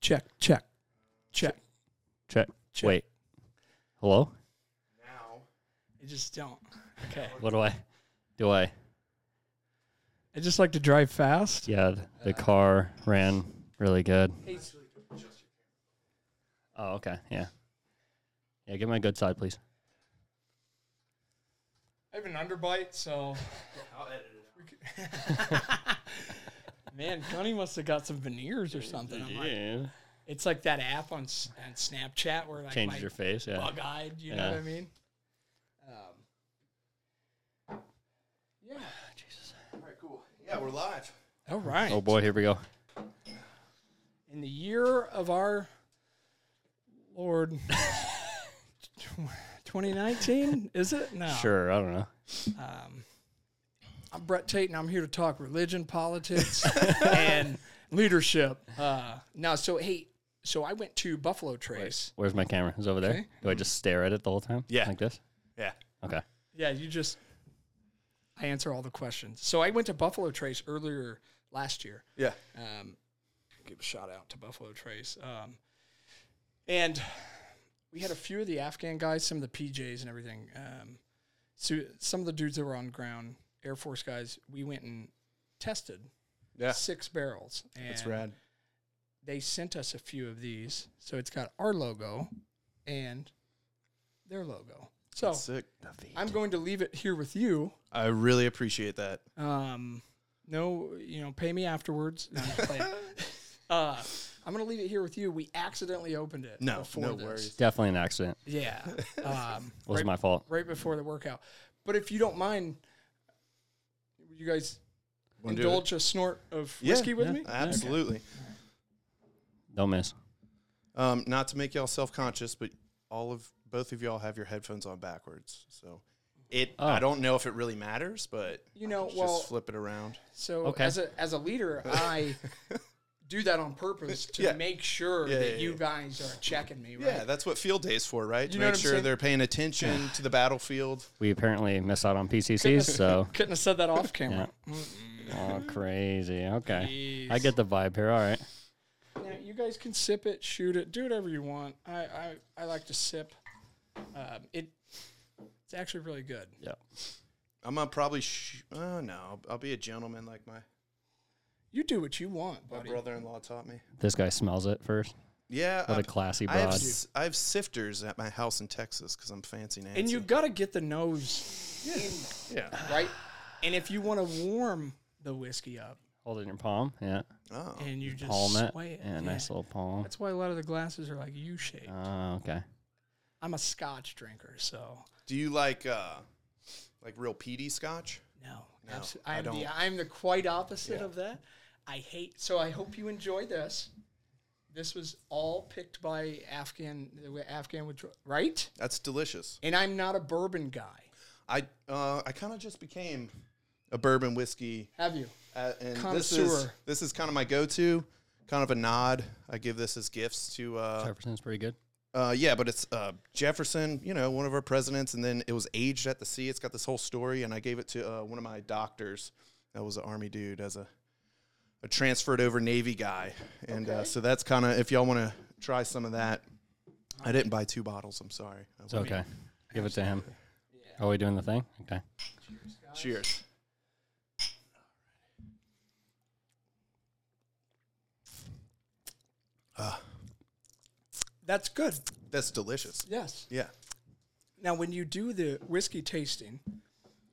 Check, check, check. Check. Check. Wait. Hello? Now, I just don't. Okay. What do I do I I just like to drive fast. yeah, th- the car ran really good. Oh, okay. Yeah. Yeah, give me a good side, please. I have an underbite, so. We could- Man, Connie must have got some veneers or something. I'm like, Yeah. it's like that app on, S- on Snapchat where like Changes my your face, yeah. bug eyed, you know Yeah. what I mean? Um, yeah. All right, cool. Yeah, we're live. All right. Oh boy, here we go. in the year of our Lord 2019, is it? No. Sure, I don't know. Um, I'm Brett Tate, and I'm here to talk religion, politics, and leadership. Uh, now, so hey, so I went to Buffalo Trace. Where's my camera? Is over there. Okay. Do I just stare at it the whole time? Yeah. Like this? Yeah. Okay. Yeah, you just I answer all the questions. So I went to Buffalo Trace earlier last year. Yeah. um, give a shout out to Buffalo Trace. Um, and we had a few of the Afghan guys, some of the PJs and everything. Um, so some of the dudes that were on ground, Air Force guys, we went and tested Yeah. six barrels. And That's rad. They sent us a few of these. So it's got our logo and their logo. So Sick. I'm going to leave it here with you. I really appreciate that. Um, no, you know, pay me afterwards. No, I'm just playing. uh, I'm gonna leave it here with you. We accidentally opened it. No, before no this. worries. Definitely an accident. Yeah, um, Wasn't right, my fault. right before the workout. But if you don't mind, would you guys Wanna do it? indulge a snort of whiskey with yeah. me? Absolutely. Don't miss. Um, not to make y'all self-conscious, but all of both of y'all have your headphones on backwards, so it. Oh. I don't know if it really matters, but You know, just well, flip it around. so Okay. as a as a leader, I do that on purpose to Yeah. make sure Yeah, that yeah, you yeah. guys are checking me. Right? Yeah, that's what field day's for, right? You to know make what I'm sure saying? they're paying attention to the battlefield. We apparently missed out on PCCs, so couldn't have said that off camera. oh crazy. Okay. I get the vibe here. All right. Now, you guys can sip it, shoot it, do whatever you want. I, I, I like to sip. Um, it it's actually really good. Yeah. I'm gonna probably. Sh- oh no, I'll, I'll be a gentleman like my, You do what you want, my buddy. brother-in-law taught me. This guy smells it first. Yeah, What a I'm- classy I have, broad. s- I have sifters at my house in Texas because I'm fancy Nancy. And you gotta get the nose yeah. in, right. And if you want to warm the whiskey up, Hold it in your palm. Yeah. Oh, and you just Palm it. sway it, Yeah, nice little palm. That's why a lot of the glasses are like U shaped. Oh, okay. I'm a Scotch drinker, so do you like uh, like real peaty Scotch? no, No, abso- I I'm don't. the I'm the quite opposite of that. I hate. So I hope you enjoy this. This was all picked by Afghan the Afghan withdrawal, right? That's delicious. And I'm not a bourbon guy. I uh, I kind of just became a bourbon whiskey, Have you? uh, and this is Connoisseur. this is kind of my go-to. Kind of a nod. I give this as gifts to uh, Jefferson's pretty good. Uh, yeah, but it's uh, Jefferson, you know, one of our presidents, and then it was aged at the sea. It's got this whole story, and I gave it to uh, one of my doctors. That was an army dude as a, a transferred over Navy guy, and uh, so that's kind of if y'all want to try some of that. I didn't buy two bottles. I'm sorry. I It's okay. Give it to him. Are we doing the thing? Okay. will- Cheers. That's good. That's delicious. Yes. Yeah. Now, when you do the whiskey tasting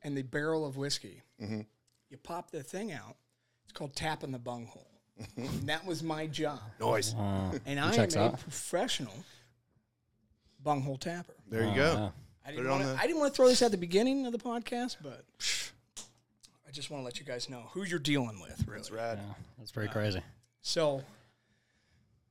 and the barrel of whiskey, Mm-hmm. you pop the thing out. It's called tapping the bunghole. Mm-hmm. and that was my job. Noise. Wow. And I am checks a out. professional bunghole tapper. There you Oh, go. wow. I it didn't, on wanna, the- I didn't want to throw this at the beginning of the podcast, but I just want to let you guys know who you're dealing with, really. It's rad. Yeah, that's Uh, pretty crazy. So,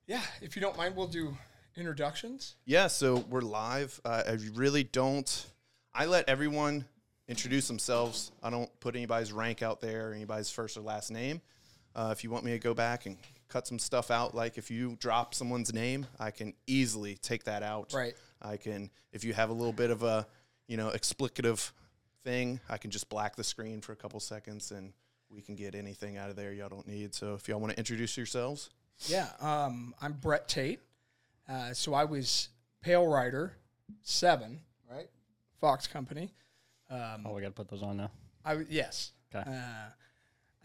yeah, if you don't mind, we'll do introductions. Yeah, so we're live. Uh, I really don't. I let everyone introduce themselves. I don't put anybody's rank out there, anybody's first or last name. Uh, if you want me to go back and cut some stuff out, like if you drop someone's name, I can easily take that out. Right. I can. If you have a little bit of a, you know, explicative thing, I can just black the screen for a couple seconds and we can get anything out of there y'all don't need. So if y'all want to introduce yourselves, Yeah, um, I'm Brett Tate. Uh, so I was Pale Rider Seven, right? Fox Company. Um, Oh, we got to put those on now. I w- yes. 'Kay. Uh,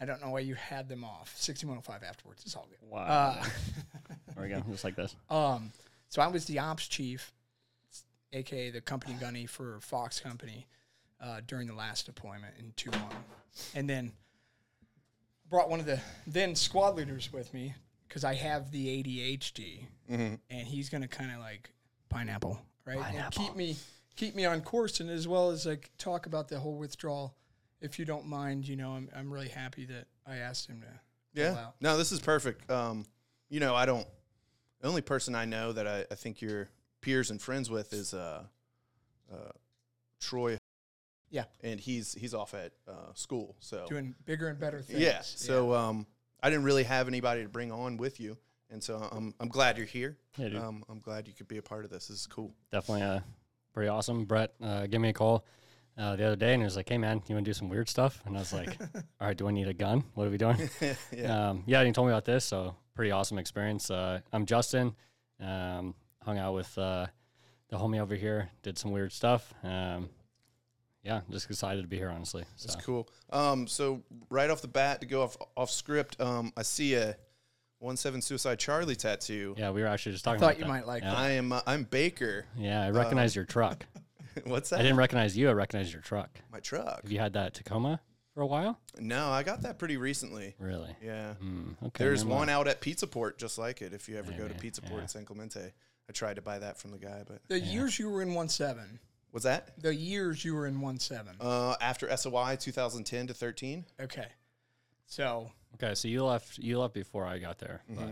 I don't know why you had them off. 6105 afterwards. It's all good. Wow. Uh, there we go. Just like this. um, so I was the ops chief, aka the company gunny for Fox Company, uh, during the last deployment in two one, and then brought one of the then squad leaders with me because I have the ADHD, and he's gonna kind of like pineapple, right? And keep me keep me on course, and as well as like talk about the whole withdrawal. If you don't mind, you know, I'm I'm really happy that I asked him to. Yeah. Oh, Wow. No, this is perfect. Um, you know, I don't. The only person I know that I, I think you're peers and friends with is uh, uh, Troy. Yeah. And he's he's off at uh, school. So Doing bigger and better things. yeah. So um, I didn't really have anybody to bring on with you, and so I'm I'm glad you're here. Yeah, uh, dude. um, I'm glad you could be a part of this. This is cool. Definitely uh, pretty awesome. Brett uh, gave me a call uh, the other day and he was like, hey, man, you want to do some weird stuff? And I was like, all right, do I need a gun? What are we doing? yeah. yeah. Um, yeah, and he told me about this. So pretty awesome experience. Uh, I'm Justin. Um, hung out with uh, the homie over here. Did some weird stuff. Um, yeah, just excited to be here. Honestly, so That's cool. Um, so right off the bat, to go off off script, um, I see a one seven suicide Charlie tattoo. yeah, we were actually just talking. thought about you that. might like Yeah, I am uh, I'm Baker. yeah I recognize Uh, your truck. What's I that? didn't recognize you. I recognized your truck. My truck. Have you had that Tacoma for a while? No, I got that pretty recently. Really? Yeah. Hmm, okay. There's never mind. one out at Pizza Port just like it. If you ever go to Maybe, Pizza Port in San Clemente, I tried to buy that from the guy, but The years you were in one seven. was that The years you were in one seven. uh, after SOI 2010 to 13? okay. So Okay, so you left. You left before I got there, Mm-hmm.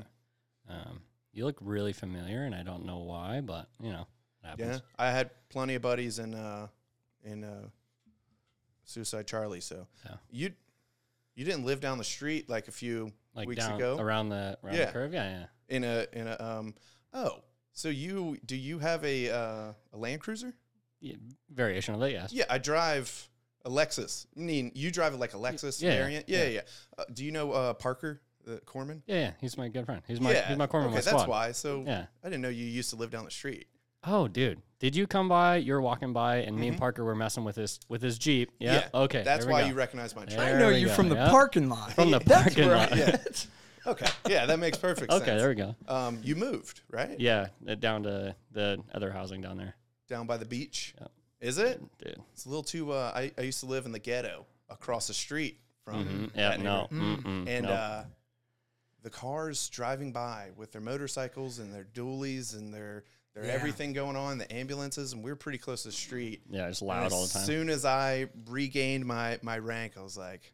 but um, you look really familiar, and I don't know why, but you know, it happens. Yeah, I had plenty of buddies in uh, in uh, Suicide Charlie. So Yeah. you you didn't live down the street like a few like weeks down ago around the around Yeah. the curve. Yeah, yeah. in a in a um oh so you do you have a uh, a Land Cruiser? Yeah, variation of it, yes. Yeah, I drive a Lexus. I mean, you drive like a Lexus yeah, variant. Yeah, yeah. Uh, do you know uh, Parker, the corpsman? Yeah, yeah, he's my good friend. He's my he's my corner okay, my that's squad. why. So Yeah. I didn't know you used to live down the street. Oh, dude, did you come by? You're walking by, and me and Parker were messing with his with his jeep. Yeah. Okay. Mm-hmm. That's there we why go. you recognize my truck. I There know we you go, from the yeah. parking lot. From the That's parking where lot. I- Yeah. Okay. Yeah, that makes perfect sense. Okay, there we go. Um, you moved right Yeah, uh, down to the other housing down there, down by the beach. Yeah. Is it? dude. It's a little too. Uh, I I used to live in the ghetto across the street from. Mm, Yeah, that no. neighborhood. Mm-mm, and no. uh, the cars driving by with their motorcycles and their dualies and their their Yeah. everything going on, the ambulances, and we were pretty close to the street. yeah, it's And loud all the As time. soon as I regained my my rank, I was like,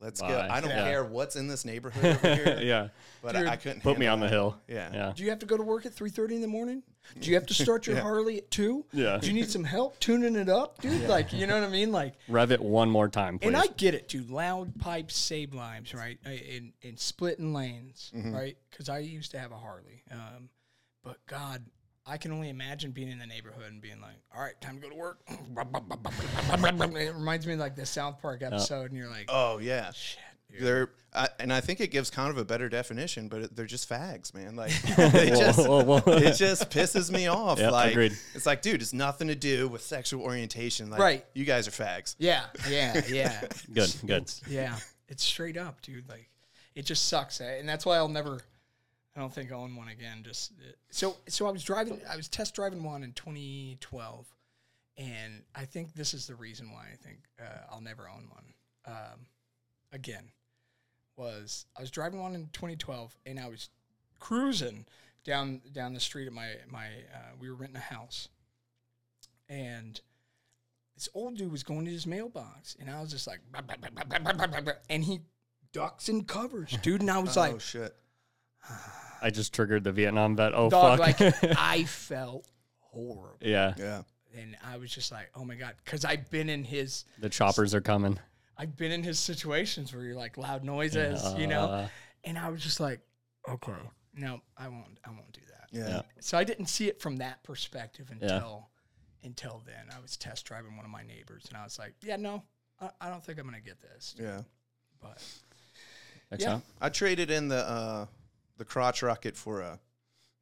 "Let's go!" Bye. I don't Yeah. care what's in this neighborhood over here, yeah, but Dude. I, I couldn't put me handle on the hill. it. uh, Yeah. Yeah. Do you have to go to work at three thirty in the morning? Do you have to start your Harley at two? Yeah. Do you need some help tuning it up, dude? Like you know what I mean? Like Rev it one more time, please. and I get it, dude. Loud pipes save lives, right? I- And and splitting lanes, right? Because I used to have a Harley, um, but God, I can only imagine being in the neighborhood and being like, "All right, time to go to work." it reminds me of like the South Park episode, and you're like, Oh yeah. "Shit." dude." They're I, and I think it gives kind of a better definition, but it, they're just fags, man. Like Whoa, they just whoa, whoa. it just pisses me off. Yep, like agreed. it's like, dude, it's nothing to do with sexual orientation. Like, Right. You guys are fags. Yeah, yeah, yeah, good, good. yeah. It's straight up, dude. Like, it just sucks, eh? and that's why I'll never. I don't think I own one again. Just uh, so so I was driving. I was test driving one in 2012, and I think this is the reason why I think uh, I'll never own one um, again. Was I was driving one in 2012, and I was cruising down down the street at my my. Uh, we were renting a house, and this old dude was going to his mailbox, and I was just like, "Bah, bah, bah, bah, bah, bah, bah, bah, bah," and he ducks and covers, dude. And I was like, oh shit. I just triggered the Vietnam vet. Oh dog, fuck. like I felt horrible, yeah, Yeah. and I was just like, oh my god, because I've been in his, the choppers are coming. I've been in his situations where you're like loud noises, you know, Uh, and I was just like, okay, no, I won't, I won't do that. Yeah. Yeah. So I didn't see it from that perspective Yeah. until, until then. I was test driving one of my neighbors, and I was like, yeah, no, I, I don't think I'm gonna get this, Yeah. but Next Yeah. up. I traded in the uh the crotch rocket for a,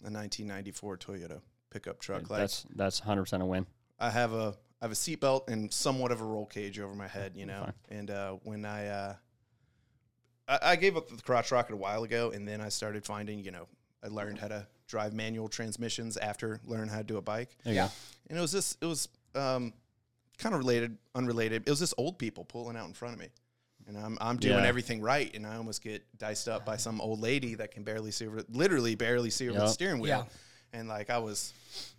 a 1994 Toyota pickup truck. Like that's that's 100 percent a win. I have a I have a seatbelt and somewhat of a roll cage over my head, you know. Fine. And uh, when I, uh, I I gave up the crotch rocket a while ago, and then I started finding, you know, I learned how to drive manual transmissions after learning how to do a bike, There you go. and it was this it was um, kind of related, unrelated. It was just old people pulling out in front of me. And I'm, I'm doing Yeah. everything right, and I almost get diced up by some old lady that can barely see over, literally barely see over the Yep. steering wheel Yeah. and like I was,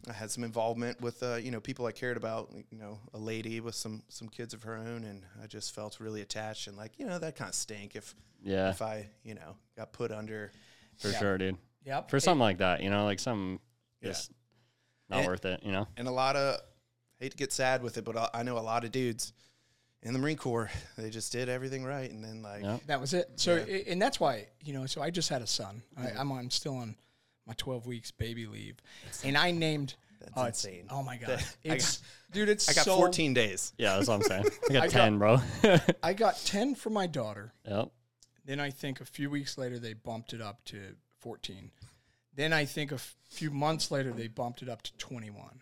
I had some involvement with uh, you know people I cared about, like, you know, a lady with some some kids of her own, and I just felt really attached and like you know that kind of stink if Yeah, if I you know got put under. for Yeah. sure, dude. Yep. For something like that, you know, like something Yeah. just not And- worth it. You know, And a lot of hate to get sad with it, but uh, I, I know a lot of dudes in the Marine Corps they just did everything right, and then like Yeah. That was it. So, Yeah. a- and that's why you know. So I just had a son. I, I'm on still on my 12 weeks baby leave, and I named. That's oh, it's- insane. Oh my god, That- I it's dude. It's I got so- 14 days. yeah, that's what I'm saying. I got I got- 10, bro. yep. I got 10 for my daughter. Then I think a few weeks later they bumped it up to 14. Then I think a f- few months later they bumped it up to 21.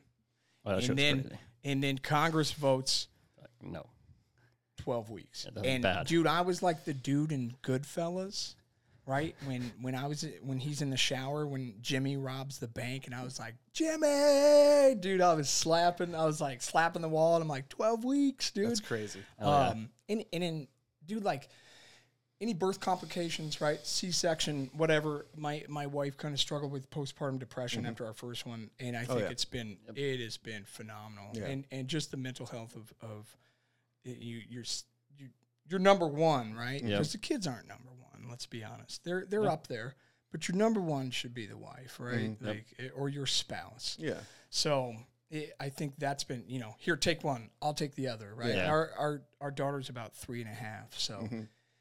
Well, that shit's and then crazy. and then Congress votes no, 12 weeks. Yeah, that's and bad. dude, I was like the dude in Goodfellas, right? When when I was when he's in the shower when Jimmy robs the bank and I was like, "Jimmy!" Dude, I was slapping. I was like slapping the wall and I'm like, "12 weeks, dude." That's crazy. um, and and in dude, like any birth complications, right? C section, whatever. My my wife kind of struggled with postpartum depression after our first one, and I think Mm-hmm. Oh, yeah. it's been it has been phenomenal, Yeah. and and just the mental health of of y- you you're s- you you're number one, right? Yeah. Because the kids aren't number one. Let's be honest, they're they're up there, but your number one should be the wife, right? Mm-hmm. Like eh, or your spouse. Yeah, So it, I think that's been, you know, here, take one, I'll take the other, right? Yeah. Mm-hmm. Our, our our daughter's about three and a half, so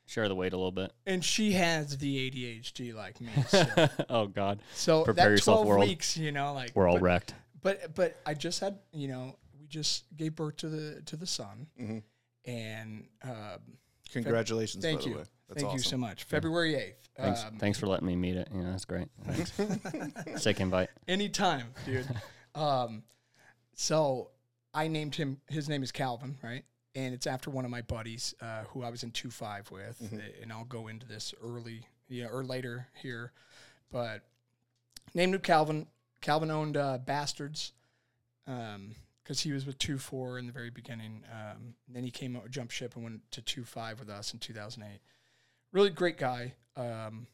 share the weight a little bit. and she has the ADHD like me. So, oh God, so Prepare that yourself, twelve world. weeks, you know, like we're all but, wrecked. But but I just had, you know, we just gave birth to the to the son, Mm-hmm. Mhm. and um, congratulations. thank by the you, way. That's thank you so awesome. much. February eighth, Thanks, um, thanks for letting me meet it. You know, that's great. Thanks. Sick invite. anytime, dude. um, so I named him. His name is Calvin, right? And it's after one of my buddies uh, who I was in two five with, and I'll go into this early, yeah, or later here, but named him Calvin. Calvin owned uh, Bastards because he was with two four in the very beginning. Um, then he came out, jumped ship, and went to two five with us in two thousand eight. Really great guy. Um,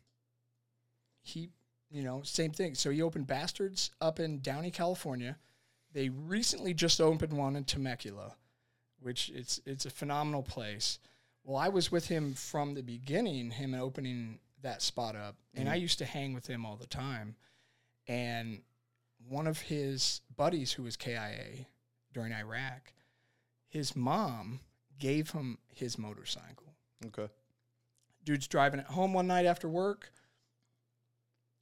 he you know, same thing. So he opened Bastards up in Downey, California. They recently just opened one in Temecula, which it's it's a phenomenal place. Well, I was with him from the beginning, him opening that spot up, and I used to hang with him all the time. And one of his buddies who was KIA during Iraq, his mom gave him his motorcycle Okay. dude's driving at home one night after work.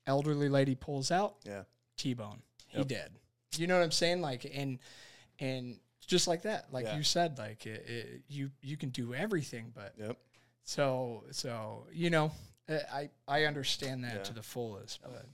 Elderly lady pulls out. Yeah. T-bone. He Yep. dead. You know what I'm saying? Like and and just like that, like Yeah. you said, like it, it, you you can do everything, but Yep. so so you know, uh, I I understand that Yeah. to the fullest, but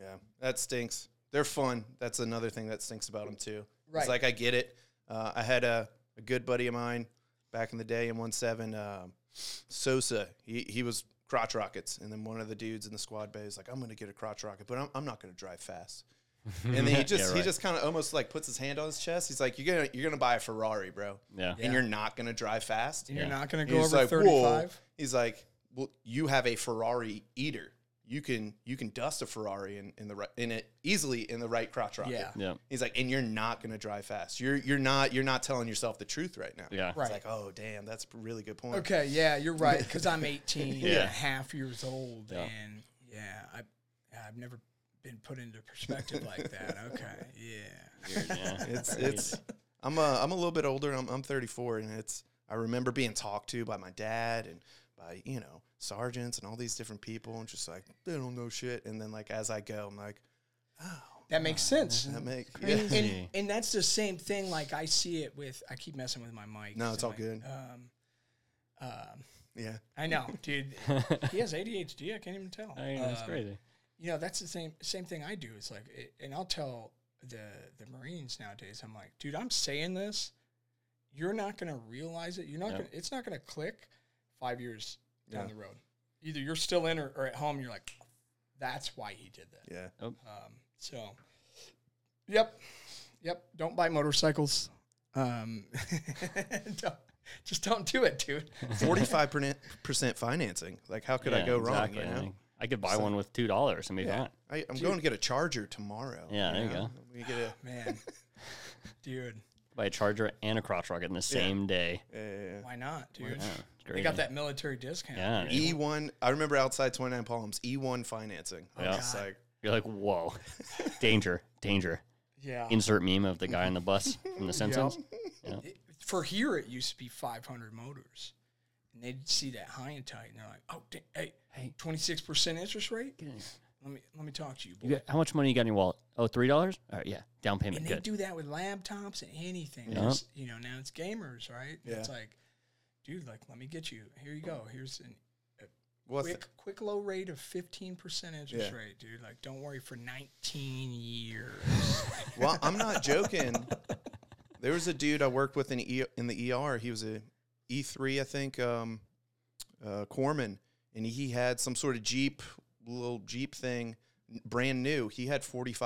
Yeah, that stinks. They're fun. That's another thing that stinks about them too. Right. It's like I get it. Uh, I had a, a good buddy of mine back in the day in one seven, um, Sosa. He he was crotch rockets, and then one of the dudes in the squad bay is like, "I'm going to get a crotch rocket, but I'm, I'm not going to drive fast." And then he just he Mm-hmm. right. just kind of almost like puts his hand on his chest. He's like, "You're gonna you're gonna buy a Ferrari, bro, Yeah. Yeah. and you're not going to drive fast." you're Yeah. not going to go He's over like, "Whoa." 35. He's like, "Well, you have a Ferrari eater. You can you can dust a Ferrari in, in the right in it easily in the right crotch rocket." Yeah. Yeah. He's like, "And you're not going to drive fast. You're you're not you're not telling yourself the truth right now." Yeah. Right. It's like, "Oh, damn, that's a really good point." Okay, yeah, you're right because I'm 18 and Yeah. a half years old, Yeah. and yeah, I, I've never been put into perspective like that. Okay, yeah, Yeah. It's it's I'm a I'm a little bit older. I'm I'm 34 and it's I remember being talked to by my dad and by, you know, sergeants and all these different people and just like, "They don't know shit." And then like as I go, I'm like, that makes sense. Mm. "That make And, yeah. and, and that's the same thing. Like I see it with. I keep messing with my mic. No, 'cause it's I'm all like, good. Um, um, Yeah. I know, dude. he has ADHD. I can't even tell. I mean, that's Um, crazy. you know that's the same same thing I do. It's like, it, and I'll tell the the Marines nowadays, I'm like, dude, I'm saying this, you're not gonna realize it. You're not Yep. gonna. It's not gonna click five years down Yeah. the road. Either you're still in or, or at home. You're like, that's why he did that. Yeah. Um, so, yep, yep. Don't buy motorcycles. Um, don't, just don't do it, dude. Forty-five percent financing. Like, how could I Yeah, go wrong? exactly. You know. I, I could buy So- one with two dollars and be Yeah. fine. I, I'm going to get a charger tomorrow. Yeah, there you know? go. We get a, Man, dude, Buy a charger and a crotch rocket in the same day. a why not, dude? Yeah, it's They great. got that military discount. Yeah, dude. E1. E I remember outside 29 Palms, E1 financing. I was Yeah. just like, You're like, whoa, danger, danger. yeah. Insert meme of the guy on the bus from The Simpsons. It- for here, it used to be 500 motors, and they'd see that high and tight, and they're like, "Oh, da- hey, Hey. 26 percent interest rate. Let me let me talk to you, boy." You got, how much money you got in your wallet? Oh, three dollars. All right, yeah, down payment. and they Good. do that with laptops and anything. Yeah. There's- You know, now it's gamers, right? Yeah. It's like, dude, like, let me get you. Here you go. Here's an what's quick, quick low rate of 15% interest Yeah. rate, dude. Like, don't worry for 19 years. that? Well, I'm not joking. there was a dude I worked with in, e, in the ER. He was a E3, I think, um, uh, corpsman, and he had some sort of Jeep, little Jeep thing, n- brand new. He had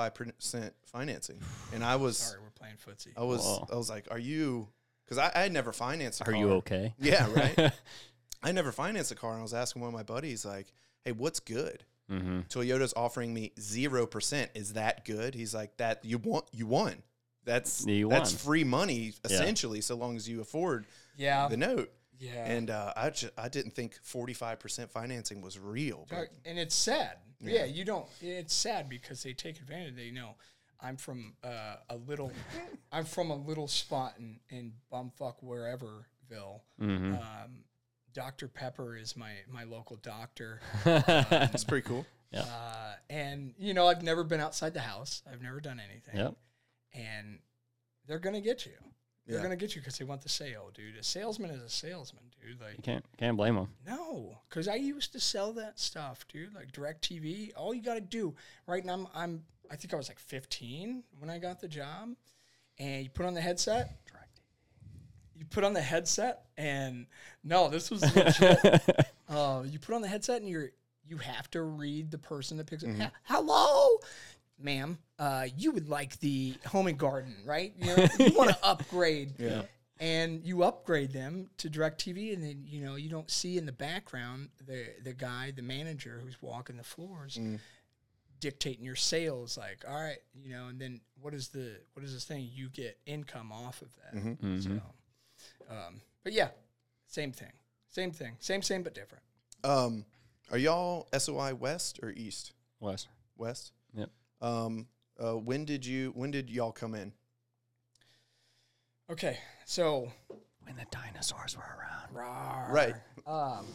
45% financing. And I was. Sorry, we're playing footsie. I was Wow. I was like, "Are you?" Because I, I had never financed. A Are you car. okay? Yeah, right. I never financed a car, and I was asking one of my buddies, like, "Hey, what's good?" Mm-hmm. Toyota's offering me zero percent. Is that good? He's like, "That you want? You won. That's You that's won. free money essentially, so long as you afford Yeah. the note." Uh, yeah. And uh, I ju- I didn't think forty five percent financing was real. Right, But and it's sad. Yeah. you don't. It's sad because they take advantage. They know I'm from uh, a little. I'm from a little spot in in bumfuck whereverville. Hmm. mm-hmm. Um, Dr Pepper is my my local doctor, it's pretty cool. uh, and you know I've never been outside the house. I've never done anything. Yep. And they're gonna get you. They're Yeah. gonna get you because they want the sale, dude. A salesman is a salesman, dude. Like You can't can't blame them. no, because I used to sell that stuff, dude. Like DirecTV. All you got to do, right? And I'm, I'm, I think I was like 15 when I got the job, and you put on the headset. You put on the headset, and no, this was legit. uh, you put on the headset, and you're you have to read the person that picks up. "H- Hello, ma'am. Uh, you would like the home and garden, right? You, know, you want to upgrade and you upgrade them to DirecTV, and then you know you don't see in the background the the guy, the manager who's walking the floors, dictating your sales. Like, all right, you know, and then what is the what is this thing you get income off of that? So, um, but yeah, same thing, same thing, same same but different. Um, are y'all SOI West or East? Wes. West. Yep. Um, uh, when did you? When did y'all come in? Okay, so When the dinosaurs were around. rawr. Right. Um,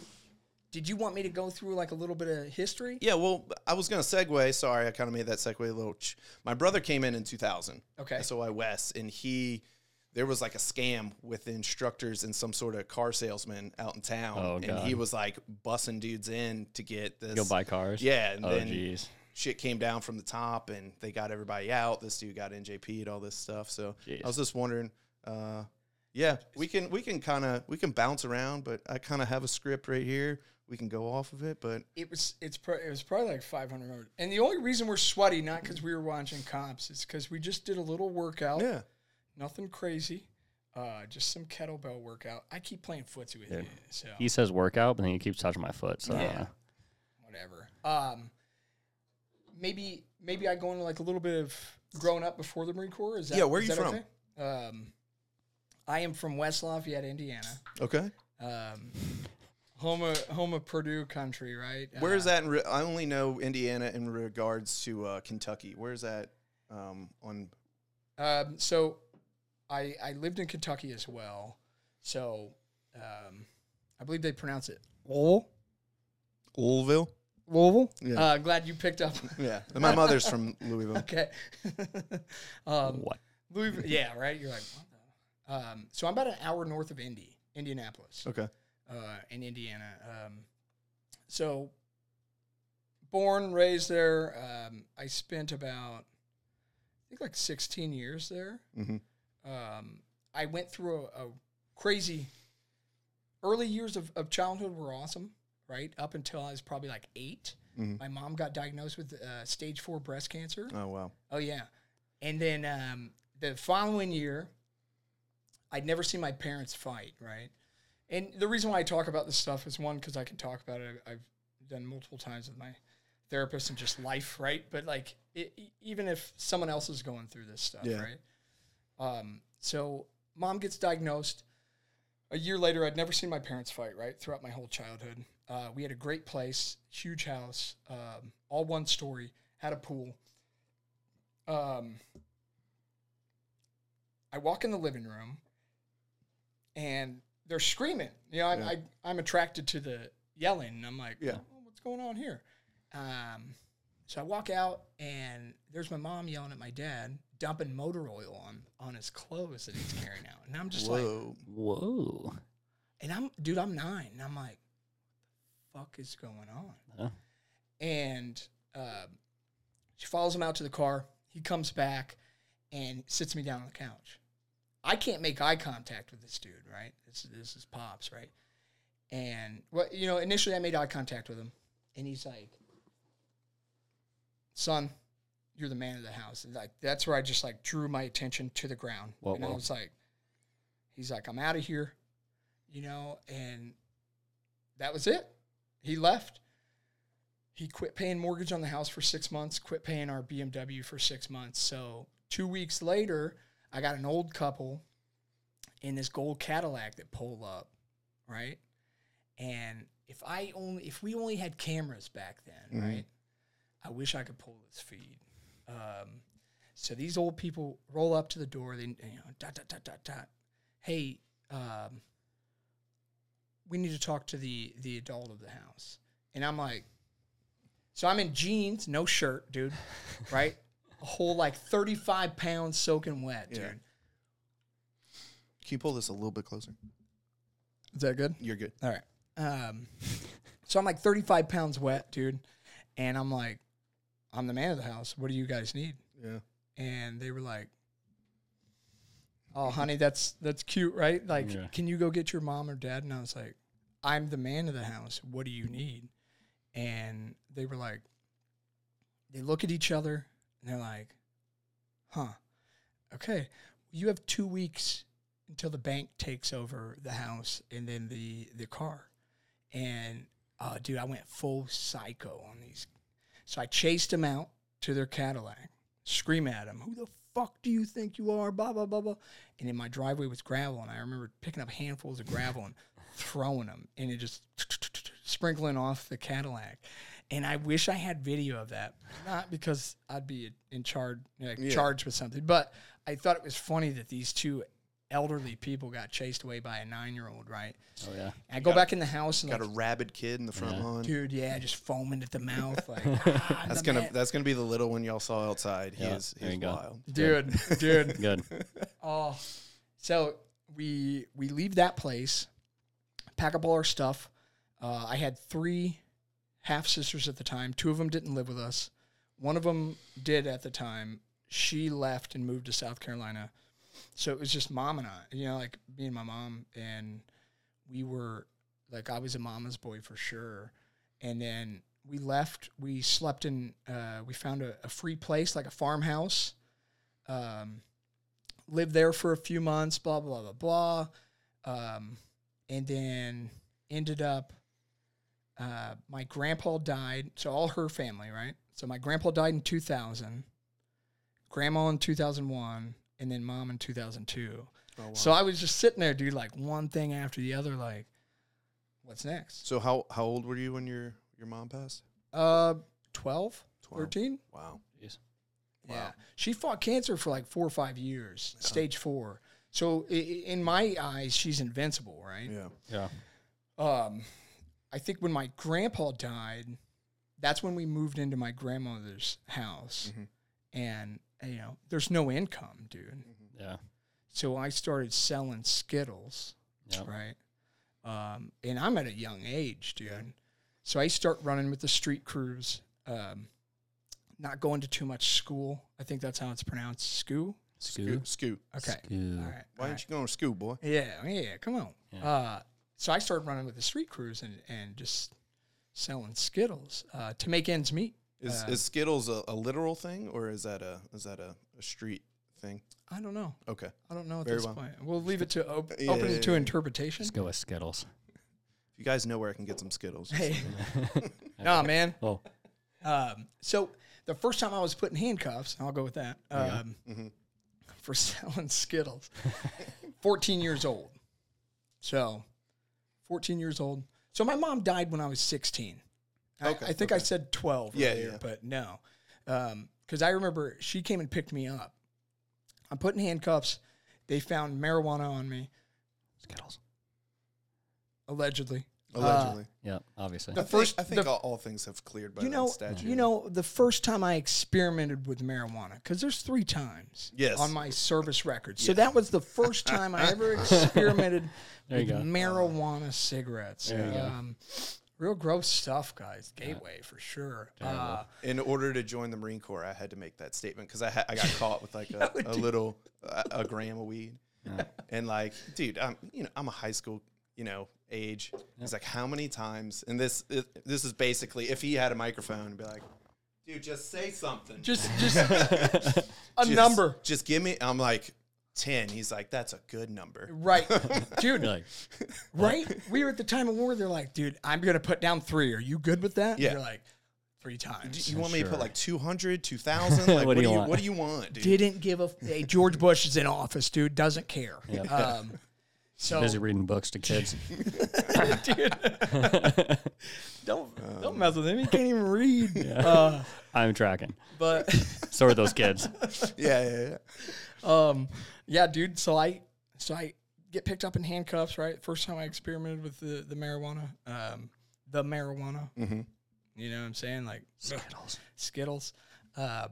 did you want me to go through like a little bit of history? Yeah. Well, I was gonna segue. Sorry, I kind of made that segue a little. Ch- My brother came in in 2000. Okay. SOI West, and he. There was like a scam with instructors and some sort of car salesman out in town, Oh, and God. he was like bussing dudes in to get this. Go buy cars. Yeah, and Oh then jeez. shit came down from the top, and they got everybody out. This dude got NJP'd, all this stuff. So Jeez. I was just wondering. Uh, yeah, we can we can kind of we can bounce around, but I kind of have a script right here. We can go off of it, but It was it's pro- it was probably like 500 yards. And the only reason we're sweaty, not because we were watching comps, is because we just did a little workout. yeah. Nothing crazy. Uh, just some kettlebell workout. I keep playing footsie with you, so He says workout, but then he keeps touching my foot. So I don't Yeah. know. whatever. Um, maybe maybe I go into like a little bit of growing up before the Marine Corps. Is that Yeah, where are is you that from? Okay? Um, I am from West Lafayette, Indiana. Okay. Um, home of home of Purdue country, right? Where Uh, is that? In re- I only know Indiana in regards to uh, Kentucky. Where is that um, on? Um, so I I lived in Kentucky as well. So um, I believe they pronounce it Lowell. Louisville. Louisville. Yeah. Uh, glad you picked up. Yeah, my mother's from Louisville. okay. um, uh, What? Louisville. Yeah. Right. You're like. What the? Um, so I'm about an hour north of Indy, Indianapolis, Okay. uh, in Indiana. Um, so born, raised there. Um, I spent about, I think, like 16 years there. Mhm. Um, I went through a, a crazy early years of, of childhood were awesome, right? Up until I was probably like 8 Mhm. My mom got diagnosed with uh, stage four breast cancer. Oh wow. Oh yeah, and then um, the following year, I'd never seen my parents fight. Right, and the reason why I talk about this stuff is one because I can talk about it. I- I've done multiple times with my therapist and just life. Right, but like it, e- even if someone else is going through this stuff, Yeah. right? Um, so mom gets diagnosed. A year later, I'd never seen my parents fight. Right throughout my whole childhood, uh, we had a great place, huge house, um, all one story, had a pool um, I walk in the living room and they're screaming. You know, I'm, Yeah. I, I'm attracted to the yelling. And I'm like, Yeah. "Oh, what's going on here? Um, so I walk out and there's my mom yelling at my dad, dumping motor oil on, on his clothes that he's carrying out. And I'm just like, Whoa. Whoa. and I'm, dude, I'm nine. And I'm like, fuck is going on? Huh? and um, she follows him out to the car. He comes back and sits me down on the couch. I can't make eye contact with this dude, right? This, this is Pops, right? And well, you know, initially I made eye contact with him, and he's like, "Son, you're the man of the house." And like that's where I just like drew my attention to the ground, Whoa, and I whoa. was like, "He's like, I'm out of here," you know, and that was it. He left. He quit paying mortgage on the house for six months, quit paying our BMW for six months. So two weeks later, I got an old couple in this gold Cadillac that pull up, right? And if I only if we only had cameras back then, Mhm. right? I wish I could pull this feed. Um, so these old people roll up to the door. They you know dot dot dot dot dot. Hey, um, we need to talk to the the adult of the house. And I'm like, so I'm in jeans, no shirt, dude, right? A whole like 35 pounds soaking wet, dude. Yeah. Can you pull this a little bit closer? Is that good? You're good. All right. Um, so I'm like 35 pounds wet, dude. And I'm like, I'm the man of the house. What do you guys need? Yeah. And they were like, Oh, honey, that's that's cute, right? Like, Yeah. can you go get your mom or dad? And I was like, I'm the man of the house. What do you need? And they were like, they look at each other and they're like, huh, okay, you have two weeks until the bank takes over the house and then the, the car. And uh, dude, I went full psycho on these. So I chased them out to their Cadillac, scream at them, who the fuck do you think you are? Blah, blah, blah, blah. And then my driveway was gravel. And I remember picking up handfuls of gravel and throwing them and it just sprinkling off the Cadillac. And I wish I had video of that, not because I'd be in charge, like, Yeah. charged with something, but I thought it was funny that these two elderly people got chased away by a nine year old, right? Oh yeah. And I go back in the house and Got a like, rabid kid in the front Yeah. lawn. dude, yeah, just foaming at the mouth, like "Ah, I'm that's the gonna man." that's gonna be the little one y'all saw outside. He Yeah, is there he's you go. wild. dude, dude. Good. Oh, so we we leave that place, pack up all our stuff. Uh, I had three half sisters at the time. Two of them didn't live with us. One of them did at the time. She left and moved to South Carolina, so it was just mom and I. You know, like me and my mom, and we were like I was a mama's boy for sure. And then we left. We slept in. Uh, we found a, a free place, like a farmhouse. Um, lived there for a few months, blah blah blah blah, um, and then ended up. Uh, my grandpa died, so all her family, right? So my grandpa died in 2000, grandma in 2001, and then mom in 2002. Oh, wow. So I was just sitting there, dude, like one thing after the other, like, what's next? So how how old were you when your your mom passed? Uh, 12, Twelve. 13? Wow. Jeez. Yeah. Wow. She fought cancer for like four or five years, stage four. So i- i- in my eyes, she's invincible, right? Yeah. Yeah. Um, I think when my grandpa died, that's when we moved into my grandmother's house, Mhm. and you know, there's no income, dude. Yeah. So I started selling Skittles, Yeah. right? Um, and I'm at a young age, dude. So I start running with the street crews. um, not going to too much school. I think that's how it's pronounced. School. Scoo. Scoot. Okay. School. All right. Why all ain't you going to school, boy? Yeah, yeah, come on. Yeah. Uh, so I started running with the street crews and, and just selling Skittles uh, to make ends meet. Is, Uh, is Skittles a, a literal thing or is that a is that a, a street thing? I don't know. Okay. I don't know at Very this well. point. We'll leave it to op- Yeah, open yeah, to yeah. interpretation. Let's go with Skittles. If you guys know where I can get some Skittles. Hey, nah, man. Oh, Um, so the first time I was put in handcuffs, I'll go with that. Um, Mm-hmm. For selling Skittles, fourteen years old. So, fourteen years old. So my mom died when I was sixteen. I, Okay, I think I said twelve. Yeah, earlier, yeah. but no, because I remember she came and picked me up. I'm put in handcuffs. They found marijuana on me, Skittles. allegedly. Uh, Allegedly. Yeah, obviously. the I think- first, I think the all, all things have cleared by you know, that statute. you know, the first time I experimented with marijuana, because there's three times Yes. on my service record. So that was the first time I ever experimented There you with go. marijuana cigarettes. There you go. um, Real gross stuff, guys. Gateway for sure. Uh, in order to join the Marine Corps, I had to make that statement because I, ha- I got caught with like a, a little a, a gram of weed, and like, dude, I'm you know I'm a high school you know age. It's like how many times, and this it, this is basically if he had a microphone, and be like, dude, just say something, just, just a Just- number, just give me. I'm like ten. He's like, that's a good number. right, dude? You're like, Right? We were at the time of war. They're like, dude, I'm gonna put down three. Are you good with that? Yeah. You're like, three times. You want me to Sure. put like 200, 2,000? Like, what, do you, want? what do you want, dude? didn't give a f- hey, George Bush is in office, dude. Doesn't care. Um, so busy reading books to kids. don't don't mess with him. He can't even read. Uh, I'm tracking. but So are those kids. yeah, yeah, yeah. um, yeah, dude. So I so I get picked up in handcuffs. Right, first time I experimented with the the marijuana, um, the marijuana. You know what I'm saying? Like Skittles. Skittles, um,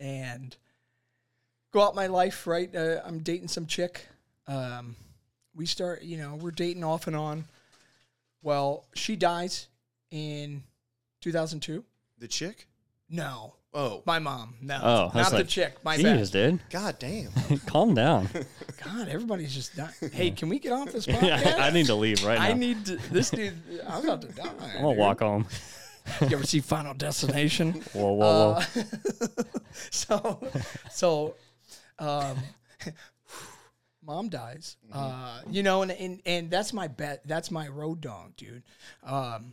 and go out my life. Right, uh, I'm dating some chick. Um, we start, you know, we're dating off and on. Well, she dies in 2002. The chick? No, Oh, my mom. No, Oh, not that's the like, chick. My Jeez, dude. god damn. Calm down. bad. God, everybody's just dying. Hey, can we get off this Yeah, podcast? I need to leave right now. I need to, this dude. I'm about to die. I'm going to walk home. You ever see Final Destination? Whoa, whoa, Uh, whoa. so so um mom dies uh you know and and, and that's my bet that's my road dog dude um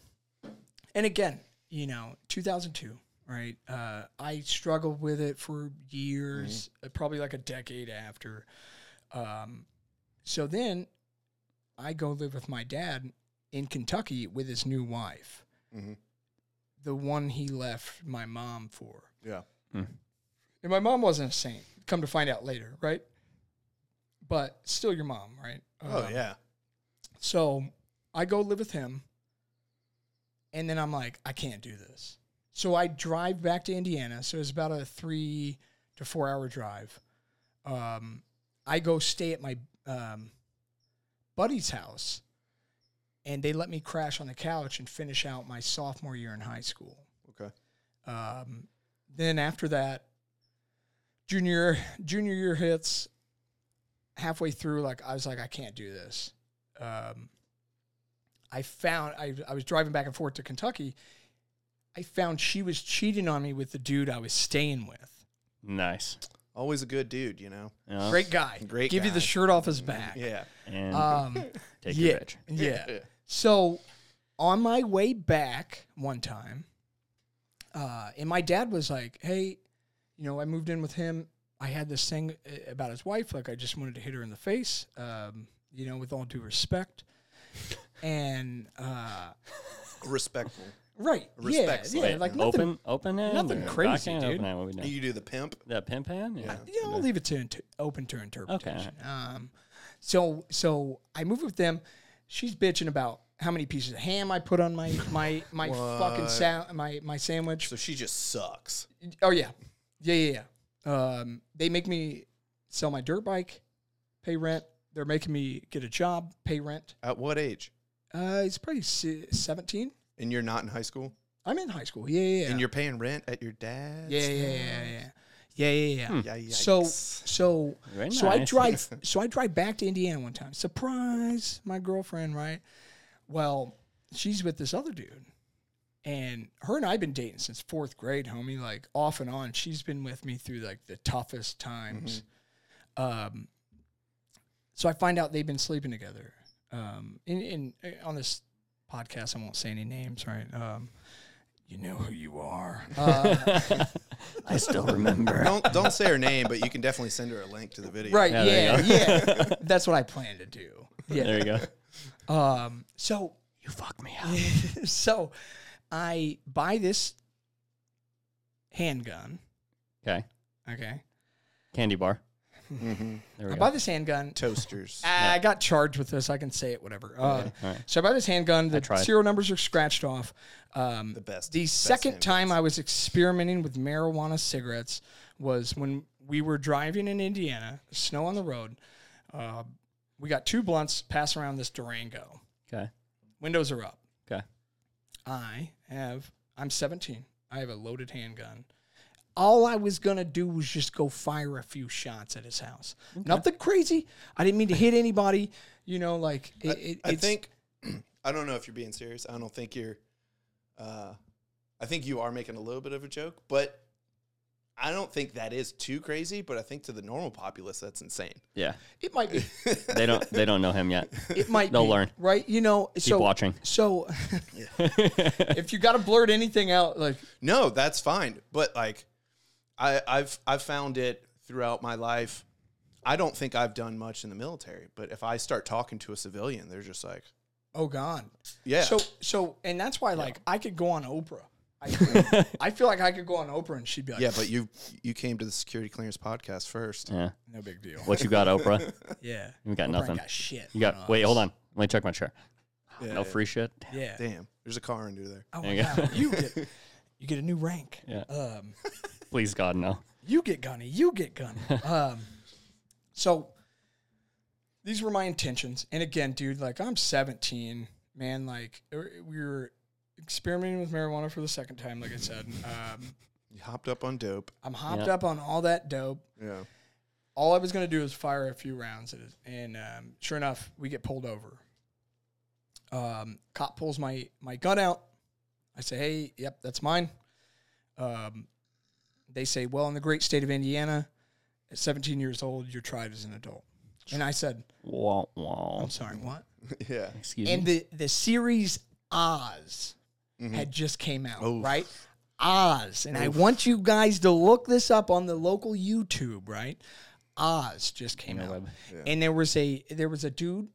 and again you know 2002 right uh i struggled with it for years uh, probably like a decade after um so then i go live with my dad in kentucky with his new wife Mhm. the one he left my mom for Yeah. and my mom wasn't a saint. Come to find out later, right? But still, your mom, right? Oh, Um, yeah. So I go live with him, and then I'm like, I can't do this. So I drive back to Indiana. So it's about a three to four hour drive. Um, I go stay at my um, buddy's house, and they let me crash on the couch and finish out my sophomore year in high school. Okay. Um, then after that, junior junior year hits. Halfway through, like I was like, I can't do this. Um, I found I I was driving back and forth to Kentucky. I found she was cheating on me with the dude I was staying with. Nice. Always a good dude, you know. Yeah. Great guy. Great Give you guy. the shirt off his back. Yeah. And Um, take yeah, your bitch. Yeah. So on my way back one time, uh, and my dad was like, "Hey, you know, I moved in with him. I had this thing uh, about his wife, like I just wanted to hit her in the face, um, you know, with all due respect." and uh, Respectful. right, Respectful. yeah, yeah, Wait, like nothing. open, open hand. nothing or crazy, backhand, dude. Open hand, what we doing? You do the pimp. That pimp hand? Yeah. Yeah, I'll leave it to int- open to interpretation. Um, so so I move with them. She's bitching about how many pieces of ham I put on my my my fucking sa- my my sandwich. So she just sucks. Oh yeah, yeah yeah yeah. Um, they make me sell my dirt bike, pay rent. They're making me get a job, pay rent. At what age? Uh, it's probably si- seventeen. And you're not in high school? I'm in high school. Yeah, yeah, yeah. And you're paying rent at your dad's. yeah, yeah, yeah, yeah, yeah, yeah, yeah. Yeah, yeah. So, so, Very so I nice. drive, so I drive back to Indiana one time. Surprise, my girlfriend, right? Well, she's with this other dude, and her and I've been dating since fourth grade, homie. Like off and on, she's been with me through like the toughest times. Mm-hmm. Um, so I find out they've been sleeping together. Um, in in uh, on this podcast, I won't say any names, right? Um, you know who you are. Uh, I still remember. Don't don't say her name, but you can definitely send her a link to the video. Right. Yeah, Yeah. there Yeah. That's what I plan to do. Yeah. There you go. Um. So, You fucked me up. so, I buy this handgun. Okay. Okay. Candy bar. Mhm. There I we buy go. this handgun. Toasters. I got charged with this. I can say it. Whatever. Uh, All right. So I buy this handgun. The tried. serial numbers are scratched off. Um, The best- The best second handguns. time I was experimenting with marijuana cigarettes was when we were driving in Indiana. Snow on the road. Uh, we got two blunts. Pass around this Durango. Okay. Windows are up. Okay. I have. I'm 17. I have a loaded handgun. All I was gonna do was just go fire a few shots at his house. Nothing crazy. I didn't mean to hit anybody. You know, like it, it, I it's, think I don't know if you're being serious. I don't think you're. Uh, I think you are making a little bit of a joke, but I don't think that is too crazy. But I think to the normal populace, that's insane. Yeah. it might be. They don't. They don't know him yet. It might. They'll be, learn. right? You know. so watching. So, if you gotta blurt anything out, like No, that's fine. But like, I, I've I've found it throughout my life. I don't think I've done much in the military, but if I start talking to a civilian, they're just like, oh god. yeah. So so, and that's why like I could go on Oprah. I, I feel like I could go on Oprah and she'd be like, yeah, but you you came to the security clearance podcast first. Yeah. no big deal. What you got, Oprah? Yeah. You got Oprah ain't nothing. Got shit. You got. Wait. Hold on. Let me check my chair. no free shit. Yeah. Damn, there's a car under there. Oh There my you go. god. You get you get a new rank. Yeah. Um, Please God no. you get gunny. You get gunny. Um, so these were my intentions. And again, dude, like I'm 17, man. Like er, we were experimenting with marijuana for the second time, like I said. Um, You hopped up on dope. I'm hopped Yeah. up on all that dope. Yeah. All I was gonna do is fire a few rounds, at it. and um, sure enough, we get pulled over. Um, cop pulls my my gun out. I say, "Hey, yep, that's mine." Um, they say, "Well, in the great state of Indiana, at 17 years old, you're tried as an adult." And I said, Wah, wah. "I'm sorry, what?" Yeah. Excuse And me. the Mm-hmm. the series Oz had just came out, Oof. right? Oz, and I want you guys to look this up on the local YouTube, right? Oz just came out, web. and there was a there was a dude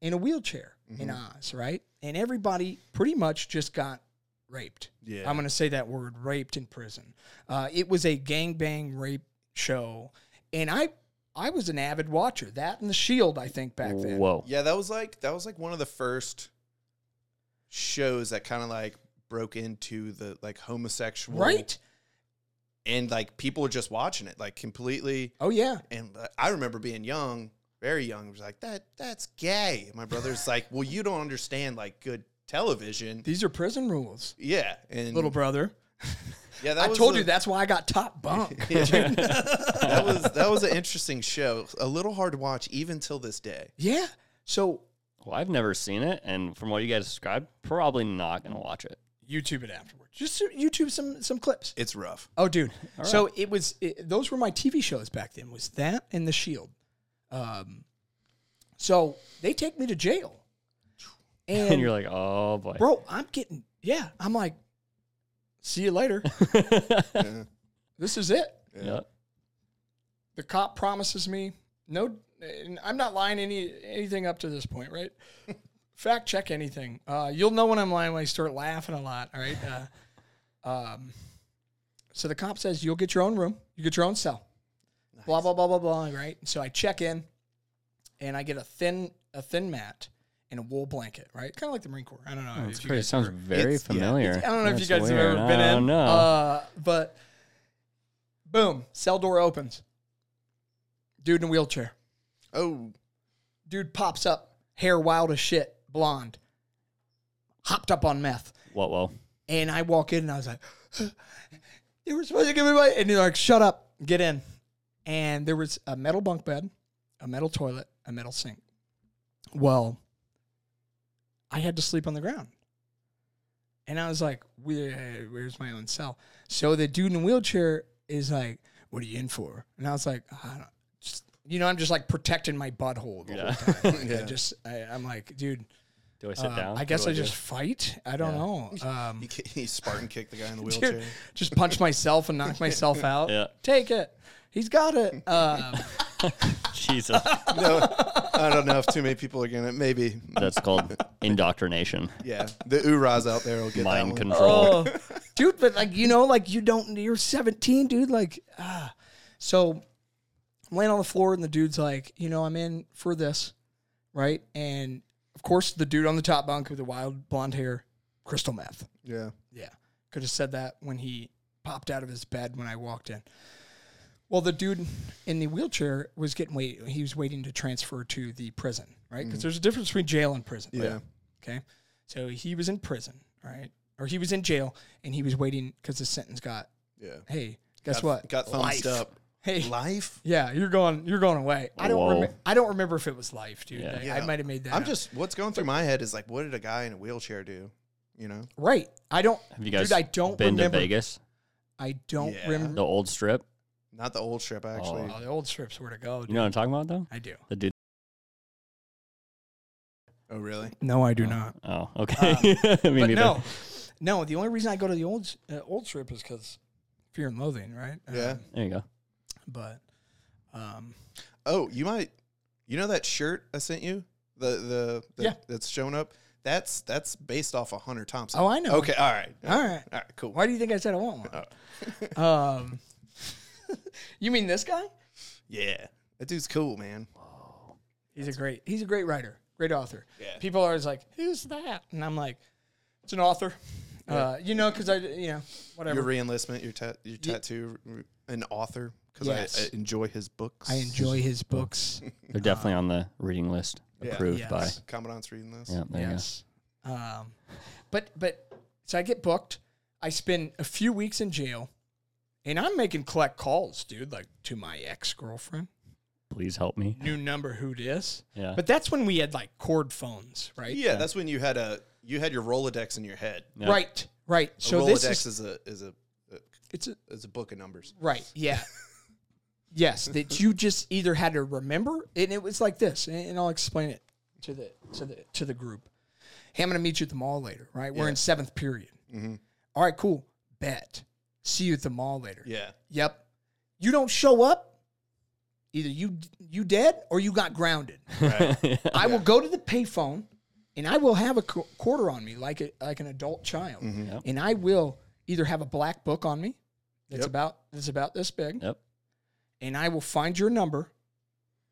in a wheelchair in Mm-hmm. Oz, right? And everybody pretty much just got raped. Yeah. I'm going to say that word, raped in prison. Uh, it was a gangbang rape show, and I I was an avid watcher. That and The Shield, I think, back then. Whoa. Yeah, that was like that was like one of the first shows that kind of like broke into the like homosexual Right? and like people were just watching it like completely Oh yeah. and uh, I remember being young, very young, was like that that's gay. And my brother's like, "Well, you don't understand like good television." These are prison rules, Yeah, and little brother. yeah, that I Mm. was told a- you that's why I got top bunk. that was that was an interesting show. A little hard to watch even till this day. yeah. So Well, I've never seen it, and from what you guys described, probably not gonna watch it. YouTube it afterwards. Just YouTube some some clips. It's rough. Oh, dude. So it was. It, those were my TV shows back then. Was that and The Shield? Um, so they take me to jail, and, And, you're like, oh boy. bro, I'm getting. Yeah, I'm like, see you later. this is it. Yeah. The cop promises me no. And I'm not lying any anything up to this point, right? Fact check anything. Uh, you'll know when I'm lying when I start laughing a lot. All right. Uh, um, so the cop says you'll get your own room, you get your own cell. Blah blah blah blah blah. Right. So I check in, and I get a thin a thin mat and a wool blanket. Right. Kind of like the Marine Corps. I don't know. That's if you crazy. It guys sounds ever- very it's- yeah, familiar. I don't know if you That's guys weird. have ever been I in. don't know. Uh, but boom, cell door opens. Dude in a wheelchair. Oh, Dude pops up, hair wild as shit, blonde, hopped up on meth. Whoa, whoa. And I walk in and I was like, they were supposed to give me my. And they're like, shut up, get in. And there was a metal bunk bed, a metal toilet, a metal sink. Well, I had to sleep on the ground. And I was like, Where, where's my own cell? So the dude in the wheelchair is like, what are you in for? And I was like, I don't just, you know, I'm just like protecting my butthole the Yeah. whole time. Like, I Yeah. just, I, I'm like, dude, Do I sit uh, down? I guess What I do do? just fight. I don't Yeah. know. Um, He, ki- he Spartan kicked the guy in the Dude, wheelchair. just punch myself and knock myself out. Yeah. Take it. He's got it. Um, Jesus. no, I don't know if too many people are gonna. Maybe, That's called indoctrination, yeah. The Uras out there will get that mind one. control. oh, dude, but like you know, like you don't. You're 17, dude. Like, ah. So I'm laying on the floor, and the dude's like, you know, I'm in for this, right? And of course, the dude on the top bunk with the wild blonde hair, crystal meth. Yeah, Yeah. Could have said that when he popped out of his bed when I walked in. Well, the dude in the wheelchair was getting wait. He was waiting to transfer to the prison, right? Because there's a difference between jail and prison. right? Mm. yeah. Okay. So he was in prison, right? Or he was in jail and he was waiting because the sentence got, Yeah. hey, guess got, what? Got thumbs Life. up. Hey, Life. yeah, you're going, you're going away. I don't, Whoa. remember. I don't remember if it was life, dude. Yeah. I, Yeah. I might have made that. I'm up. just. What's going through my head is like, what did a guy in a wheelchair do? You know. right. I don't. Have you guys dude, I don't been remember. Mm-hmm. to Vegas? I don't Yeah. remember. The old strip? Not the old strip actually. Oh, the old strips where to go. Dude. You know what I'm talking about, though? I do. The dude. Oh, really? No, I do Oh. not. Oh, okay. Me Um, but neither. no, no. The only reason I go to the old uh, old strip is because fear and loathing, right? Yeah. Um, There you go. but um, Oh, you might. You know that shirt I sent you? The the, the Yeah. that's shown up. That's that's based off of Hunter Thompson. oh, I know. Okay. All right. all right. All right. Cool. Why do you think I said I want one? um, you mean this guy? Yeah. That dude's cool, man. He's a great. He's a great writer. Great author. Yeah. People are always like, "Who's that?" And I'm like, "It's an author." Uh, you know, because I, you know, whatever. Your reenlistment, your ta- your tattoo, re- an author because Yes. I, I enjoy his books. I enjoy his books. They're definitely on the reading list Yeah. approved Yes. by. Commandant's reading this. Yeah, there yes. Um, but but so I get booked. I spend a few weeks in jail, and I'm making collect calls, dude, like to my ex girlfriend, you go. Please help me. new number, who dis? Yeah. But that's when we had like cord phones, right? Yeah, that's when you had a you had your Rolodex in your head. Yeah. Right, right. A So Rolodex this is, is a is a it's a, is a book of numbers. right, yeah. yes, that you just either had to remember, and it was like this, and, and I'll explain it to the to the to the group. Hey, I'm gonna meet you at the mall later, right? We're Yeah. Mm-hmm. in seventh period. All right, cool. Bet. See you at the mall later. Yeah. Yep. You don't show up, either you you dead or you got grounded. Right. I will go to the payphone, and I will have a qu- quarter on me like a, like an adult child, Mm-hmm. Yep. and I will either have a black book on me that's Yep. about that's about this big, Yep. and I will find your number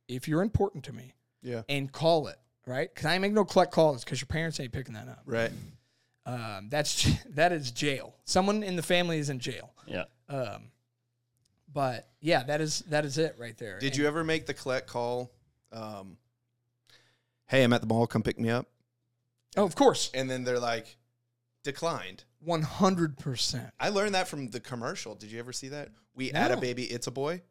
if you're important to me yeah. and call it right because I make no collect calls because your parents ain't picking that up. Right. Um, that's that is jail. Someone in the family is in jail. Yeah. Um, but yeah, that is that is it right there. Did you ever make the collect call? Um, hey, I'm at the mall. Come pick me up. Oh, of course, And then they're like, declined. one hundred percent. I learned that from the commercial. Did you ever see that? We had a No. baby. It's a boy.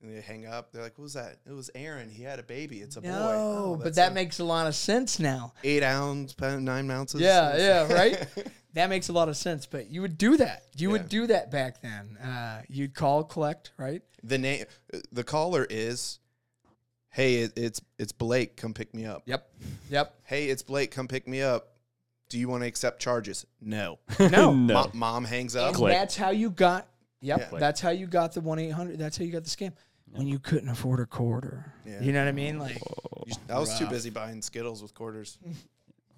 And they hang up. They're like, what was that? It was Aaron. He had a baby. It's a boy. No, Oh, but that's that a makes a lot of sense now. eight ounce, pound- nine ounces. Yeah, yeah, right. That makes a lot of sense. But you would do that. You Yeah. would do that back then. Uh, you'd call, collect, right? the name. The caller is, hey, it, it's it's Blake. Come pick me up. Yep, yep. Hey, it's Blake. Come pick me up. Do you want to accept charges? No. No. no. Mom, mom hangs up. And Click. that's how you got. Yep, Yeah. that's how you got the one eight hundred. That's how you got the scam when you couldn't afford a quarter. Yeah. You know what I mean? Like, You- I was too Rough. busy buying Skittles with quarters.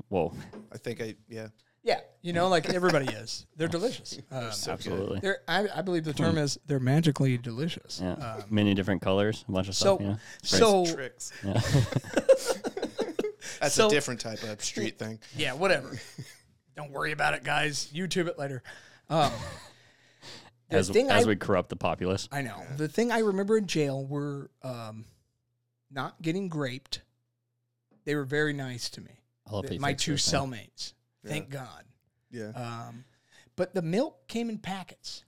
Whoa. I think I yeah. yeah, you know, like everybody is. They're delicious. Um, Absolutely. they're, I, I believe the term is they're magically delicious. Yeah. Uh, Many different colors, a bunch of so, stuff. Yeah. so Tricks. Yeah. That's So- a different type of street thing. yeah, whatever. Don't worry about it, guys. YouTube it later. Um, the as, thing as I, we corrupt the populace. I know the thing I remember in jail were um, not getting graped. They were very nice to me. I love Th- that you My fixed two your thing. cellmates. Thank God. Yeah. Um, But the milk came in packets.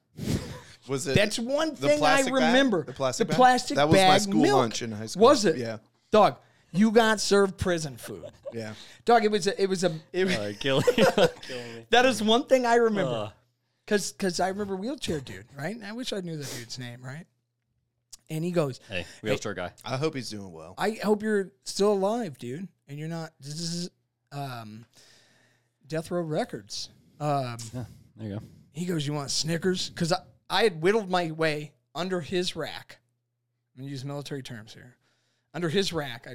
Was it That's one the thing I plastic bag? remember. The plastic bag? plastic That was my bag school milk. lunch in high school. Was it? Yeah. Dog, you got served prison food. yeah? Dog, it was a, it was a it, All right, kill, kill me. that is one thing I remember. Uh, Cause, cause I remember wheelchair dude, right? And I wish I knew the dude's name, right? And he goes, hey, wheelchair guy. I hope he's doing well. I hope you're still alive, dude, and you're not. This is um, Death Row Records. Um, Yeah, there you go. he goes, "You want Snickers?" Because I, I had whittled my way under his rack. I'm gonna use military terms here. Under his rack, I,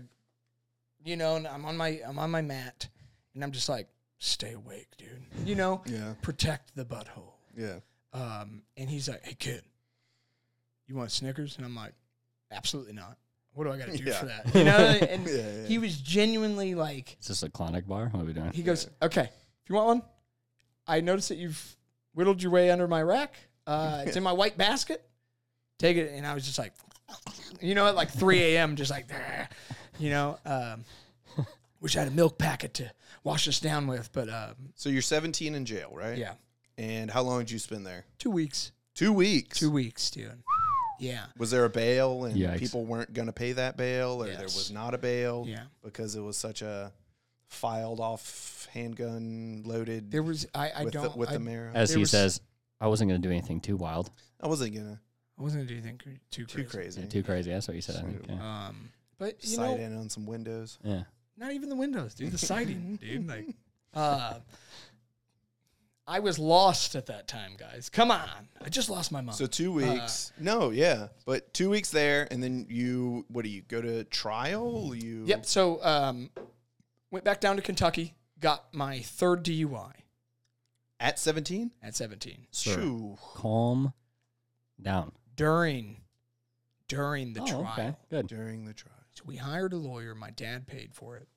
you know, and I'm on my I'm on my mat, and I'm just like, "Stay awake, dude." You know, Yeah. protect the butthole. Yeah. Um, and he's like, "Hey kid, you want Snickers?" And I'm like, "Absolutely not. What do I got to do Yeah. for that?" You know. And Yeah, yeah. he was genuinely like, Is this a clonic bar? What are we doing? he goes, "Okay, if you want one, I noticed that you've whittled your way under my rack. Uh, it's in my white basket. Take it." And I was just like, you know, at like 3 a.m., just like, "Grr," you know, um, wish I had a milk packet to wash this down with, but um, So you're 17 in jail, right? yeah, And how long did you spend there? two weeks, Two weeks. two weeks, dude. Yeah, Was there a bail and Yikes. people weren't going to pay that bail, or there Yes. was not a bail Yeah. because it was such a filed off handgun loaded there was I I with, the, don't with I, the mayor? As there he was- says, I wasn't going to do anything too wild, I wasn't gonna I wasn't gonna do anything cr- too too crazy. crazy. yeah, too crazy. That's what you said. I think. Yeah. Um, but you Sight know, in on some windows. yeah. not even the windows, dude. The siding, dude. Like, uh, I was lost at that time, guys. Come on, I just lost my mind. So two uh, weeks. no, yeah, but two weeks there, and then you what do you go to trial? You yep. So, um, went back down to Kentucky, got my third DUI at 17? at 17 Sure. Shoo. Calm down. during during the oh, trial. okay. Good. During the trial, So we hired a lawyer. My dad paid for it.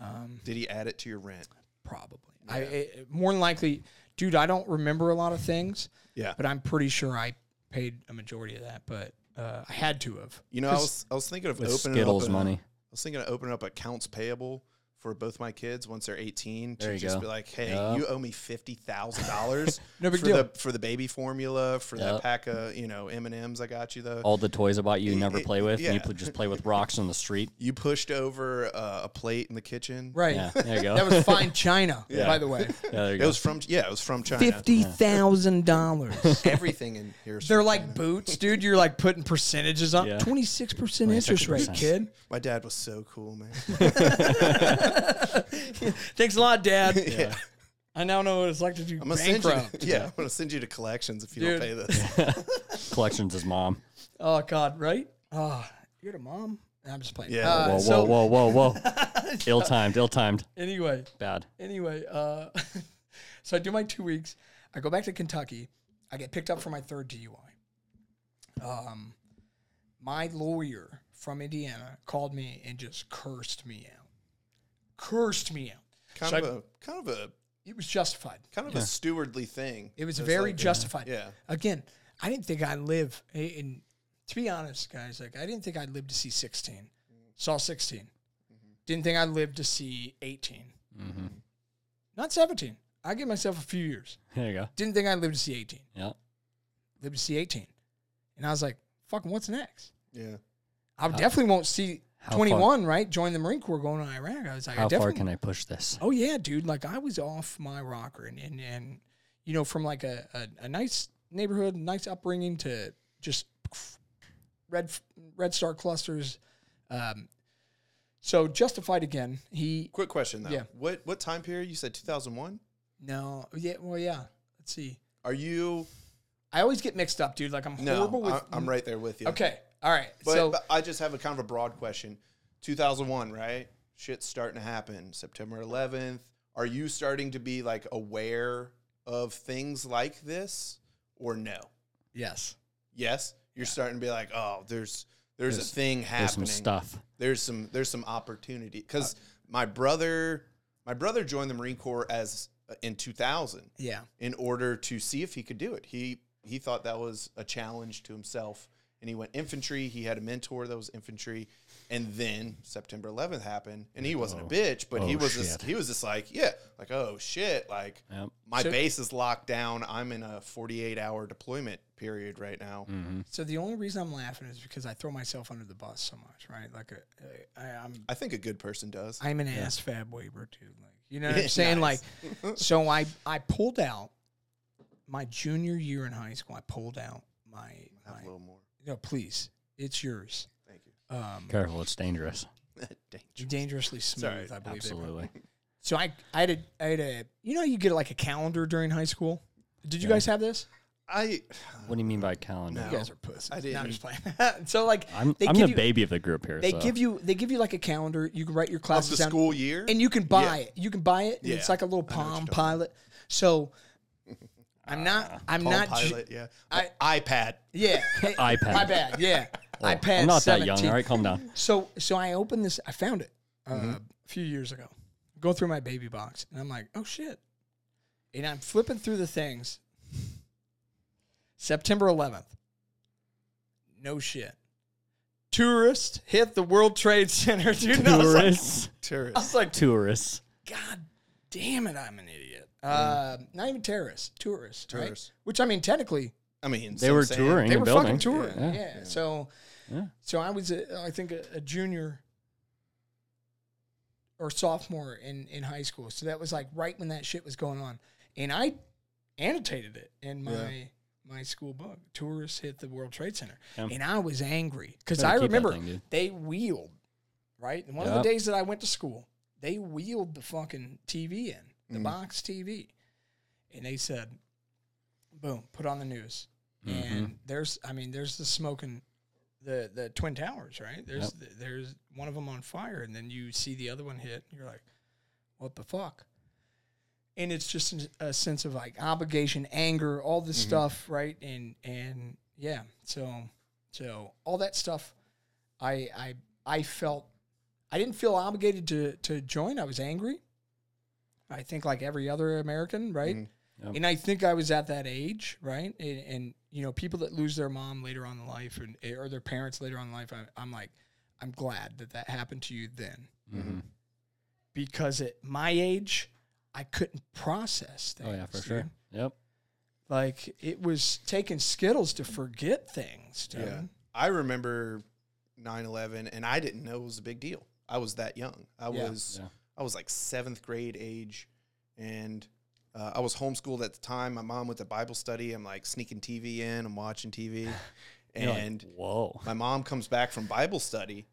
Um, did he add it to your rent? probably. I it, more than likely, dude. I don't remember a lot of things, Yeah, but I'm pretty sure I paid a majority of that. But uh, I had to have. you know, I 'Cause- was I was thinking of With opening Skittles up a- money. I was thinking of opening up accounts payable for both my kids once they're 18 There to you just go. be like, hey, Yep. you owe me fifty thousand dollars. No big for deal. The, for the baby formula, for Yep. that pack of you know M and M's I got you though. All the toys I bought you, you never it- play with. and yeah. You pl- just play with rocks on the street. You pushed over uh, a plate in the kitchen. Right. Yeah. There you go. That was fine China, by the way. yeah, there you It go. was from yeah, it was from China. Fifty thousand dollars. Everything in here. is They're from like China. boots, dude. You're like putting percentages on Yeah. twenty six percent interest rate, 26%. kid. My dad was so cool, man. Thanks a lot, Dad. yeah. I now know what it's like to do I'm gonna send you. To, bankrupt. yeah, I'm gonna send you to collections if you Dude. don't pay this. Collections is mom. Oh God, right? Oh, you're the mom. I'm just playing. Yeah. Uh, Whoa, so whoa, whoa, whoa, whoa. ill timed, ill timed. anyway, Bad. anyway, uh, so I do my two weeks. I go back to Kentucky. I get picked up for my third DUI. Um, my lawyer from Indiana called me and just cursed me out. Cursed me out. Kind So of I- a kind of a It was justified. kind of a stewardly thing. It was It's very like, justified. Yeah. Again, I didn't think I'd live. a- And to be honest, guys, like I didn't think I'd live to see 16. Saw 16. Mm-hmm. Didn't think I'd live to see 18. Mm-hmm. Not 17. I give myself a few years. There you go. Didn't think I'd live to see 18. Yeah. lived to see 18. And I was like, fucking, what's next? Yeah. I definitely won't see How 21, right? Join the Marine Corps going to Iraq. I was like, I How far definitely. can I push this? oh, yeah, dude. Like, I was off my rocker. And, and, and you know, from like a, a, a nice neighborhood, nice upbringing to just red, f- red star clusters. Um, so, justified again. He, Quick question though. Yeah. What what time period? You said 2001. no, yeah, well, yeah. Let's see. Are you? I always get mixed up, dude. Like, I'm horrible No, with. I, am right there with you. Okay. All right. But, so, but I just have a kind of a broad question. 2001, right? Shit's starting to happen. September 11th. Are you starting to be like aware of things like this or no? yes. Yes, you're starting to be like, oh, there's there's, There's- a thing There's some happening. stuff. There's some there's some opportunity because my brother my brother joined the Marine Corps as uh, in 2000 Yeah. in order to see if he could do it. He he thought that was a challenge to himself and he went infantry. He had a mentor that was infantry, and then September 11th happened, and he wasn't Oh. a bitch, but he Oh, was just shit. he was just like yeah, like oh shit, like Yep. my So- base is locked down. I'm in a 48 hour deployment period right now. Mm-hmm. So the only reason I'm laughing is because I throw myself under the bus so much, right? Like a, I, I'm I think a good person does. I'm an ass fab waver dude. Like you know what I'm Nice. saying? Like so I I pulled out my junior year in high school. I pulled out my, Have a my little more. no please it's yours. Thank you. Um, Careful, it's dangerous. Dangerous. dangerously smooth. Sorry. I believe it. Absolutely. So I I had a, I had a you know you get like a calendar during high school. Did you guys have this? I What do you mean by calendar? No. You guys are pussies. I No, I'm didn't. just playing. so like I'm, they I'm give the you, baby of the group here. They so. give you they give you like a calendar. You can write your of the classes down, school year. and you can buy Yeah. it. You can buy it. and It's Yeah. like a little I know Palm what you're talking Ah, Pilot. So I'm not I'm Palm not ju- Pilot, yeah. I- iPad. yeah iPad. My bad. Yeah, Oh, iPad. I'm not 17. that young. All right, calm down. So so I opened this. I found it uh, Mm-hmm. a few years ago. Go through my baby box, and I'm like, oh shit. And I'm flipping through the things. September 11th. No shit. Tourist hit the World Trade Center. Dude, And I was like- Tourists. I Tourist. was like, Tourists. God damn it, I'm an idiot. Uh, not even terrorists, tourists. right? Tourists. Which I mean, technically, I mean, They so were I'm saying- touring. In they the were building. fucking touring. Yeah. Yeah. So, Yeah. so I was, a, I think, a, a junior or sophomore in in high school. So that was like right when that shit was going on, and I annotated it in my. My school book, tourists hit the World Trade Center, Yeah. and I was angry because Better I keep that remember thing, dude. they wheeled right? And one of Yep. the days that I went to school, they wheeled the fucking TV in, the box TV. And they said, boom, put on the news. And there's, I mean, there's the smoking, the, the Twin Towers, right? There's, there's one of them on fire. And then you see the other one hit. And you're like, what the fuck? And it's just an- a sense of like obligation, anger, all this stuff, right? And, and yeah, so, so all that stuff I I I felt I didn't feel obligated to to join. I was angry. I think like every other American, right? Mm-hmm. Mm, Yep. And I think I was at that age, right? And, and you know, people that lose their mom later on in life and eh, or their parents later on in life, I, I'm like, I'm glad that that happened to you then, Mhm. because at my age, I couldn't process things. Oh yeah, for dude. sure. Yep. Like it was taking Skittles to forget things. Dude. Yeah. I remember 9/11 and I didn't know it was a big deal. I was that young. I Yeah. was Yeah. I was like 7th grade age and uh, I was homeschooled at the time. My mom went to Bible study. I'm like sneaking TV in, I'm watching TV. You're like, and whoa. my mom comes back from Bible study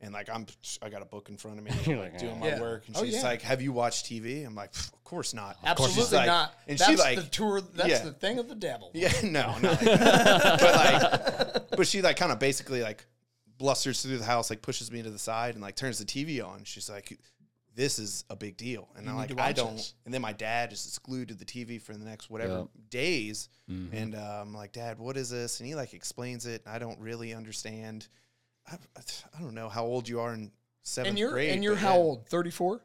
and like I'm I got a book in front of me You're like like, doing "Ah." my Yeah. work and Oh, she's yeah. like have you watched TV I'm like "Pff, of course not course Absolutely She's like- not. and that's she like the tour. That's Yeah. the thing of the devil. yeah no not like that. but like but she like kind of basically like blusters through the house like pushes me to the side and like turns the TV on she's like this is a big deal and I'm need to like I watch don't this. and then my dad is just glued to the TV for the next whatever days Mm-hmm. and uh, I'm like dad what is this and he like explains it and I don't really understand I, I don't know how old you are in seventh and you're grade and you're but how yeah. old? Thirty four.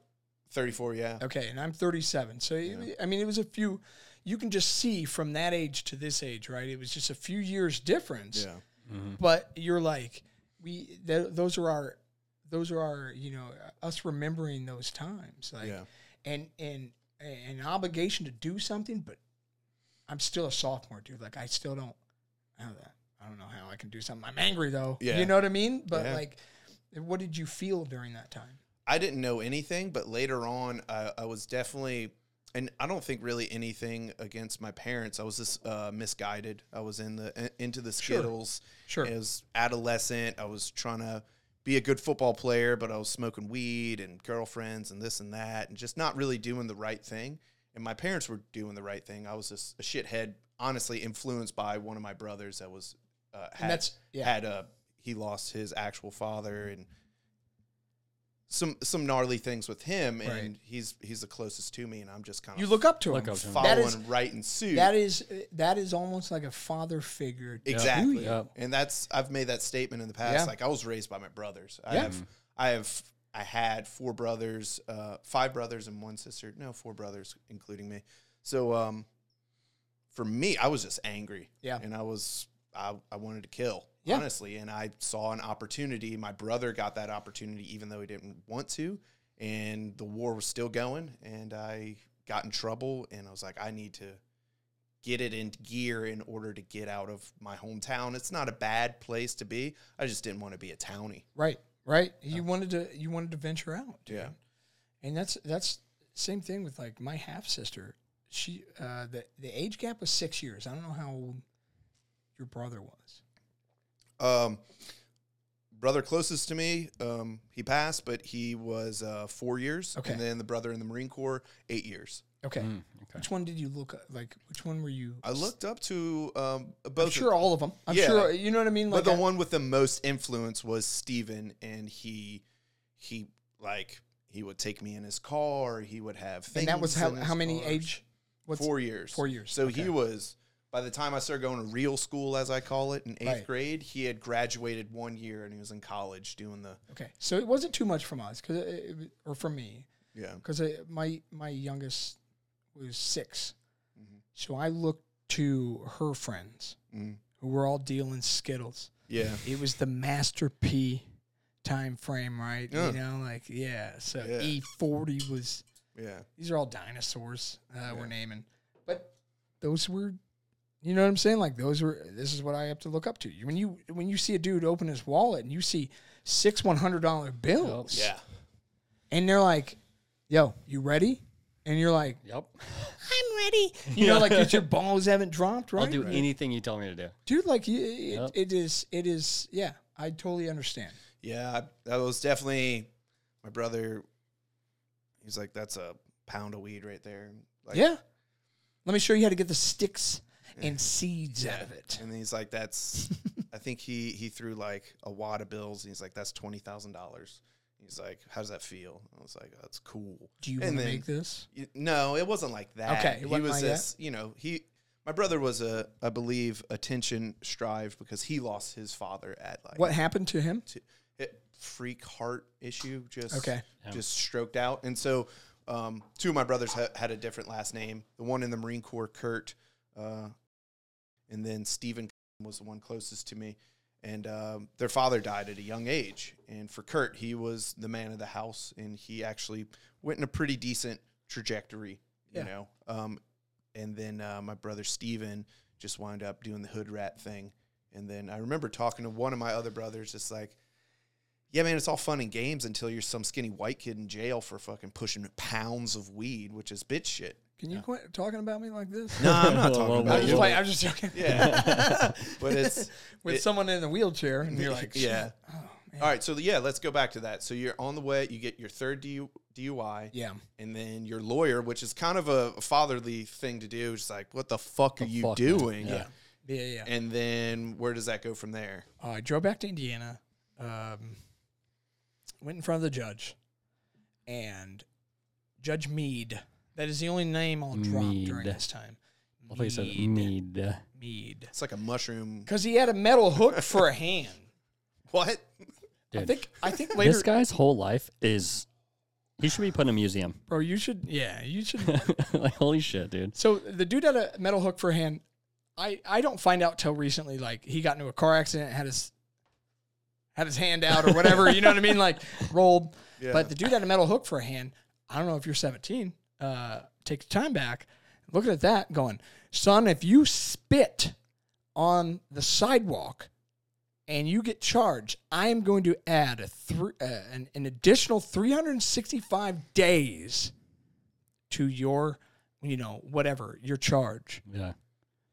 34 yeah Okay, and I'm thirty seven. So it- I mean, it was a few. You can just see from that age to this age, right? It was just a few years difference. yeah Mm-hmm. But you're like, we th- those are our, those are our, you know, us remembering those times, like, Yeah. and and an obligation to do something. But I'm still a sophomore, dude. Like I still don't. I don't, know, I don't know how I can do something. I'm angry though. Yeah. You know what I mean? But Yeah. like, what did you feel during that time? I didn't know anything, but later on, I, I was definitely, and I don't think really anything against my parents. I was just uh, misguided. I was in the in- into the Sure. skittles. Sure. As adolescent, I was trying to be a good football player, but I was smoking weed and girlfriends and this and that, and just not really doing the right thing. And my parents were doing the right thing. I was just a shithead, honestly, influenced by one of my brothers that was uh, had that's- yeah. had a he lost his actual father and some some gnarly things with him, and Right. he's he's the closest to me, and I'm just kind of You look up to Look him. up to him. That following is- right in suit. That is that is almost like a father figure. to exactly, you. and that's I've made that statement in the past. Yeah. Like I was raised by my brothers. I Yeah. have Mm-hmm. I have I had four brothers, uh, five brothers and one sister. No, four brothers, including me. So um, for me, I was just angry. Yeah. and I was I I wanted to kill. Yeah. honestly. And I saw an opportunity. My brother got that opportunity, even though he didn't want to. And the war was still going. And I got in trouble. And I was like, I need to get it in gear in order to get out of my hometown. It's not a bad place to be. I just didn't want to be a townie. Right, right. You wanted to you wanted to venture out. dude. Yeah. And that's that's same thing with like my half sister. She uh the the age gap was 6 years. I don't know how old your brother was. Um, brother closest to me, um, he passed, but he was uh, four years. Okay. And then the brother in the Marine Corps, eight years. Okay. Mm, okay. Which one did you look up? like which one were you I looked up to um, both. I'm sure all of them. I'm Yeah. sure you know what I mean but like uh, the I- one with the most influence was Steven, and he, he like he would take me in his car. He would have and things. that was how in his how many car. age what's four years. four years, So okay. he was by the time I started going to real school, as I call it, in eighth Right. grade, he had graduated one year and he was in college doing the Okay. So it wasn't too much from us cuz or from me yeah. because my my youngest was 6 So I looked to her friends Mm-hmm. Mm. who were all dealing skittles. Yeah. It was the Master P time frame, right? Yeah. You know, like yeah. So Yeah. E forty was. Yeah. These are all dinosaurs uh, Yeah. we're naming, but those were, you know what I'm saying? Like those were. This is what I have to look up to. When you when you see a dude open his wallet and you see six one hundred dollar bills, Yeah. and they're like, "Yo, you ready?" And you're like, Yep. "I'm ready." You know, like 'cause your balls haven't dropped, right? I'll do anything you tell me to do. dude like y- it, Yep. it is it is yeah i totally understand Yeah. That was definitely my brother. He's like, that's a pound of weed right there. Like, yeah let me show you how to get the sticks and seeds out of it And he's like, that's, I think he, he threw like a wad of bills and he's like, that's $20,000. He's like, how does that feel? I was like, that's cool. do you And want to then- make this Y- No, it wasn't like that. Okay, it He wasn't was like that? this, you know, he, my brother was a, I believe, attention strive because he lost his father at like what happened to him to it, freak heart issue just Okay. just stroked out and so um, two of my brothers ha- had a different last name the one in the marine corps kurt uh, and then stephen was the one closest to me and um, their father died at a young age and for kurt he was the man of the house and he actually went in a pretty decent trajectory you Yeah. know um, and then uh, my brother Steven just wound up doing the hood rat thing. And then I remember talking to one of my other brothers, just like, yeah, man, it's all fun and games until you're some skinny white kid in jail for fucking pushing pounds of weed, which is bitch shit. can you quit talking about me like this No, I'm not Whoa, talking i was whoa, about you. just like i was just joking Yeah. but it's with it- someone in the wheelchair and you're like yeah. oh, man. All right, so yeah, let's go back to that. So you're on the way, you get your third DU- DUI, yeah and then your lawyer, which is kind of a fatherly thing to do, is like, what the fuck are you fuck, man? doing? Yeah. yeah yeah And then where does that go from there? Uh, I drove back to Indiana, um, went in front of the judge, and Judge Mead. That is the only name I'll drop during Mead. this time. Well, please says need. Mead. It's like a mushroom. Because he had a metal hook for a hand. What? Dude, I think. I think later, this guy's whole life is he should be put in a museum. bro. You should. Yeah, you should. like holy shit, dude. so the dude had a metal hook for a hand. I I don't find out till recently. Like he got into a car accident, had his had his hand out or whatever. you know what I mean? Like rolled. Yeah. But the dude had a metal hook for a hand. I don't know if you're 17. Uh, take your time back. Looking at that, going, son, if you spit on the sidewalk and you get charged, I am going to add a three, uh, an, an additional 365 days to your, you know, whatever your charge. Yeah.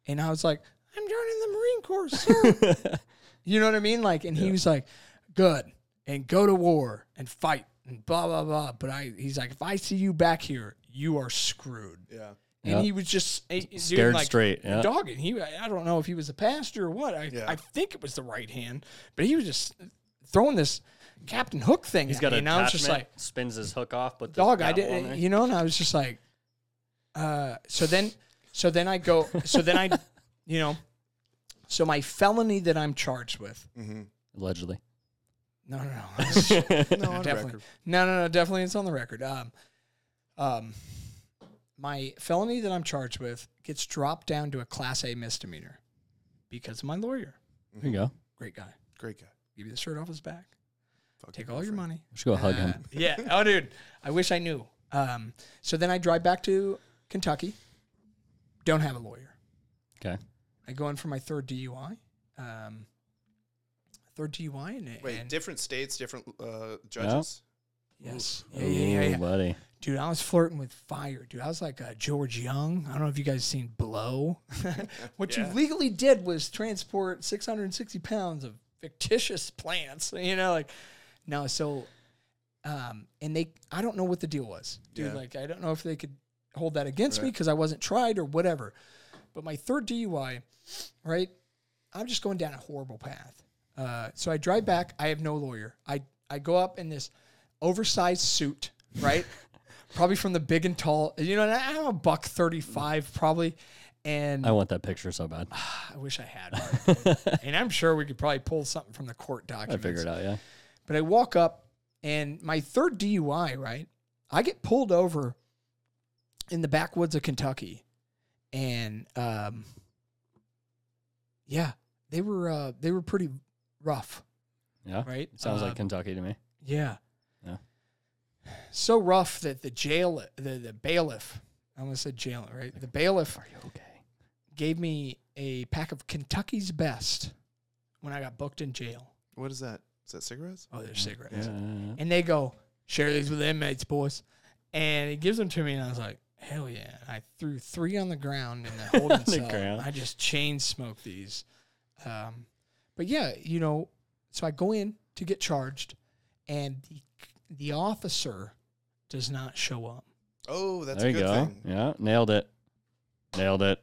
And I was like, I'm joining the Marine Corps, sir. you know what I mean? Like, and he was like, good, and go to war and fight and blah blah blah. But I, he's like, if I see you back here, you are screwed. Yeah. And Yeah. he was just he- dude, Scared like, straight, yeah. dogging. He, I don't know if he was a pastor or what. I, Yeah. I think it was the right hand, but he was just throwing this Captain Hook thing. He's at got me, a and I was just like, spins his hook off, but the dog i gavel on there. did you know and i was just like uh so then so then i go so then i you know so my felony that i'm charged with allegedly. Mm-hmm. no no no No, on definitely no no no definitely it's on the record um um my felony that i'm charged with gets dropped down to a class a misdemeanor because of my lawyer There you go. Great guy. Great guy. Give you the shirt off his back. Fucking Take all your perfect. money. We should go hug him. Uh, yeah. Oh, dude. I wish I knew. Um, so then I drive back to Kentucky. Don't have a lawyer. Okay. I go in for my third DUI. Um, third DUI and, Wait, and different states, different uh, judges. yes, yeah, yeah, yeah, Ooh, yeah. buddy. dude. I was flirting with fire, dude. I was like uh, George Young. I don't know if you guys seen Blow. what Yeah. you legally did was transport 660 pounds of fictitious plants. You know, like no. So, um, and they, I don't know what the deal was, dude. Yeah. Like I don't know if they could hold that against me Right. because I wasn't tried or whatever. But my third DUI, right? I'm just going down a horrible path. Uh, so I drive back. I have no lawyer. I I go up in this oversized suit, right? probably from the big and tall. You know, and I- I'm a buck thirty five probably, and I want that picture so bad. I wish I had. one. and I'm sure we could probably pull something from the court I documents. figured it out. Yeah. But I walk up, and my third DUI, right? I get pulled over in the backwoods of Kentucky, and um, yeah, they were uh, they were pretty rough, Yeah. right? Sounds Uh, like Kentucky to me. yeah, Yeah. So rough that the jail the the bailiff, I almost said jail, right? The bailiff Are you okay? gave me a pack of Kentucky's Best when I got booked in jail. What is that? Is that cigarettes? Oh, there's cigarettes. Yeah. And they go, share these with the inmates, boys. And he gives them to me, and I was like, hell yeah. And I threw three on the ground in the holding On the cell. ground. I just chain smoked these. Um, but yeah, you know, so I go in to get charged, and the, the officer does not show up. Oh, that's there a you good go. thing. Yeah. Nailed it. Nailed it.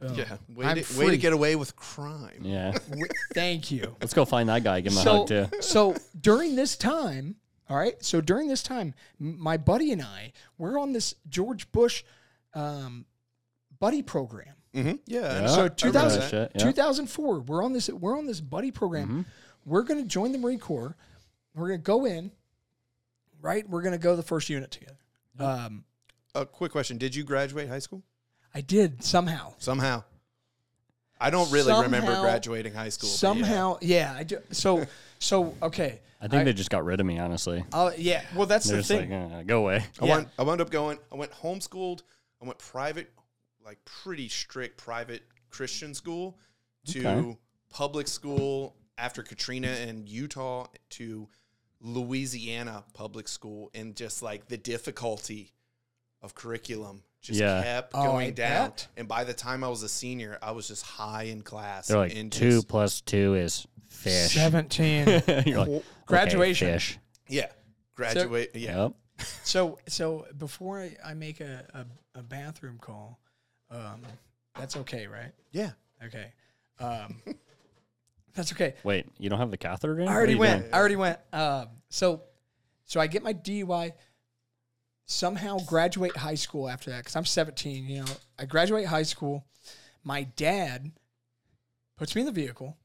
Boom. Yeah. I'm Way, to, way to free. get away with crime. Yeah. Wi- Thank you. Let's go find that guy. Give him a hug too. so during this time, all right. So during this time, m- my buddy and I we're on this George Bush um, buddy program. Mm-hmm. Yeah. I Yeah. know. I So remember 2000 that shit, yeah. Mm-hmm. 2004, we're on this we're on this buddy program. We're going to join the Marine Corps. We're going to go in, right? We're going to go the first unit together. Um, A quick question: Did you graduate high school I did somehow. somehow? I don't really remember Somehow- graduating high school. but yeah. Somehow, yeah. I do, so so okay. I think they just got rid of me. Honestly, I'll, yeah. Well, that's they're the just thing. like, uh, go away. I Yeah. went. I wound up going. I went homeschooled. I went private, like pretty strict private Christian school, to Okay. public school after Katrina in Utah to Louisiana public school, and just like the difficulty of curriculum just Yeah. kept Oh, I going down. bet. And by the time I was a senior, I was just high in class. They're like and two just- plus two is fish. 17. You're like, Graduation. Okay, fish. yeah, graduate. yeah, Yep. So so before I, I make a, a, a bathroom call, um, that's okay, right? yeah. Okay. Um, that's okay. Wait, you don't have the catheter? in? I What are already you went. doing? I already went. Um, so so I get my DUI. Somehow graduate high school after that because I'm 17. You know, I graduate high school. My dad puts me in the vehicle.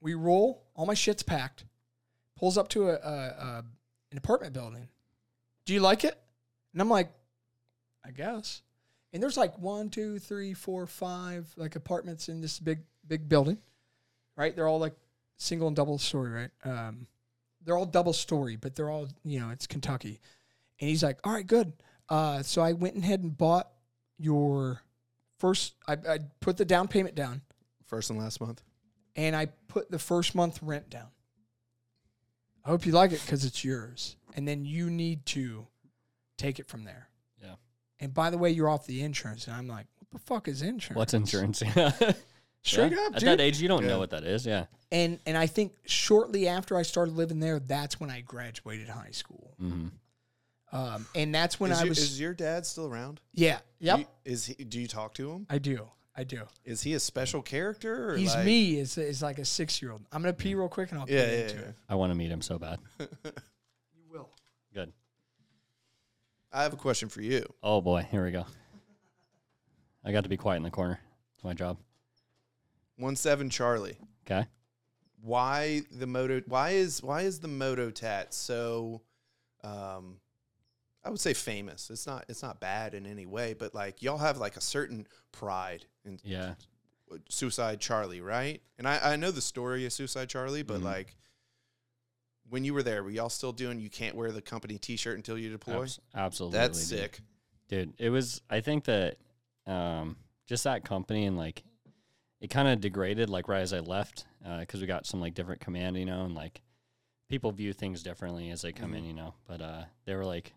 We roll. All my shit's packed. Pulls up to a, a, a an apartment building. Do you like it? And I'm like, I guess. And there's like one, two, three, four, five like apartments in this big big building, right? They're all like single and double story, right? Um, they're all double story, but they're all you know it's Kentucky. And he's like, all right, good. Uh, so I went ahead and bought your first. I, I put the down payment down, First and last month. and I put the first month rent down. I hope you like it because it's yours, and then you need to take it from there. Yeah. And by the way, you're off the insurance, and I'm like, what the fuck is insurance? What's insurance? Yeah. Straight Yeah. up, At dude. that age, you don't Yeah. know what that is. Yeah. and and I think shortly after I started living there, that's when I graduated high school. hmm Um, and that's when is, I your, was. is your dad still around? yeah. Yep. You- is he? Do you talk to him? I do. I do. Is he a special character? Or He's like- Mm. me. Is is like a six year old. I'm gonna pee real quick and I'll Yeah, get yeah, into yeah. it. I want to meet him so bad. You will. Good. I have a question for you. Oh boy, here we go. I got to be quiet in the corner. It's my job. One seven Charlie. Okay. Why the moto? Why is why is the moto tat so? Um, I would say famous. It's not it's not bad in any way, but like y'all have like a certain pride in Yeah. Suicide Charlie, right? And I, I know the story of Suicide Charlie, but Mm-hmm. Mhm. like when you were there, were y'all still doing you can't wear the company t shirt until you deploy? Abs- absolutely. That's dude. sick. dude it was i think that um just that company and like it kind of degraded like right as i left because we got some like different command you know and like people view things differently as they come Mm-hmm. in you know but uh they were like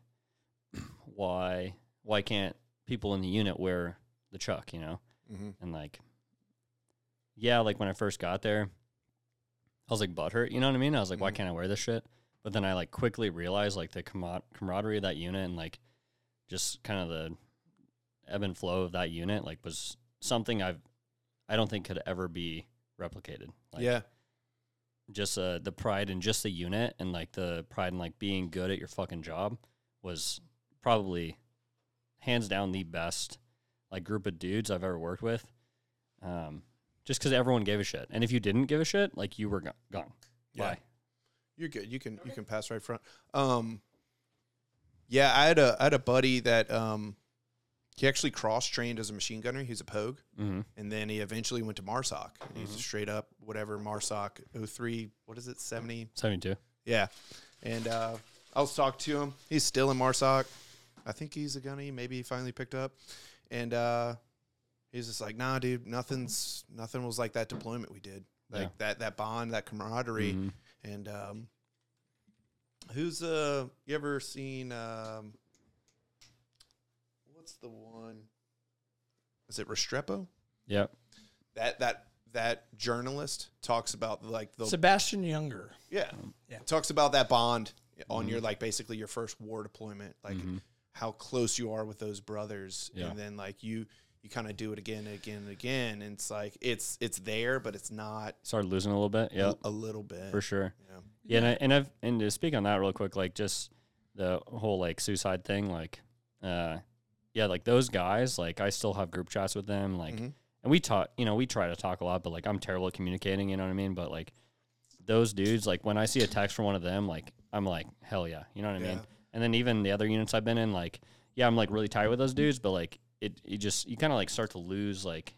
why why can't people in the unit wear the truck you know Mm-hmm. and like yeah like when i first got there i was like butthurt you know what i mean i was like why Mhm. can't i wear this shit but then i like quickly realized like the camar- camaraderie of that unit and like just kind of the ebb and flow of that unit like was something i've i don't think could ever be replicated like yeah. just uh, the pride in just the unit and like the pride in like being good at your fucking job was probably hands down the best like group of dudes I've ever worked with. Um, just because everyone gave a shit, and if you didn't give a shit, like you were go- gone. Yeah. Bye. You're good. You can you can pass right front. Um, yeah, I had a I had a buddy that um, he actually cross trained as a machine gunner. He's a pogue, Mm-hmm. and then he eventually went to Marsoc. And He's a straight up whatever Marsoc 03, What is it? Seventy Seventy-two. yeah. And uh, I was talking to him. He's still in Marsoc. I think he's a gunny. Maybe he finally picked up. And uh, he's just like, nah, dude, nothing's nothing was like that deployment we did. Like Yeah. that that bond, that camaraderie. Mhm. And um, who's uh you ever seen um what's the one? Is it Restrepo? Yep. That that that journalist talks about like the Sebastian Younger. yeah. Yeah. Talks about that bond on Mm-hmm. your like basically your first war deployment, like Mhm. how close you are with those brothers, Yeah. and then like you you kind of do it again and again and again. And it's like it's it's there, but it's not Started losing a little bit. Yep. a little bit. For sure. Yeah. Yeah, and, I, and I've and to speak on that real quick, like just the whole like suicide thing, like, uh, yeah, like those guys, like I still have group chats with them, like, Mhm. and we talk, you know, we try to talk a lot, but like I'm terrible at communicating, you know what I mean? But like those dudes, like when I see a text from one of them, like I'm like hell yeah, you know what I mean? Yeah. And then even the other units I've been in, like, yeah, I'm like really tired with those dudes, but like it, you just you kind of like start to lose like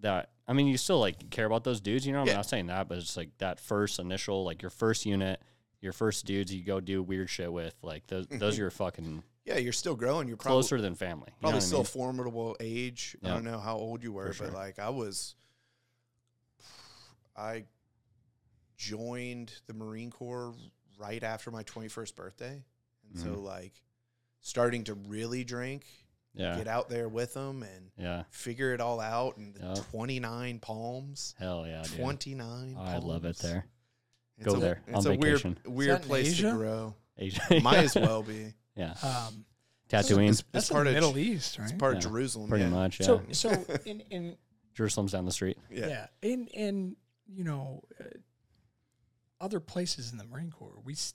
that I mean, you still like care about those dudes, you know. I'm Yeah. not saying that, but it's like that first initial, like your first unit, your first dudes you go do weird shit with, like those Mm-hmm. those are your fucking Yeah, you're still growing. You're probably closer than family. you know probably what I still mean? formidable age. I Yeah. don't know how old you were, sure. but like I was, I joined the Marine Corps right after my 21st birthday, and so Mm-hmm. like starting to really drink, yeah, get out there with them, and yeah, figure it all out. And the Yeah. 29 palms, hell yeah, dude. Oh, 29. I love it palms. there. It's Go a- there It's on a vacation. weird, weird that in place Asia? to grow. Asia. Might as well Uh, be. yeah, Um, Tatooine, It's, it's that's in part of the Middle East, right? It's part of Yeah. Jerusalem. pretty yeah. much. Yeah, So, so in in Jerusalem's down the street. Yeah. yeah, in in you know, uh, other places in the Marine Corps, we s-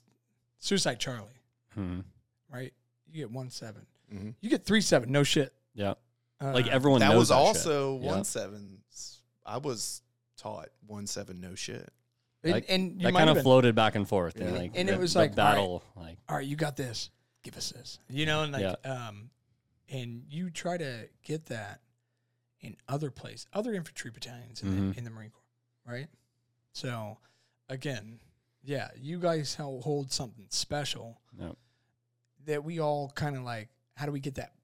Suicide Charlie, Mhm. right? You get one seven, Mhm. you get three seven, no shit. Yeah, Uh, like everyone that knows was that shit. also Yeah. one seven. I was taught one seven no shit. and, like, and you that might kind have of been, floated back and forth, and Yeah. like And it the- was the like, all right. battle, like All right, you got this. Give us this, you know, and like, um, and you try to get that in other place, other infantry battalions in, Mhm. the, in the Marine Corps, right? So, again, yeah, you guys hel- hold something special. Yep. that we all kind of like how do we get that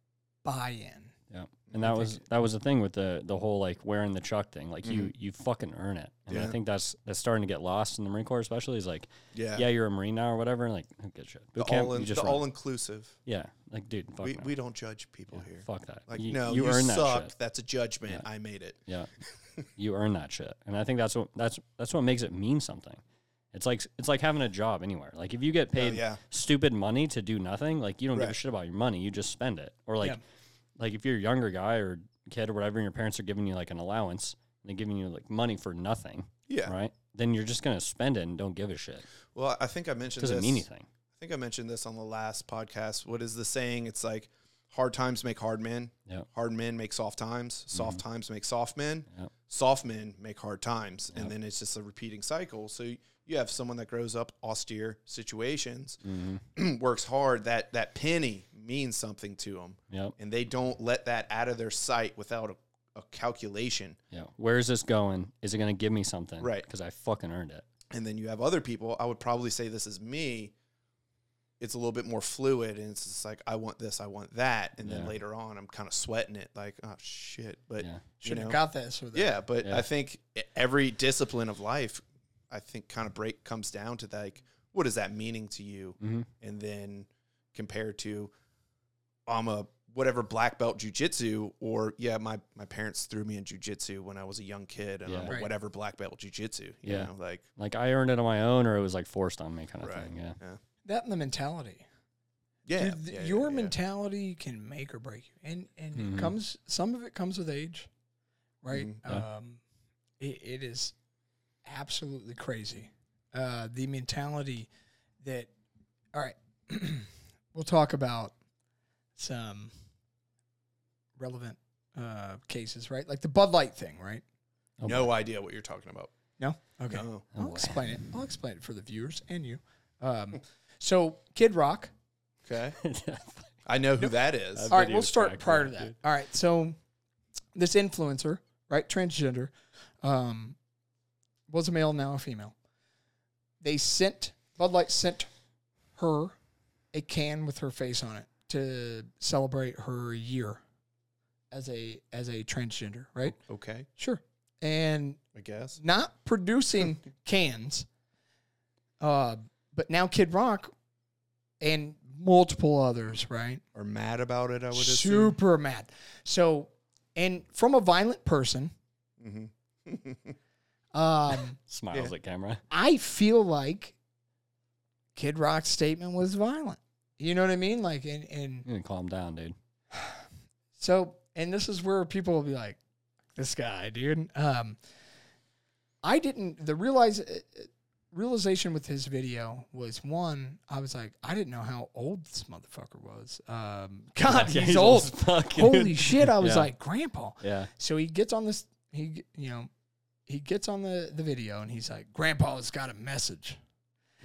buy-in Yeah. And I that think was it- that was the thing with the the whole like wearing the truck thing. Like you Mhm. you fucking earn it. And I Yeah. think that's that's starting to get lost in the Marine Corps especially is like, Yeah. yeah, you're a Marine now or whatever, and like who gives a shit. The Boot camp, all, in, you the just run all it. inclusive. Yeah. Like dude, fuck We, no. we don't judge people Yeah, here. Fuck that. Like you, no, you, you, earn that sucked. shit. That's a judgment. Yeah. I made it. Yeah. you earn that shit. And I think that's what that's that's what makes it mean something. It's like it's like having a job anywhere. Like if you get paid Oh, yeah. stupid money to do nothing, like you don't give a Right. shit about your money, you just spend it. Or like Yeah. like if you're a younger guy or kid or whatever and your parents are giving you like an allowance and they're giving you like money for nothing, Yeah. right? Then you're just gonna spend it and don't give a shit. Well, I think I mentioned Doesn't this. mean anything. I think I mentioned this on the last podcast. What is the saying? It's like hard times make hard men. Yeah. Hard men make soft times. Soft times make soft men. Mm-hmm. Yep. Soft men make hard times. And then it's just a repeating cycle. So you have someone that grows up austere situations, Mm-hmm. works hard. That that penny means something to them, Yep. and they don't let that out of their sight without a, a calculation. Yeah. Where is this going? Is it going to give me something? Right. Because I fucking earned it. And then you have other people. I would probably say this is me. It's a little bit more fluid, and it's just like I want this, I want that, and then Yeah. later on, I'm kind of sweating it, like oh shit, but yeah. Should you have know, got this or that. yeah. But Yeah. I think e, every discipline of life, I think, kind of break comes down to like what is that meaning to you, hmm and then compared to I'm a whatever black belt jujitsu or yeah, my my parents threw me in jujitsu when I was a young kid and I'm Yeah. a Right. whatever black belt jujitsu. You Yeah. know, like Like I earned it on my own, or it was like forced on me, kind of Right. thing. Yeah. That and the mentality. yeah, Dude, th- yeah, your yeah, yeah. mentality can make or break you, and and Mhm. it comes. Some of it comes with age, right? Mhm. Yeah. Um, it, it is absolutely crazy. Uh, the mentality that, all right, we'll talk about some relevant uh, cases, right? Like the Bud Light thing, right? Oh, no idea what you're talking about. No, okay. No. Oh, I'll boy. explain it. I'll explain it for the viewers and you. Um, so Kid Rock, Okay. Yeah. I know who that is. I've- All right, video we'll is start back prior to there, that. dude. All right, so this influencer, right, transgender, um, was a male, now a female. They sent Bud Light sent her a can with her face on it to celebrate her year as a as a transgender, right? okay, Sure. And I guess. not producing cans. Uh, but now Kid Rock and multiple others, right? Or mad about it, I would assume. super mad. So, and from a violent person, Mm-hmm. um, Smiles Yeah. at camera. I feel like Kid Rock's statement was violent. You know what I mean? Like, and and You need to calm down, dude. So, and this is where people will be like, "This guy, dude." Um, I didn't. The realize uh, realization with his video was one. I was like, I didn't know how old this motherfucker was. Um, God, Yeah, he's, old. as fuck, dude. Holy shit! I was Yeah. like, Grandpa. Yeah. So he gets on this. He g- you know he gets on the the video and he's like, Grandpa's got a message,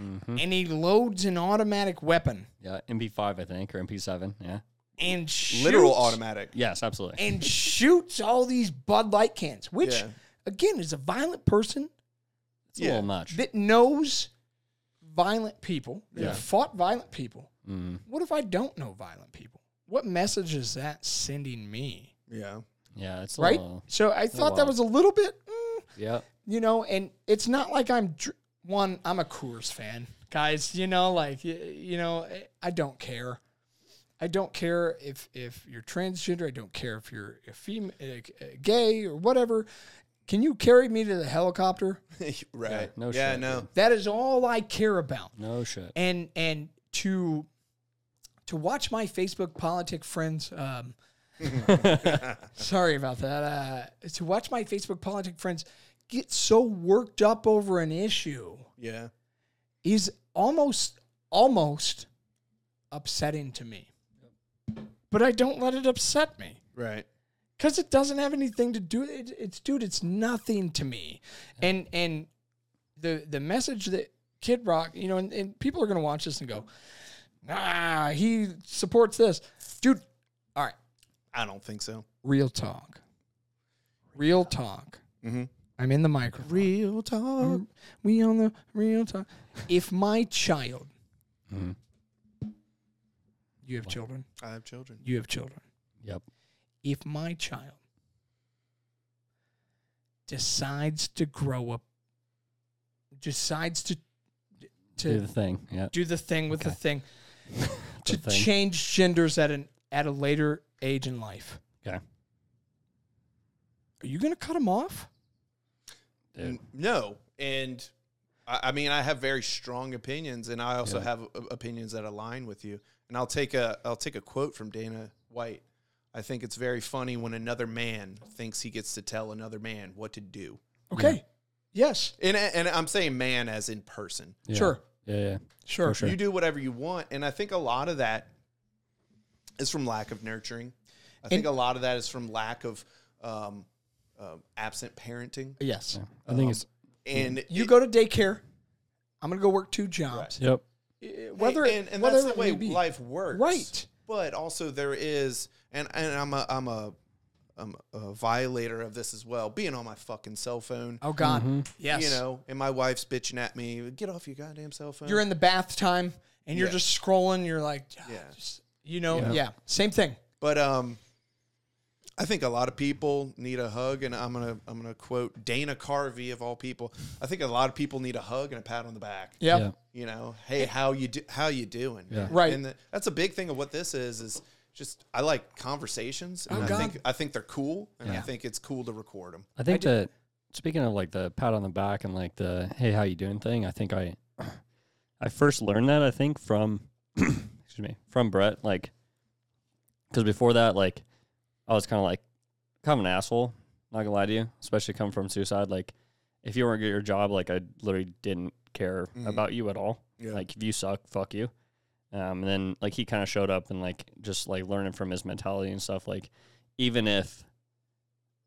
Mm-hmm. hmm and he loads an automatic weapon Yeah. MP5, I think, or MP7. Yeah. and shoots, Literal automatic. Yes, absolutely. and shoots all these Bud Light cans, which Yeah. again is a violent person It's a yeah. little much. that knows violent people, that Yeah. have fought violent people. Mm, What if I don't know violent people? What message is that sending me? Yeah. yeah. It's a Right? little. So I thought that wow. was a little bit, mm, Yeah. you know, and it's not like I'm dr- one, I'm a Coors fan, guys, you know, like, y- you know, eh, I don't care. I don't care if if you're transgender. I don't care if you're a fem- uh, gay or whatever. Can you carry me to the helicopter? right. Yeah, no yeah, shit, no. dude. That is all I care about. No shit. And and to to watch my Facebook politic friends. Um, sorry about that. Uh, to watch my Facebook politic friends get so worked up over an issue Yeah. is almost almost upsetting to me. But I don't let it upset me Right. because it doesn't have anything to do. It, it's dude, it's nothing to me. And and the the message that Kid Rock, you know, and, and people are gonna watch this and go, ah, he supports this, dude. All right, I don't think so. real talk, real talk. Mm-hmm. I'm in the microphone. Real talk. Um, we on the real talk. If my child, Mhm. you have children, I have children. you have children. Yep. if my child decides to grow up, decides to Do to the thing. Yeah. do the thing with the Okay. thing, to thing. change genders at an at a later age in life, Okay. are you gonna cut them off? Dude. N- No, and I, I mean I have very strong opinions, and I also Yeah. have o- opinions that align with you. And I'll take a I'll take a quote from Dana White. I think it's very funny when another man thinks he gets to tell another man what to do. Okay, yes, And and I'm saying man as in person. Yeah. sure, Yeah. yeah. sure, sure. You do whatever you want, and I think a lot of that is from lack of nurturing. I think a lot of that is from lack of um, uh, absent parenting. yes. I think it's. And You it- go to daycare. I'm gonna go work two jobs. Yep. Eh, Hey, Whether and, and whether that's the it may way be. life works, Right. But also there is, and and I'm a I'm a I'm a violator of this as well, being on my fucking cell phone. Oh God, Mm-hmm. yes. You know, and my wife's bitching at me, get off your goddamn cell phone. you're in the bath time and you're Yeah. just scrolling. You're like, yeah, Yeah. you know, yeah. Yeah. same thing. But um, I think a lot of people need a hug, and I'm gonna I'm gonna quote Dana Carvey of all people. I think a lot of people need a hug and a pat on the back. Yeah, Yeah. You know, hey, how you do? How you doing? Yeah. Right. And the, that's a big thing of what this is is just I like conversations, and Oh, I God. think I think they're cool, and I Yeah. think it's cool to record them. I think that speaking of like the pat on the back and like the hey how you doing thing, I think I I first learned that I think from excuse me from Brett like because before that like I was kind of like kind of an asshole not gonna lie to you especially coming from suicide like if you weren't good at your job like I literally didn't care about you at all Yeah. like if you suck fuck you um, and then like he kind of showed up and like just like learning from his mentality and stuff like even if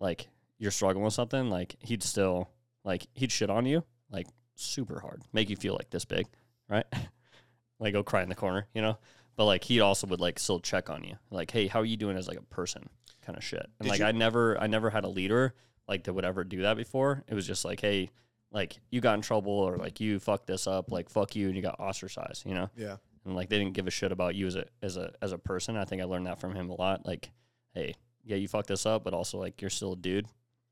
like you're struggling with something like he'd still like he'd shit on you like super hard make you feel like this big right like go cry in the corner you know but like he also would like still check on you like hey how are you doing as like a person kind of shit and Did like you- i never i never had a leader like that would ever do that before it was just like hey like you got in trouble or like you fucked this up like fuck you and you got ostracized you know Yeah. and like they didn't give a shit about you as a as a as a person. I think I learned that from him a lot. Like, hey, yeah, you fucked this up, but also like you're still a dude,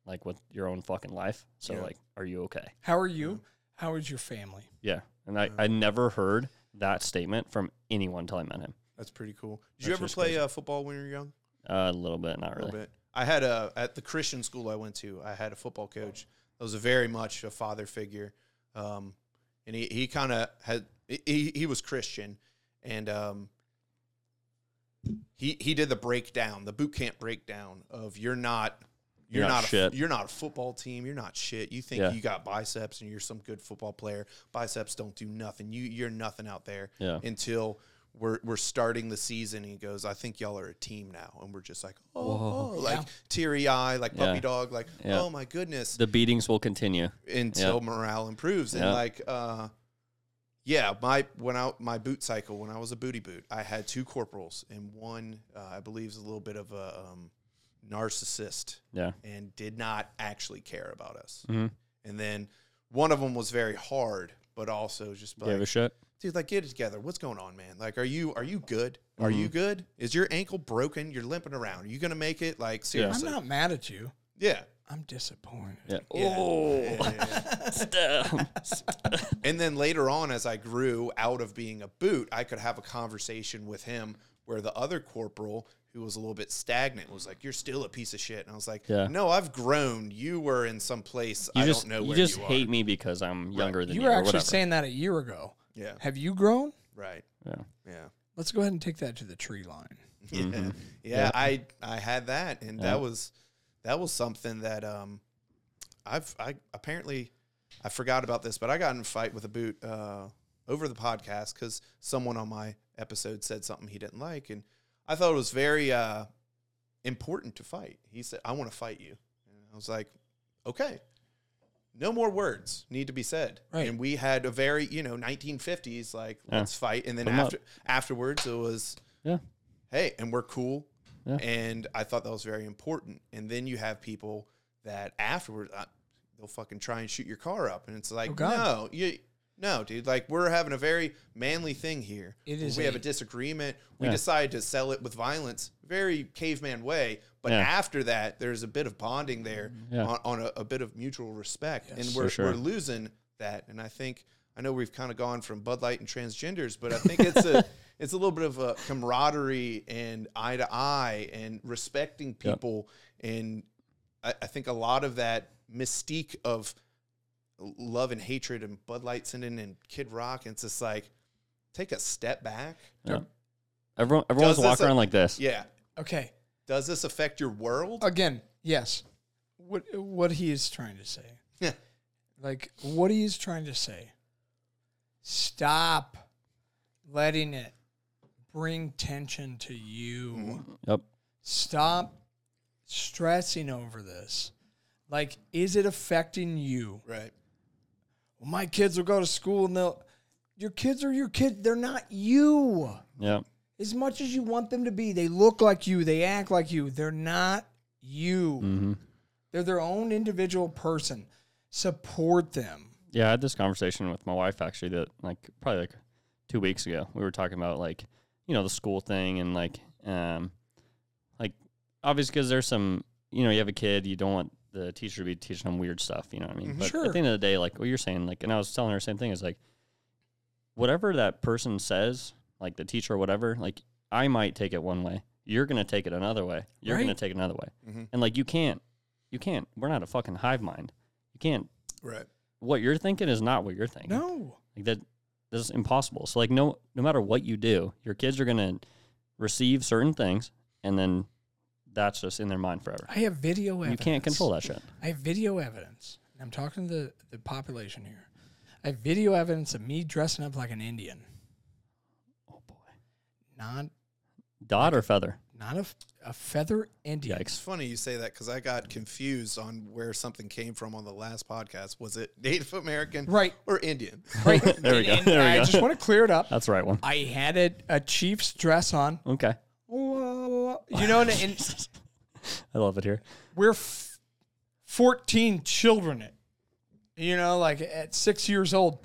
like with your own fucking life. So Yeah. like, are you okay? How are you? How is your family? Yeah. And I Uh, I never heard that statement from anyone until I met him. That's pretty cool. Did you That's ever just play crazy. uh, football when you were young? Uh, a little bit, not a little really. bit. I had a at the Christian school I went to. I had a football coach that was very much a father figure, um, and he, he kind of had he- he, he was Christian, and um, he he did the breakdown, the boot camp breakdown of you're not. You're, You're not not, a, f- shit. you're not a football team. You're not shit. You think Yeah. you got biceps and you're some good football player. Biceps don't do nothing. You you're nothing out there Yeah. until we're we're starting the season. And he goes, I think y'all are a team now, and we're just like, oh, oh, like Yeah. teary eye, like puppy Yeah. dog, like Yeah. oh my goodness, The beatings will continue. until morale improves, and Yeah. like, uh, yeah, my when I my boot cycle when I was a booty boot, I had two corporals and one uh, I believe is a little bit of a um, narcissist Yeah. and did not actually care about us, Mhm. and then one of them was very hard, but also just like Give a shit. dude like get it together what's going on man like are you are you good are you Mm-hmm. good is your ankle broken you're limping around are you gonna make it like I'm seriously not mad at you. yeah I'm disappointed. Yeah. Yeah. Oh. and then later on as i grew out of being a boot i could have a conversation with him where the other corporal who was a little bit stagnant was like you're still a piece of shit and i was like Yeah. no i've grown you were in some place You i just don't know you where just you hate are me because I'm younger than You you. were or actually whatever. saying that a year ago. yeah Have you grown? right Yeah. yeah Let's go ahead and take that to the tree line. Yeah. Yeah, I I had that and that was that was something that um I've I apparently I forgot about this, but I got in a fight with a boot uh over the podcast cuz someone on my episode said something he didn't like and I thought it was very uh important to fight. He said I want to fight you. And I was like, "Okay." No more words need to be said. Right. And we had a very, you know, 1950s like Yeah. let's fight and then Put 'em up. after afterwards it was Yeah. hey, and we're cool. Yeah. And I thought that was very important. And then you have people that afterwards uh, they'll fucking try and shoot your car up, and it's like, Oh, God. no, you, no, dude, like we're having a very manly thing here. It is We have a- a disagreement. We Yeah. decide to sell it with violence, very caveman way. But Yeah. after that, there's a bit of bonding there Yeah. on, on a, a bit of mutual respect, and Yes. we're sure. we're losing that. And I think I know we've kind of gone from Bud Light and transgenders, but I think it's a it's a little bit of a camaraderie and eye to eye and respecting people. And I, I think a lot of that mystique of love and hatred and Bud Light sending and Kid Rock, it's just like take a step back. Yeah. Everyone everyone's Does this walking a- around like this. Yeah. Okay. Does this affect your world? Again, yes. What what he is trying to say. Yeah. Like what he is trying to say. Stop letting it bring tension to you. Yep. Stop stressing over this. Like, is it affecting you? Right. Well, my kids will go to school and they'll. Your kids are your kids. They're not you. Yep. As much as you want them to be, they look like you, they act like you. They're not you. Mm-hmm. They're their own individual person. Support them. Yeah, I had this conversation with my wife actually that like probably like two weeks ago. We were talking about like you know the school thing and like um like obviously because there's some you know you have a kid you don't want the teacher to be teaching them weird stuff. You know what I mean? Mhm. But Mm-hmm. Sure. at the end of the day, like what you're saying, like and I was telling her the same thing is like whatever that person says, like the teacher or whatever, like I might take it one way. You're gonna take it another way. You're gonna Right. Mm-hmm. take it another way. Mhm. And like you can't, you can't. We're not a fucking hive mind. You can't Right. what you're thinking is not what you're thinking. No. Like that that's impossible. So like no no matter what you do, your kids are gonna receive certain things and then that's just in their mind forever. I have video You evidence. can't control that shit. I have video evidence. and I'm talking to the, the population here. I have video evidence of me dressing up like an Indian. Oh boy. Not Dot or feather? not a, f- a feather Indian. It's Yikes. funny you say that because I got confused on where something came from on the last podcast. Was it Native American Right. or Indian? Right. There we go. And There we I go. just want to clear it up. That's the right one. I had a, a Chiefs dress on. Okay. You know, and, and I love it here. we're f- 14 children, at- you know, like at six years old,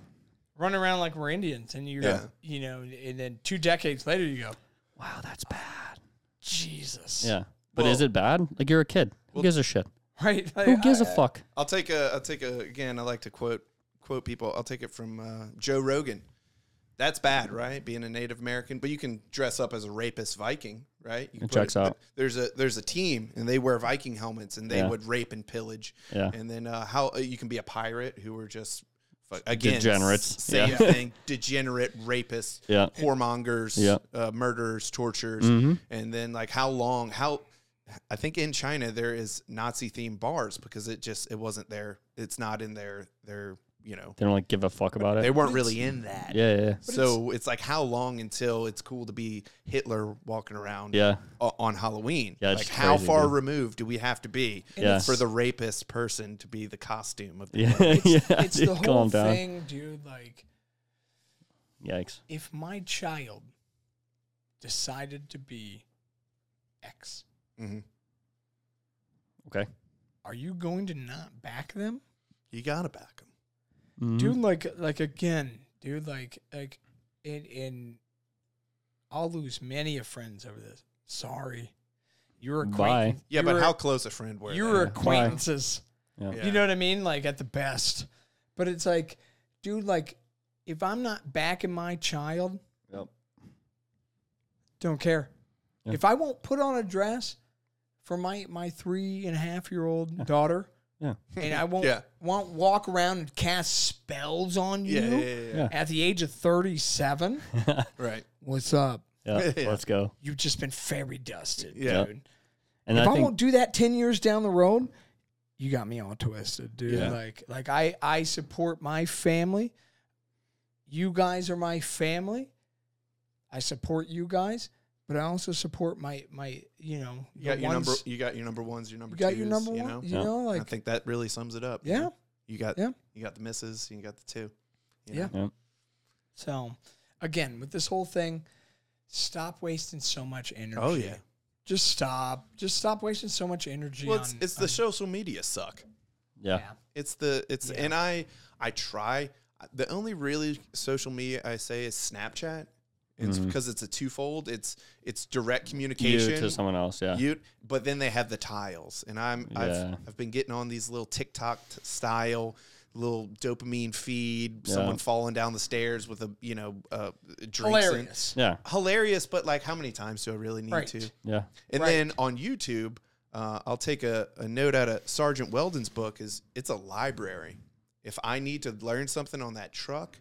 running around like we're Indians. And you're, Yeah. you know, and then two decades later, you go, Wow, that's bad. Jesus. Yeah. But is Well- it bad? Like you're a kid. Who gives a shit? Right? Like, Who gives I- a fuck? I'll take a. I'll take a. Again, I like to quote quote people. I'll take it from uh, Joe Rogan. That's bad, right? Being a Native American, but you can dress up as a rapist Viking, right? You can It put checks out. There's a there's a team, and they wear Viking helmets, and they Yeah. would rape and pillage. Yeah. And then uh, how uh, you can be a pirate who are just fu- again Degenerates. s- Same Yeah. thing. Degenerate rapists. Yeah. Whoremongers. Yeah. Mm-hmm. Uh, murderers, torturers, and then like how long? How I think in China there is Nazi themed bars because it just it wasn't there. It's not in their their you know They don't like give a fuck about they it. weren't really in that. Yeah, yeah, yeah. So it's, like how long until it's cool to be Hitler walking around Yeah. o- on Halloween? Yeah, it's like how crazy, far dude. removed do we have to be Yeah. for the rapist person to be the costume of the Yeah. murderer? yeah. It's the dude, whole thing, dude. Like, Yikes. if my child decided to be X, Mhm. Okay. are you going to not back them? Mm-hmm. You gotta back him. Mhm. dude like like again dude like like in in i'll lose many a friends over this sorry your Bye. acquaintance Yeah, but how close a friend were? your they? acquaintances Yeah. Yeah. you know what i mean like at the best but it's like dude like if i'm not backing my child Yep. don't care Yeah. if i won't put on a dress for my my three and a half year old daughter Yeah. and i won't Yeah. won't walk around and cast spells on you Yeah, yeah, yeah, yeah. Yeah. at the age of 37 right. what's up Yeah, Yeah. let's go. you've just been fairy dusted Yeah. dude And if I i, think won't do that 10 years down the road you got me all twisted dude Yeah. like like i i support my family you guys are my family i support you guys but i also support my my you know You got the your number. ones- You got your number ones. Your number. you got your twos, number You one know? you Yeah. know I like think that really sums it up. you Yeah. know? You got Yeah. you got the misses, and you got the two. you Yeah. know? so again with this whole thing stop wasting so much energy Oh yeah. just stop just stop wasting so much energy Well, it's, on- it's the on- social media suck. yeah. It's the it's Yeah. and I I try. The only really social media I say is Snapchat. It's Mm-hmm. because it's a twofold. It's it's direct you communication. to someone else, yeah. You, but then they have the tiles, and I'm Yeah. I've, I've been getting on these little TikTok t- style little dopamine feed. Someone Yeah. falling down the stairs with a you know uh, drinks. in- hilarious yeah. hilarious, but like, how many times do I really need Right. to? Yeah. And Right. then on YouTube, uh, I'll take a, a note out of Sergeant Weldon's book. Is it's a library. If I need to learn something on that truck,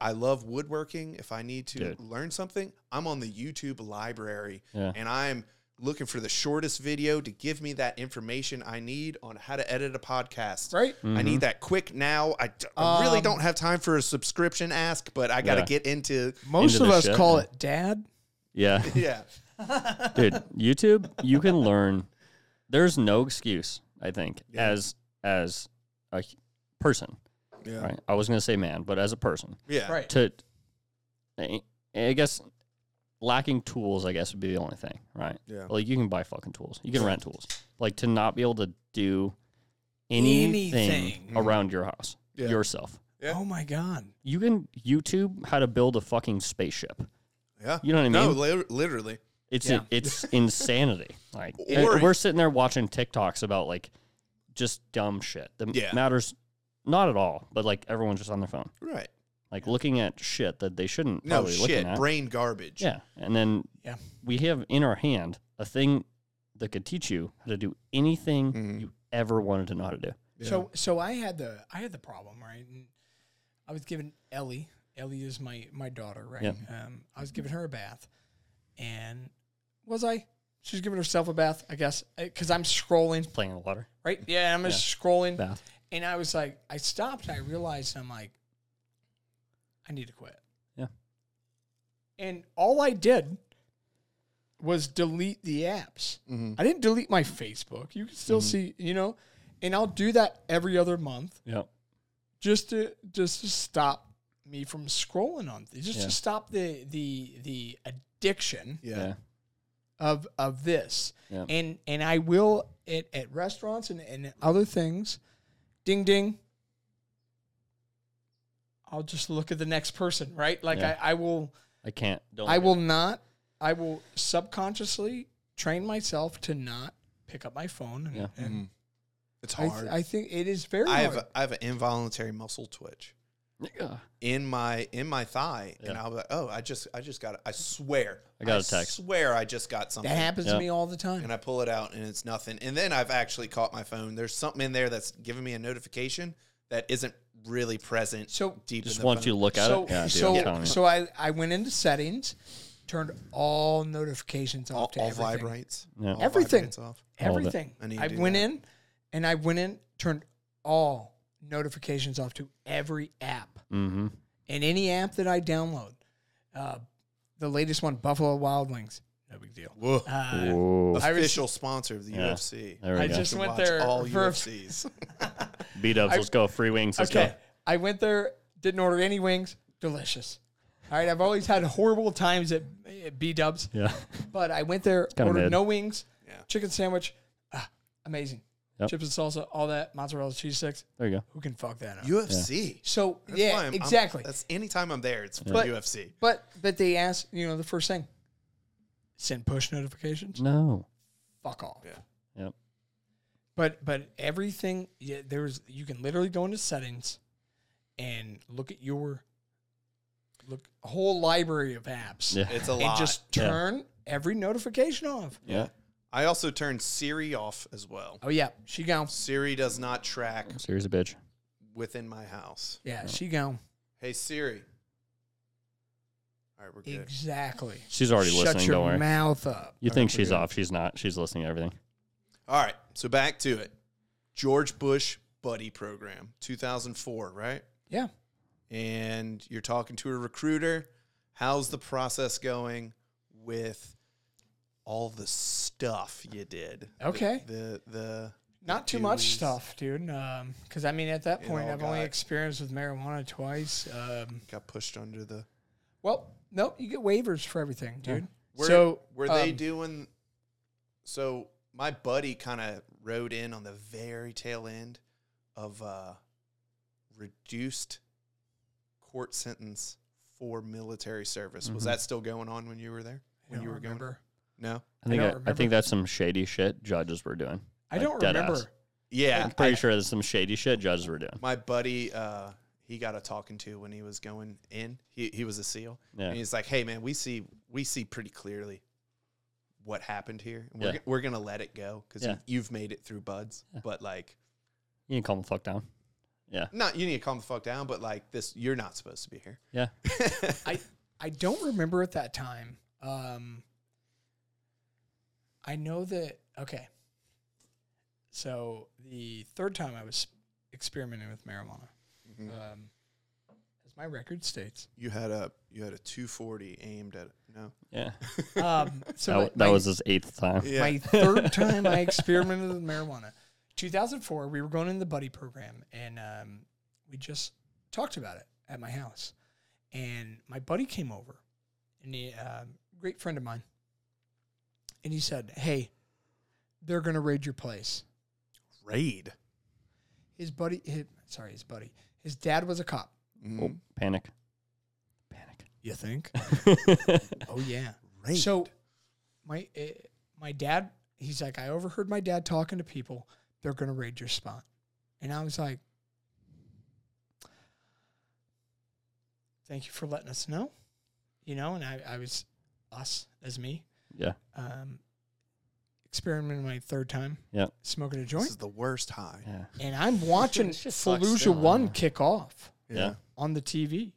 I love woodworking. If I need to Dude. learn something, I'm on the YouTube library, Yeah. and I'm looking for the shortest video to give me that information I need on how to edit a podcast. right I Mm-hmm. need that quick now. I, d- I really Um, don't have time for a subscription ask, but I got to Yeah. get into Most into of the us shit, call yeah. it dad. Yeah. yeah. Dude, YouTube, you can learn there's no excuse, I think, as as a h- person. Yeah. Right. I was gonna say man, but as a person. Yeah. Right. To I I guess lacking tools, I guess, would be the only thing, right? Yeah. Like you can buy fucking tools. You can rent tools. Like to not be able to do anything, Anything. around your house Yeah. yourself. Yeah. Oh my god. You can YouTube how to build a fucking spaceship. Yeah. You know what I No, mean? li- literally. It's Yeah. it's insanity. Like and Or- we're sitting there watching TikToks about like just dumb shit that Yeah. matters not at all, but like everyone's just on their phone, Right. like looking at shit that they shouldn't No probably be looking shit. at. Brain garbage. Yeah, and then Yeah. we have in our hand a thing that could teach you how to do anything Mhm. you ever wanted to know how to do. So so I had the I had the problem right. And I was giving Ellie. Ellie is my my daughter, right? Yep. Um, I was giving her a bath, and was I? She's giving herself a bath, I guess, because I'm scrolling, Playing in the water right? Yeah, I'm just scrolling, bath. and I was like, I stopped. I realized I'm like, I need to quit. Yeah. And all I did was delete the apps. Mm-hmm. I didn't delete my Facebook. You can still see, you know, and I'll do that every other month Yep. just to just to stop me from scrolling on th- just Yeah. to stop the the the addiction Yeah. Yeah. of of this Yeah. and and i will at, at restaurants and, and other things ding ding i'll just look at the next person right like Yeah. I, I will I can't. Don't i look at will it. not i will subconsciously train myself to not pick up my phone and, Yeah. and It's I, Mm-hmm. hard. th- I think it is very I have hard a, I have an involuntary muscle twitch Yeah. in my in my thigh, and Yeah. I'll be like, oh, I just I just got it. I swear, I got a text. Swear, I just got something. that happens Yeah. to me all the time And I pull it out, and it's nothing. And then I've actually caught my phone. There's something in there that's giving me a notification that isn't really present. So- deep, Just in the want phone. you to look at so it. Yeah, dude, so I'm telling you. so I, I went into settings, turned all notifications off all, to all everything. vibrates. Yeah. All Everything. vibrates off. All of it. Everything. I need to I do went that. in and I went in, turned all notifications off to every app mm-hmm. and any app that I download. Uh, the latest one, Buffalo Wild Wings. No big deal. Whoa. Uh, I was- Official sponsor of the Yeah. UFC. there we I go. just- To went watch there all for- UFCs. B dubs. Let's go. Free wings. Let's Okay. go. I went there, didn't order any wings. Delicious. All right. I've always had horrible times at, at B Dubs. Yeah. But I went there, kinda ordered mid. no wings, Yeah. chicken sandwich, ah, amazing. Yep. Chips and salsa, all that, mozzarella cheese sticks. There you go. Who can fuck that up? UFC. so That's why yeah, I'm- I'm- exactly. that's anytime I'm there, it's for But- UFC. but but they asked, you know, the first thing, send push notifications. No. Fuck off. Mm. Yeah. Yep. But but everything yeah, there's you can literally go into settings, and look at your look whole library of apps. Yeah. It's a And lot. just Yeah. turn every notification off. Yeah. I also turned Siri off as well. Oh yeah, she gone. Siri does not track Serious bitch. within my house. Yeah, she gone. Hey Siri. All right, we're good. Exactly. She's already Shut listening. your Don't worry. mouth up. You think she's off? She's not. She's listening to everything. All right, so back to it. George Bush buddy program, 2004, right? Yeah. And you're talking to a recruiter. How's the process going with all the stuff you did? Okay. The the, the Not too much stuff, dude. Because I mean, at that It point, all I've only got- experienced with marijuana twice. Um, got pushed under the well, no, you get waivers for everything, dude. Were, so were they um, doing? So my buddy kind of rode in on the very tail end of uh, reduced court sentence for military service. Was Mm-hmm. Mhm. that still going on when you were there? I When you don't were going? remember. No. I don't think I, I, remember. think that's some shady shit judges were doing. I don't dead remember. ass. Yeah, I'm pretty sure that's some shady shit judges were doing. my buddy. Uh, he got a talking to when he was going in. He he was a SEAL, Yeah. and he's like, "Hey man, we see we see pretty clearly." What happened here? and We're, Yeah. g- we're gonna let it go because Yeah. you, you've made it through buds, but like You can calm the fuck down. not you need to calm the fuck down, but like this, you're not supposed to be here. Yeah. I I don't remember at that time. Um, I know that okay. So the third time I was experimenting with marijuana, um, as my record states. You had a you had a 240 aimed at no. Yeah. Um, so that my- wa- that my- was his eighth time. Yeah. my third time I experimented with marijuana. 2004, we were going in the buddy program, and um, we just talked about it at my house. And my buddy came over, and he, um, great friend of mine, and he said, "Hey, they're gonna raid your place." Raid. His buddy, his, sorry, his buddy, his dad was a cop. Mm-hmm. Oh, panic. You think? Panic. Oh yeah. Raid. So, my uh, my dad, he's like, I overheard my dad talking to people. They're gonna raid your spot, and I was like, Thank you for letting us know. You know, and I, I was us as me, yeah. um, experimenting my third time. Yep. Smoking a this joint, is the worst high. Yeah. and I'm watching It just sucks still, Fallujah I One know. kick off Yeah. on the TV,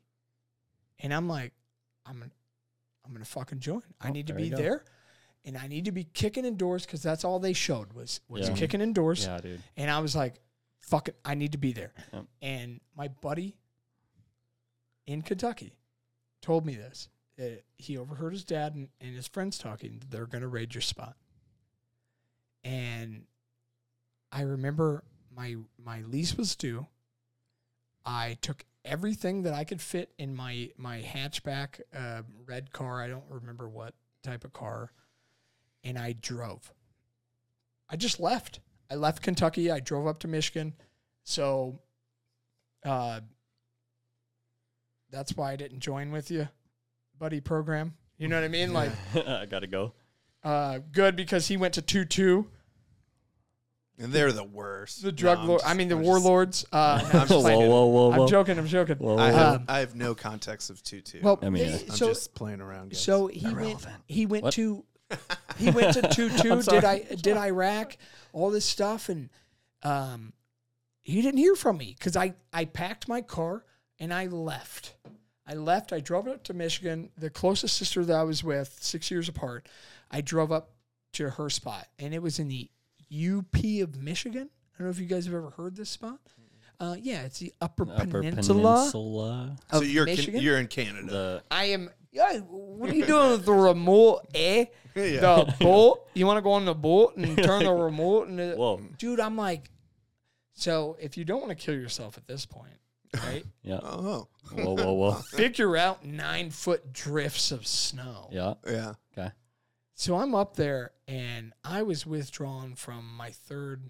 and I'm like, I'm gonna, I'm gonna fucking join. I Oh, need to there you be go. there, and I need to be kicking indoors because that's all they showed was was Yeah. kicking indoors. Yeah, dude. And I was like, fuck it, I need to be there. Yep. And my buddy in Kentucky told me this. Uh, he overheard his dad and, and his friends talking. They're going to raid your spot. And I remember my my lease was due. I took everything that I could fit in my my hatchback uh, red car. I don't remember what type of car, and I drove. I just left. I left Kentucky. I drove up to Michigan. So uh, that's why I didn't join with you, buddy program. You know what I mean? Like, I gotta go. uh, good because he went to 2 2, And they're the worst. the drug No, I'm lord. just- I mean, the I'm just- warlords. Uh, no, I'm, just whoa, playing. whoa, whoa, whoa. I'm joking. I'm joking. Whoa, whoa, I have, Um, I have no context of 2 2. Well, I mean, eh, it- I'm so, just playing around. Guys. so he went, Irrelevant. he went What? to. He went to two two. sorry. Did I did Iraq all this stuff and um, he didn't hear from me because I, I packed my car and I left. I left. I drove up to Michigan. The closest sister that I was with, six years apart, I drove up to her spot, and it was in the UP of Michigan. I don't know if you guys have ever heard this spot. Uh, yeah, it's the Upper, Upper Peninsula, Peninsula. of So you're, can- Michigan. you're in Canada. The I am. Yeah, what are you doing with the remote? Eh, Yeah. the boat. You want to go on the boat and turn the remote and it- whoa. dude, I'm like, so if you don't want to kill yourself at this point, right? Yeah. Oh, Whoa, whoa, whoa. figure out nine foot drifts of snow. Yeah. yeah. Okay. So I'm up there and I was withdrawn from my third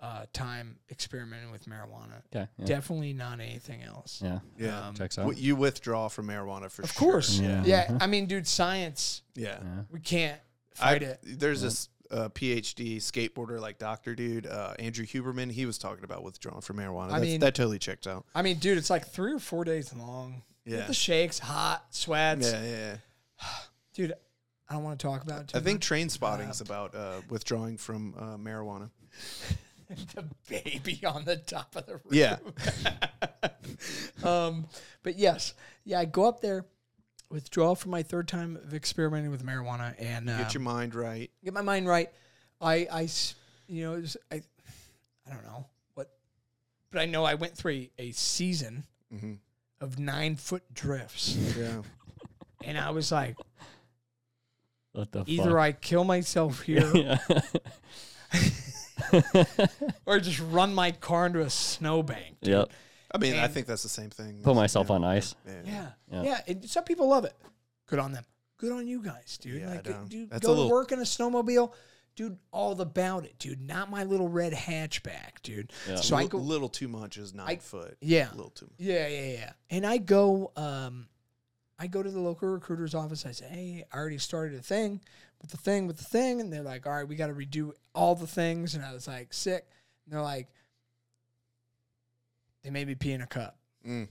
uh, time experimenting with marijuana. Okay. Yeah. Definitely not anything else. yeah. Yeah. Um, Checks out. What you withdraw from marijuana for of sure. course. Yeah. Yeah. Mhm. I mean, dude, science, Yeah. yeah. we can't I, fight it. Mm-hmm. There's this uh, PhD skateboarder, like doctor dude, uh, Andrew Huberman. He was talking about withdrawing from marijuana. That's, mean- that totally checked out. I mean, dude, it's like three or four days long. Get Yeah. The shakes, hot, sweats. yeah, yeah, yeah. Dude, I don't want to talk about it. Too I think much. train spotting's about uh, withdrawing from uh, marijuana. the baby on the top of the roof. Yeah. um, but yes, yeah, I go up there, withdraw from my third time of experimenting with marijuana, and um, Get your mind right. get my mind right. I, I s- you know, it was, I, I don't know what, but I know I went through a, a season Mhm. of nine foot drifts, Yeah. and I was like, What the either I kill myself here fuck? yeah. or just run my car into a snowbank. Yep. I mean, I And- think that's the same thing. Put myself on ice. Yeah. Yeah. Yeah. Yeah. And some people love it. Good on them. Good on you guys, dude. Yeah, I like, know. dude, That's go a little- to work in a snowmobile. Dude, all about it, dude. Not my little red hatchback, dude. Yeah. So I Lit- go, little too much is nine foot. yeah, A little too much. yeah, yeah, yeah. And I go, um, I go to the local recruiter's office. I say, hey, I already started a thing with the thing with the thing, and they're like, all right, we got to redo all the things. And I was like, sick. And they're like, they made me pee in a cup. Mm.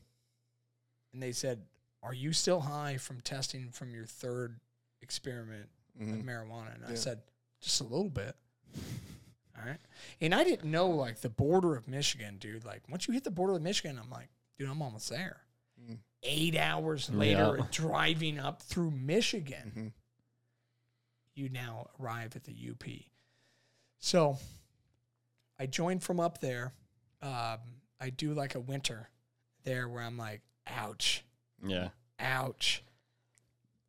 and they said, "Are you still high from testing from your third experiment Mhm. of marijuana?" And I Yeah. said, "Just a little bit." All right, and I didn't know like the border of Michigan, dude. Like once you hit the border of Michigan, I'm like, dude, I'm almost there. Mm. Eight hours later, Yeah. driving up through Michigan, Mhm. Mm-hmm. you now arrive at the UP. So I joined from up there. Um, I do like a winter there where I'm like, ouch Yeah. ouch,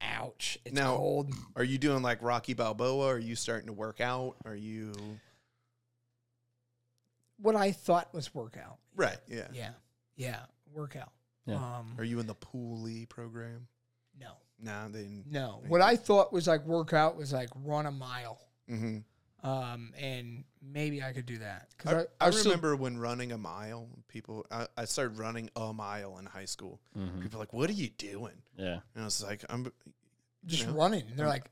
ouch, it's Now- cold. Are you doing like Rocky Balboa? Are you starting to work out? Are you What I thought was workout. right? Yeah. Yeah, yeah, workout. Yeah. Um, Are you in the Pooley program? no, No, they didn't. No. What I thought was like workout was like run a mile. hmm Mm-hmm. Um, and maybe I could do that. I, I, was still- remember when running a mile, people, I, I started running a mile in high school. Mm-hmm. People were like, what are you doing? Yeah. And I was like, I'm, just you know, running. They're like,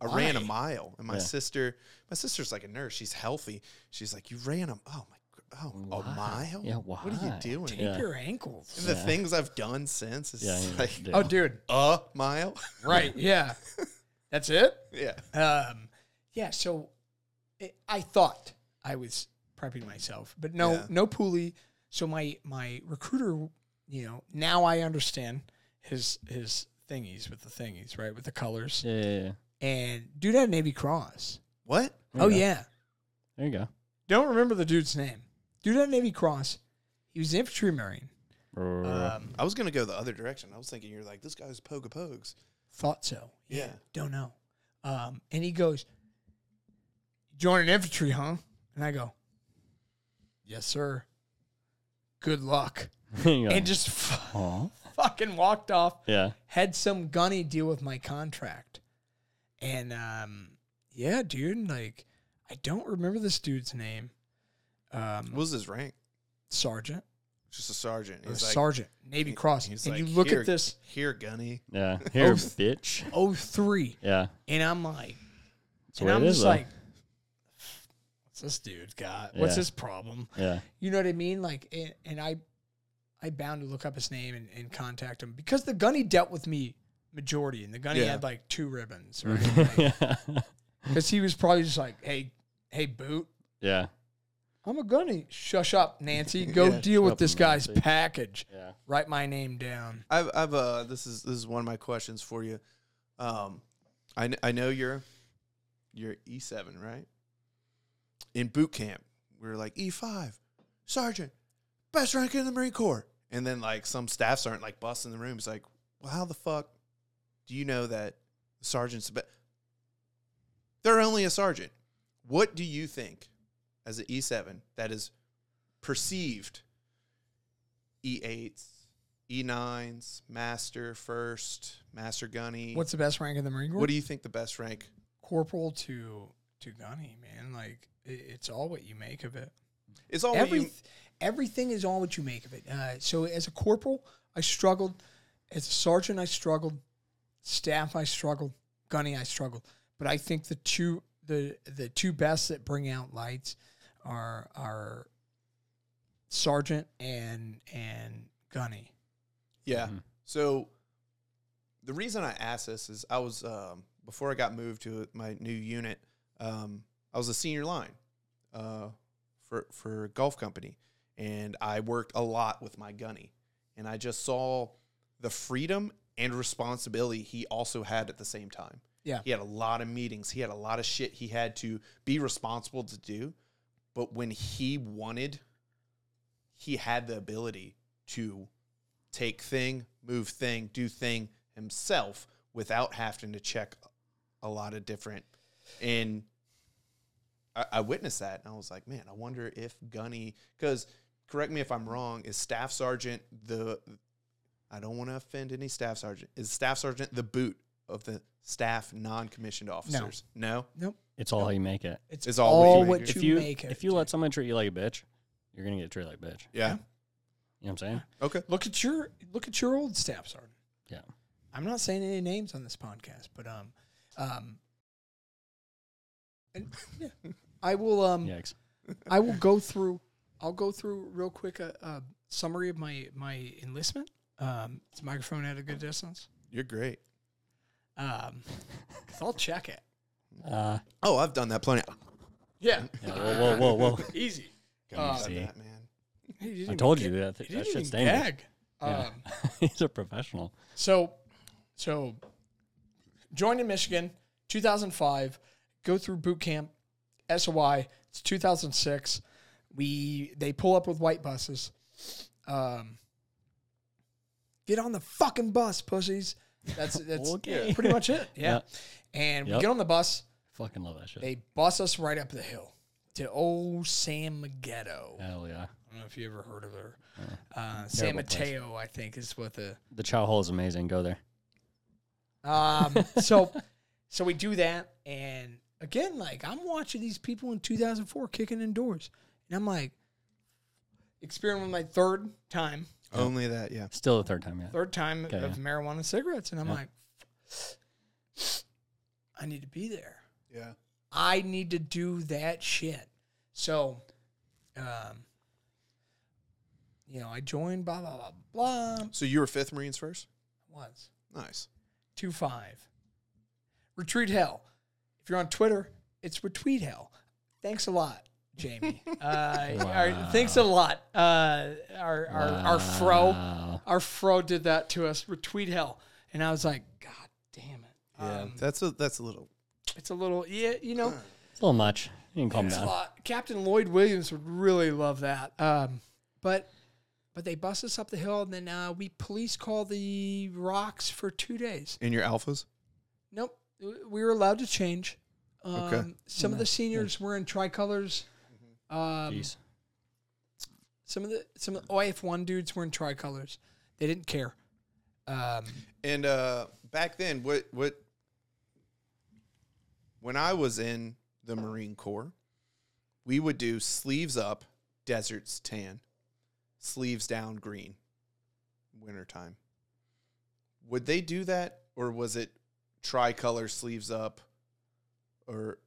I ran a Why? mile, and my Yeah. sister, my sister's like a nurse. She's healthy. She's like, you ran a oh my gr- oh Why? a mile. Yeah, What are you why? doing? tape Yeah. your ankles. And the Yeah. things I've done since is Yeah. you like do. Oh, dude. a mile. Right. Yeah. That's it. yeah, Um, yeah. So it, I thought I was prepping myself, but no, Yeah. no pulley. So my my recruiter, you know, now I understand his his thingies with the thingies, right, with the colors. Yeah, yeah, yeah. And dude had a Navy Cross. what? There oh you go. yeah. There you go. Don't remember the dude's name. Dude had a Navy Cross. He was an infantry marine. Um, Uh, I was gonna go the other direction. I was thinking you're like this guy's poga pogs. thought so. Yeah. Don't know. Um, and he goes, joining infantry, huh? And I go, yes, sir. Good luck. You go, And just f- "Aw." fucking walked off. Yeah. Had some gunny deal with my contract. And um, yeah, dude, like, I don't remember this dude's name. What Um, was his rank? sergeant. Just a sergeant. Or He's like, sergeant. Navy Cross. And he's like, you look "Here- at this here, Gunny. Yeah. Here, Oh. bitch. 03, Yeah. and I'm like, That's and what I'm it just is, though. like, what's this dude got? What's Yeah. his problem? Yeah. You know what I mean? Like, and, and I, I bound to look up his name and, and contact him because the gunny dealt with me majority, and the gunny Yeah. had like two ribbons, right? Because he was probably just like, hey, hey, boot. yeah. I'm a gunny. Shush up, Nancy. Go Yeah, deal shut with up, this guy's Nancy. package. Yeah. Write my name down. I've, I've uh, this is this is one of my questions for you. Um, I kn- I know you're you're E seven, right? In boot camp, we were like E five, sergeant, best rank in the Marine Corps, and then like some staff sergeant like busting the room. It's like, well, how the fuck do you know that the sergeant's the best? They're only a sergeant. What do you think as an E seven that is perceived E eights? E9s, Master First, Master Gunny. What's the best rank in the Marine Corps? what do you think the best rank? corporal to to gunny man like it, it's all what you make of it It's all what Every, you, everything is all what you make of it uh, so as a corporal i struggled as a sergeant i struggled staff i struggled gunny i struggled but i think the two the the two best that bring out lights are are sergeant and and gunny yeah. Mm-hmm. So the reason I asked this is I was um, before I got moved to my new unit. Um, I was a senior line uh, for for a golf company, and I worked a lot with my gunny, and I just saw the freedom and responsibility he also had at the same time. Yeah. he had a lot of meetings. He had a lot of shit he had to be responsible to do, but when he wanted, he had the ability to take thing, move thing, do thing himself without having to check a lot of different. And I, I witnessed that, and I was like, man, I wonder if Gunny, because correct me if I'm wrong, is Staff Sergeant the? I don't want to offend any Staff Sergeant. Is Staff Sergeant the boot of the staff non-commissioned officers? No, nope It's all how you make it. it's, It's all what all you what you, make it. if you make of if it you let someone treat you like a bitch, you're gonna get treated like a bitch. You yeah, know what I'm saying? okay, Look at your look at your old staff sergeant. Yeah. I'm not saying any names on this podcast, but um, um, and, yeah, I will um, Yikes. I will go through. I'll go through real quick a, a summary of my my enlistment. Um, is the microphone at a good distance. you're great. Um, 'cause I'll check it. Uh, Oh, I've done that plenty. Yeah, yeah, Uh, whoa, whoa, whoa, whoa. easy. I've Uh, done see. that, man. Hey, you I didn't told even you ga- that you that didn't shit's even dangerous. gag. Yeah. Um, He's a professional. So, so joined in Michigan, 2005. Go through boot camp, SOI. It's 2006. We they pull up with white buses. Um, get on the fucking bus, pussies. That's that's Okay. pretty much it. Yeah. Yeah. And we Yep. get on the bus. Fucking love that shit. They bus us right up the hill to old San Maghetto. Hell yeah. I don't know if you ever heard of her. Uh, San Terrible place. Mateo, I think, is what the The chow hall is amazing. Go there. Um, so, so we do that, and again, like I'm watching these people in 2004 kicking indoors, and I'm like, experimenting my third time, Only that, yeah. Still the third time yet. third time Okay, of yeah. marijuana and cigarettes, and I'm Yeah. like, I need to be there. Yeah. I need to do that shit. So, um, you know, I joined blah blah blah blah. So you were 5th Marines first? Once. Nice. two five. Retreat hell. If you're on Twitter, it's retweet hell. Thanks a lot, Jamie. uh, our- thanks a lot. Uh, our our, our fro Wow. our fro did that to us. Retweet hell, and I was like, God damn it. Yeah. that's a that's a little It's a little yeah, you know. It's a little much. You can calm It's a down. lot. Captain Lloyd Williams would really love that. Um, but but they bust us up the hill, and then uh, we police call the rocks for two days. in your alphas? Nope. We were allowed to change. Um, Okay. Mm-hmm. Some of the seniors were in tricolors. Um, Jeez. some of the some of the OIF one dudes were in tricolors. They didn't care. Um, And uh back then what what when I was in the Marine Corps, we would do sleeves up, deserts tan, sleeves down green, wintertime. Would they do that or was it tricolor sleeves up or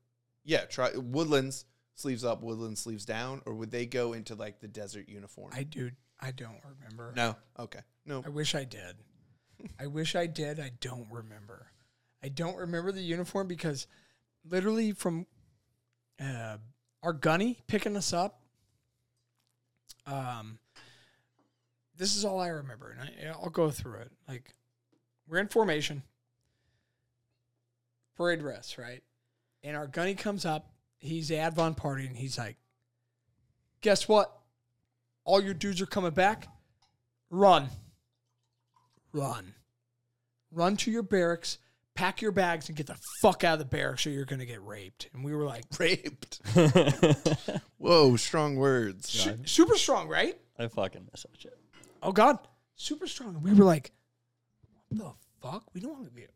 yeah, try woodlands sleeves up, woodlands sleeves down, or would they go into like the desert uniform? I do. I don't remember. no. Okay. No. I wish I did. I wish I did. I don't remember. I don't remember the uniform because literally from uh, our gunny picking us up. Um, this is all I remember, and I, I'll go through it. Like, we're in formation, parade rest, right? And our gunny comes up. He's at Von Party, and he's like, "Guess what? All your dudes are coming back. Run." run. Run to your barracks, pack your bags, and get the fuck out of the barracks or you're going to get raped. And we were like, raped. Whoa, strong words. "Su- super strong, right? I fucking miss that shit. Oh, God. Super strong. And we were like, what the fuck? We don't want to get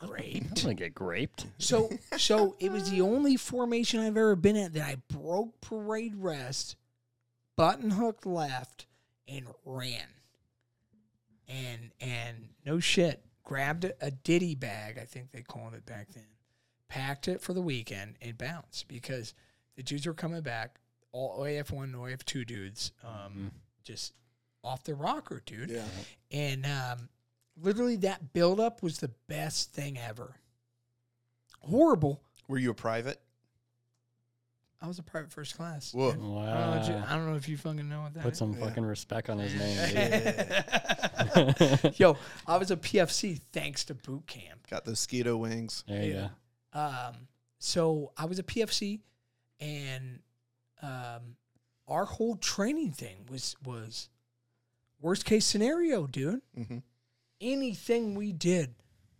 I'm raped. gonna get graped. So, so it was the only formation I've ever been at that I broke parade rest, button hooked left, and ran. And and no shit, grabbed a, a ditty bag, I think they called it back then, packed it for the weekend and bounced because the dudes were coming back, all OAF one, OAF two dudes, um, just off the rocker, dude. Yeah. And um, literally that buildup was the best thing ever. Horrible. Were you a private? I was a private first class. Whoa. Oh, dude. I don't, know what you, Wow. I don't know if you fucking know what that Put is. some Yeah. fucking respect on his name. Yeah. Dude. there Yo, I was a PFC thanks to boot camp. Got those skeeto wings. you go. Um, so I was a PFC, and um, our whole training thing was was worst case scenario, dude. Mhm. Anything we did,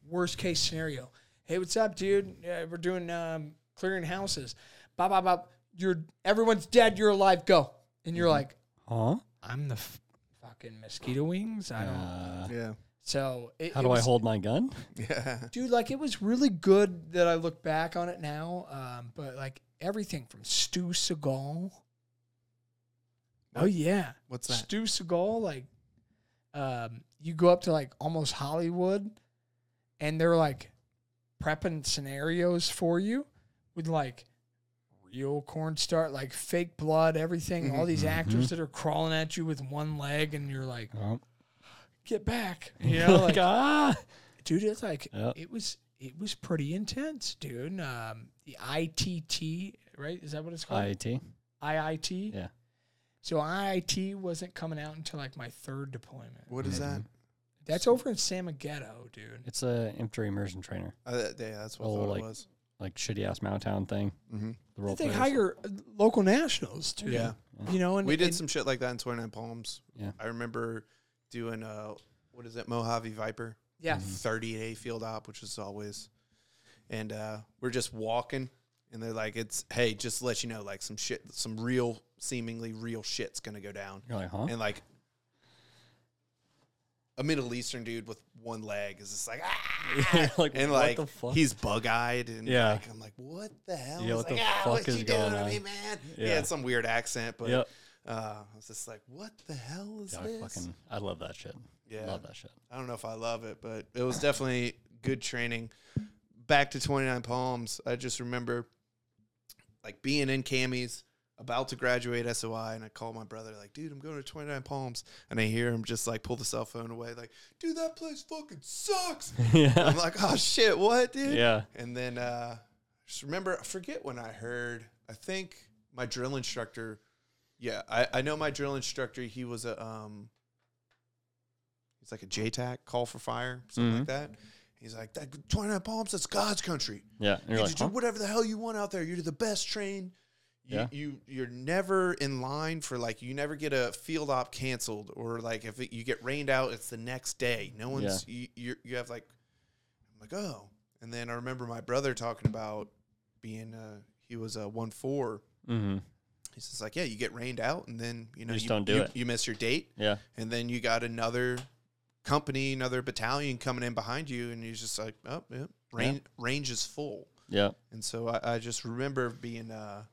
worst case scenario. Hey, what's up, dude? Yeah, we're doing um, clearing houses. Bop, bop, bop. You're everyone's dead. You're alive. Go. And you're like, Huh? I'm the f- fucking mosquito wings. I don't. Uh, Yeah. so it, how it do I was- hold my gun? Yeah. dude like it was really good that i look back on it now um, but like everything from stu seagal oh yeah What's that? stu seagal like um, you go up to like almost hollywood and they're like prepping scenarios for you with like real cornstarch like fake blood everything all these Mm-hmm. actors that are crawling at you with one leg and you're like Oh. get back you know like ah. dude it's like Yep. it was it was pretty intense dude um the itt right is that what it's called IET. iit Yeah. so iit wasn't coming out until like my third deployment What is that? Mm-hmm. that's over in Samoghetto, dude It's a infantry immersion trainer, Uh, that- yeah, that's what Oh, I thought like- it was. like shitty ass Mountown thing. Mm-hmm. The role they players. hire uh, local nationals too Yeah. you know and We did and- some shit like that in 29 Palms. Yeah. I remember doing, uh, what is it, Mojave Viper? yeah Mm. Mm-hmm. 30-day field op, which is always. And uh, we're just walking, and they're like, it's, hey, just to let you know, like some shit, some real, seemingly real shit's going to go down. You're like, huh? And like, a Middle Eastern dude with one leg is just like ah, Yeah, like, and what like the fuck? he's bug eyed and Yeah. like, I'm like what the hell? Yeah, It's what the like, "Ah, fuck what is you going doing to on?" me, man? Yeah. Yeah. it's some weird accent, but Yep. uh, I was just like, what the hell is Yeah, I this? fucking, I love that shit. Yeah. Love that shit. I don't know if I love it, but it was definitely good training. Back to 29 Palms, I just remember like being in camis, about to graduate SOI, and I call my brother, like, dude, I'm going to 29 Palms. And I hear him just like pull the cell phone away, like, dude, that place fucking sucks. yeah. I'm like, oh shit, what, dude? Yeah. And then uh, just remember, I forget when I heard. I think my drill instructor. Yeah, I, I know my drill instructor. He was a um, he's like a JTAC call for fire, something like that. He's like that twenty nine palms. That's God's country. Yeah. And You you're like, just do huh? whatever the hell you want out there. You're the best trained. You, Yeah. you you're never in line for like you never get a field op canceled or like if it, you get rained out it's the next day no one's you you you have like I'm like oh and then I remember my brother talking about being uh he was a one four Mm-hmm. he's just like yeah you get rained out and then you know You just you don't do you- it. you miss your date Yeah. and then you got another company another battalion coming in behind you and you're just like oh yeah, range range is full Yeah. and so I, I just remember being uh,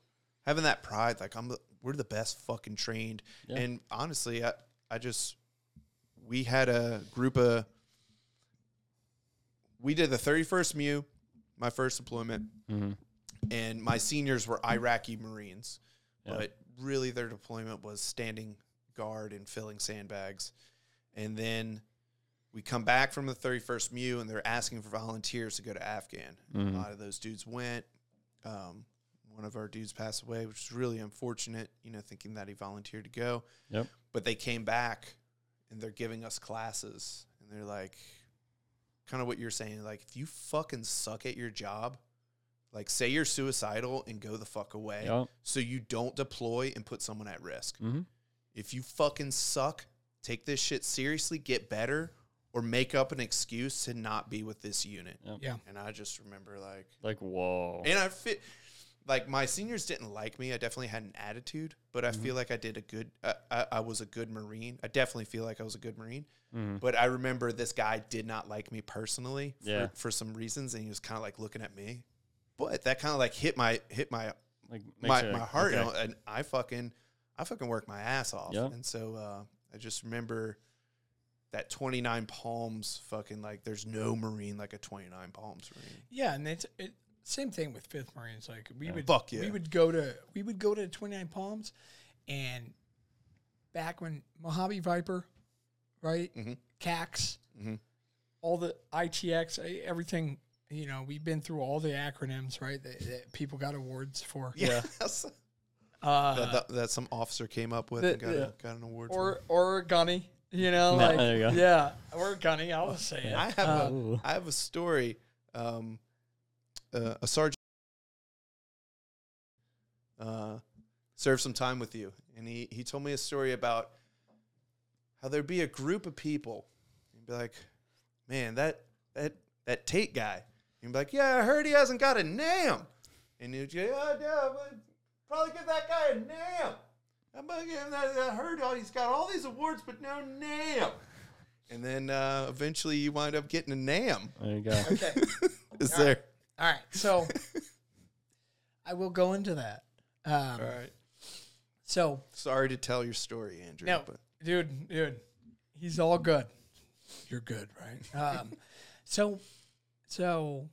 having that pride, like I'm the, we're the best fucking trained. Yeah. And honestly, I I just we had a group of we did the 31st Mew, my first deployment, Mm-hmm. and my seniors were Iraqi Marines, Yeah. but really their deployment was standing guard and filling sandbags. And then we come back from the 31st Mew, and they're asking for volunteers to go to Afghan. Mhm. A lot of those dudes went. Um, one of our dudes passed away, which is really unfortunate. You know, thinking that he volunteered to go, Yep. but they came back and they're giving us classes, and they're like, kind of what you're saying, like if you fucking suck at your job, like say you're suicidal and go the fuck away, Yeah. so you don't deploy and put someone at risk. Mhm. If you fucking suck, take this shit seriously, get better, or make up an excuse to not be with this unit. Yep. Yeah. And I just remember like, Like, whoa. and I fit like my seniors didn't like me. I definitely had an attitude, but Mm-hmm. I feel like I did a good. I, I, I was a good Marine. I definitely feel like I was a good Marine. Mhm. But I remember this guy did not like me personally for, Yeah. for some reasons, and he was kind of like looking at me. But that kind of like hit my hit my Like, makes my, it- my heart okay. you know, and I fucking I fucking work my ass off. Yeah. And so uh, I just remember that 29 Palms fucking like there's no Marine like a 29 Palms Marine. Yeah, and it's it, same thing with Fifth Marines. Like we would Fuck yeah. we would go to we would go to Twenty Nine Palms, and back when Mojave Viper, right, Mhm. CAX, Mhm. all the ITX, eh, everything. You know, we've been through all the acronyms, right? That, that people got awards for. Yeah. Uh, that, that, that some officer came up with the- and got, yeah. a, got an award for. or or gunny, you know, Yeah, like there you go. yeah, or gunny. I was saying, I have Uh, Ooh. a I have a story. Um, uh, a sergeant uh, served some time with you, and he he told me a story about how there'd be a group of people, and be like, "Man, that that that Tate guy." And be like, "Yeah, I heard he hasn't got a nam," and you'd go, "Oh no, but probably give that guy a nam." I'm gonna give him that. I heard all he's got all these awards, but no nam. And then uh, eventually you wind up getting a NAM. uh, There you go. okay, Is there? all right. So I will go into that. Um, All right. So Sorry to tell your story, Andrew. No, But dude, dude, he's all good. You're good, right? Um, so, so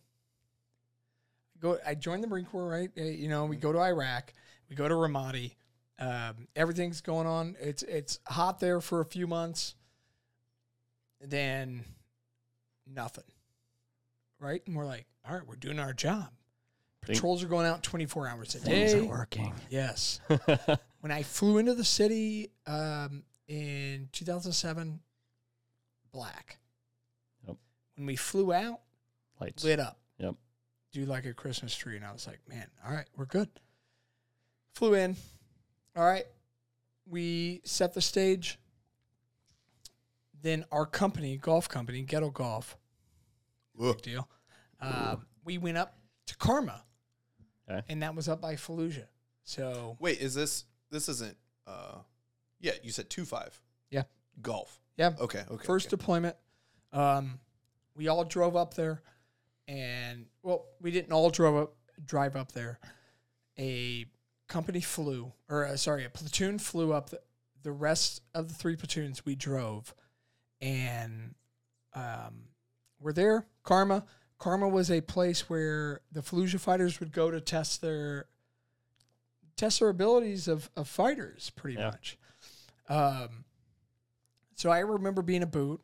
go. I joined the Marine Corps, right? Uh, you know, we go to Iraq, we go to Ramadi. Um, everything's going on. It's it's hot there for a few months. Then nothing, right? And we're like, all right, we're doing our job. Patrols are going out twenty four hours a day. Things are working. Yes. when I flew into the city um, in 2007, black. Yep. When we flew out, Lights. lit up. Yep. Do like a Christmas tree. And I was like, man, all right, we're good. Flew in. All right. We set the stage. Then our company, golf company, Ghetto Golf, Whoa. big deal. Uh, we went up to Karma. Okay. And that was up by Fallujah. So wait, is this this isn't? uh Yeah, you said two five. Yeah. Golf. Yeah. Okay. Okay. First deployment. Um, we all drove up there, and well, we didn't all drove up drive up there. A company flew, or uh, sorry, a platoon flew up. The, the rest of the three platoons we drove, and um, we're there. Karma, Karma was a place where the Fallujah fighters would go to test their test their abilities of, of fighters, pretty Yeah. much. Um, so I remember being a boot,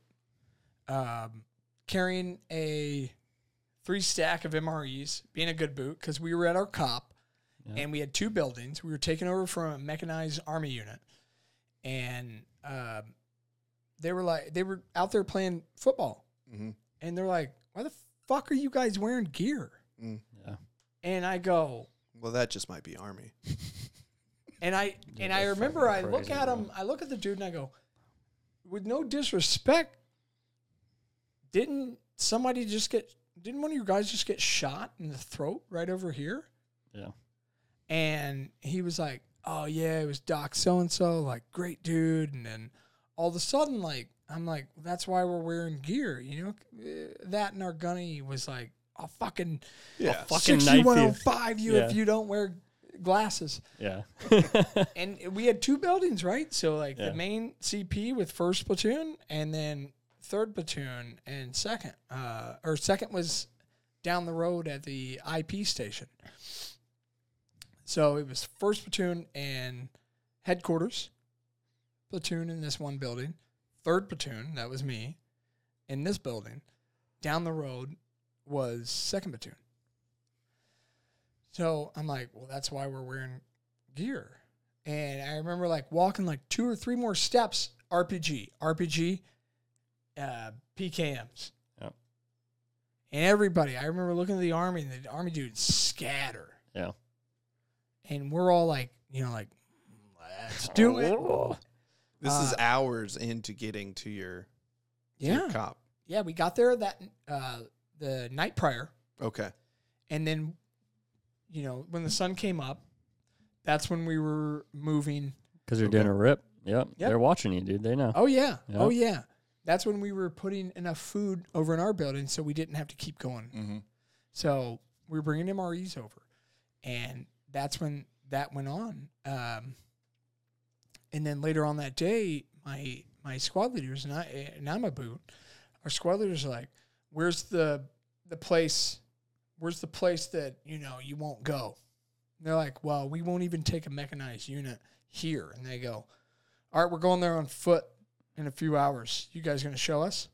um, carrying a three stack of MREs, being a good boot because we were at our cop, Yeah. and we had two buildings. We were taking over from a mechanized army unit, and um, they were like they were out there playing football, Mhm. and they're like, "Why the fuck are you guys wearing gear?" Yeah. And I go, Well, that just might be army. And I Yeah, and I they're remember I fucking look crazy, at bro. him, I look at the dude and I go, with no disrespect, didn't somebody just get didn't one of you guys just get shot in the throat right over here? Yeah. And he was like, Oh yeah, it was Doc so and so, like great dude. And then all of a sudden, like I'm like, that's why we're wearing gear, you know. Eh, That and our gunny was like, I'll fucking Yeah. Fucking knife you. 6105 you if Yeah. you don't wear glasses Yeah. and we had two buildings, right? So like Yeah. the main CP with first platoon, and then third platoon and second, uh, or second was down the road at the IP station. So it was first platoon and headquarters platoon in this one building, third platoon that was me in this building. Down the road was second platoon. So I'm like, well, that's why we're wearing gear. And I remember like walking like two or three more steps, RPG, RPG, uh, PKMs. Yep. And everybody, I remember looking at the army and the army dudes scatter. Yeah. And we're all like, you know, like, let's do it. Oh. This is Uh, hours into getting to your, to your Yeah. cop. Yeah. We got there that, uh, the night prior. Okay. And then, you know, when the sun came up, that's when we were moving Because you're doing a rip. Yep. Yep. They're watching you, dude. They know. Oh yeah. Yeah. Oh yeah. That's when we were putting enough food over in our building so we didn't have to keep going. Mm-hmm. So we were bringing MREs over. And that's when that went on. Um, and then later on that day, my my squad leaders and I and I'm a boot. Our squad leaders are like, "Where's the the place? Where's the place that you know you won't go?" And they're like, "Well, we won't even take a mechanized unit here." And they go, "All right, we're going there on foot in a few hours. You guys gonna show us?"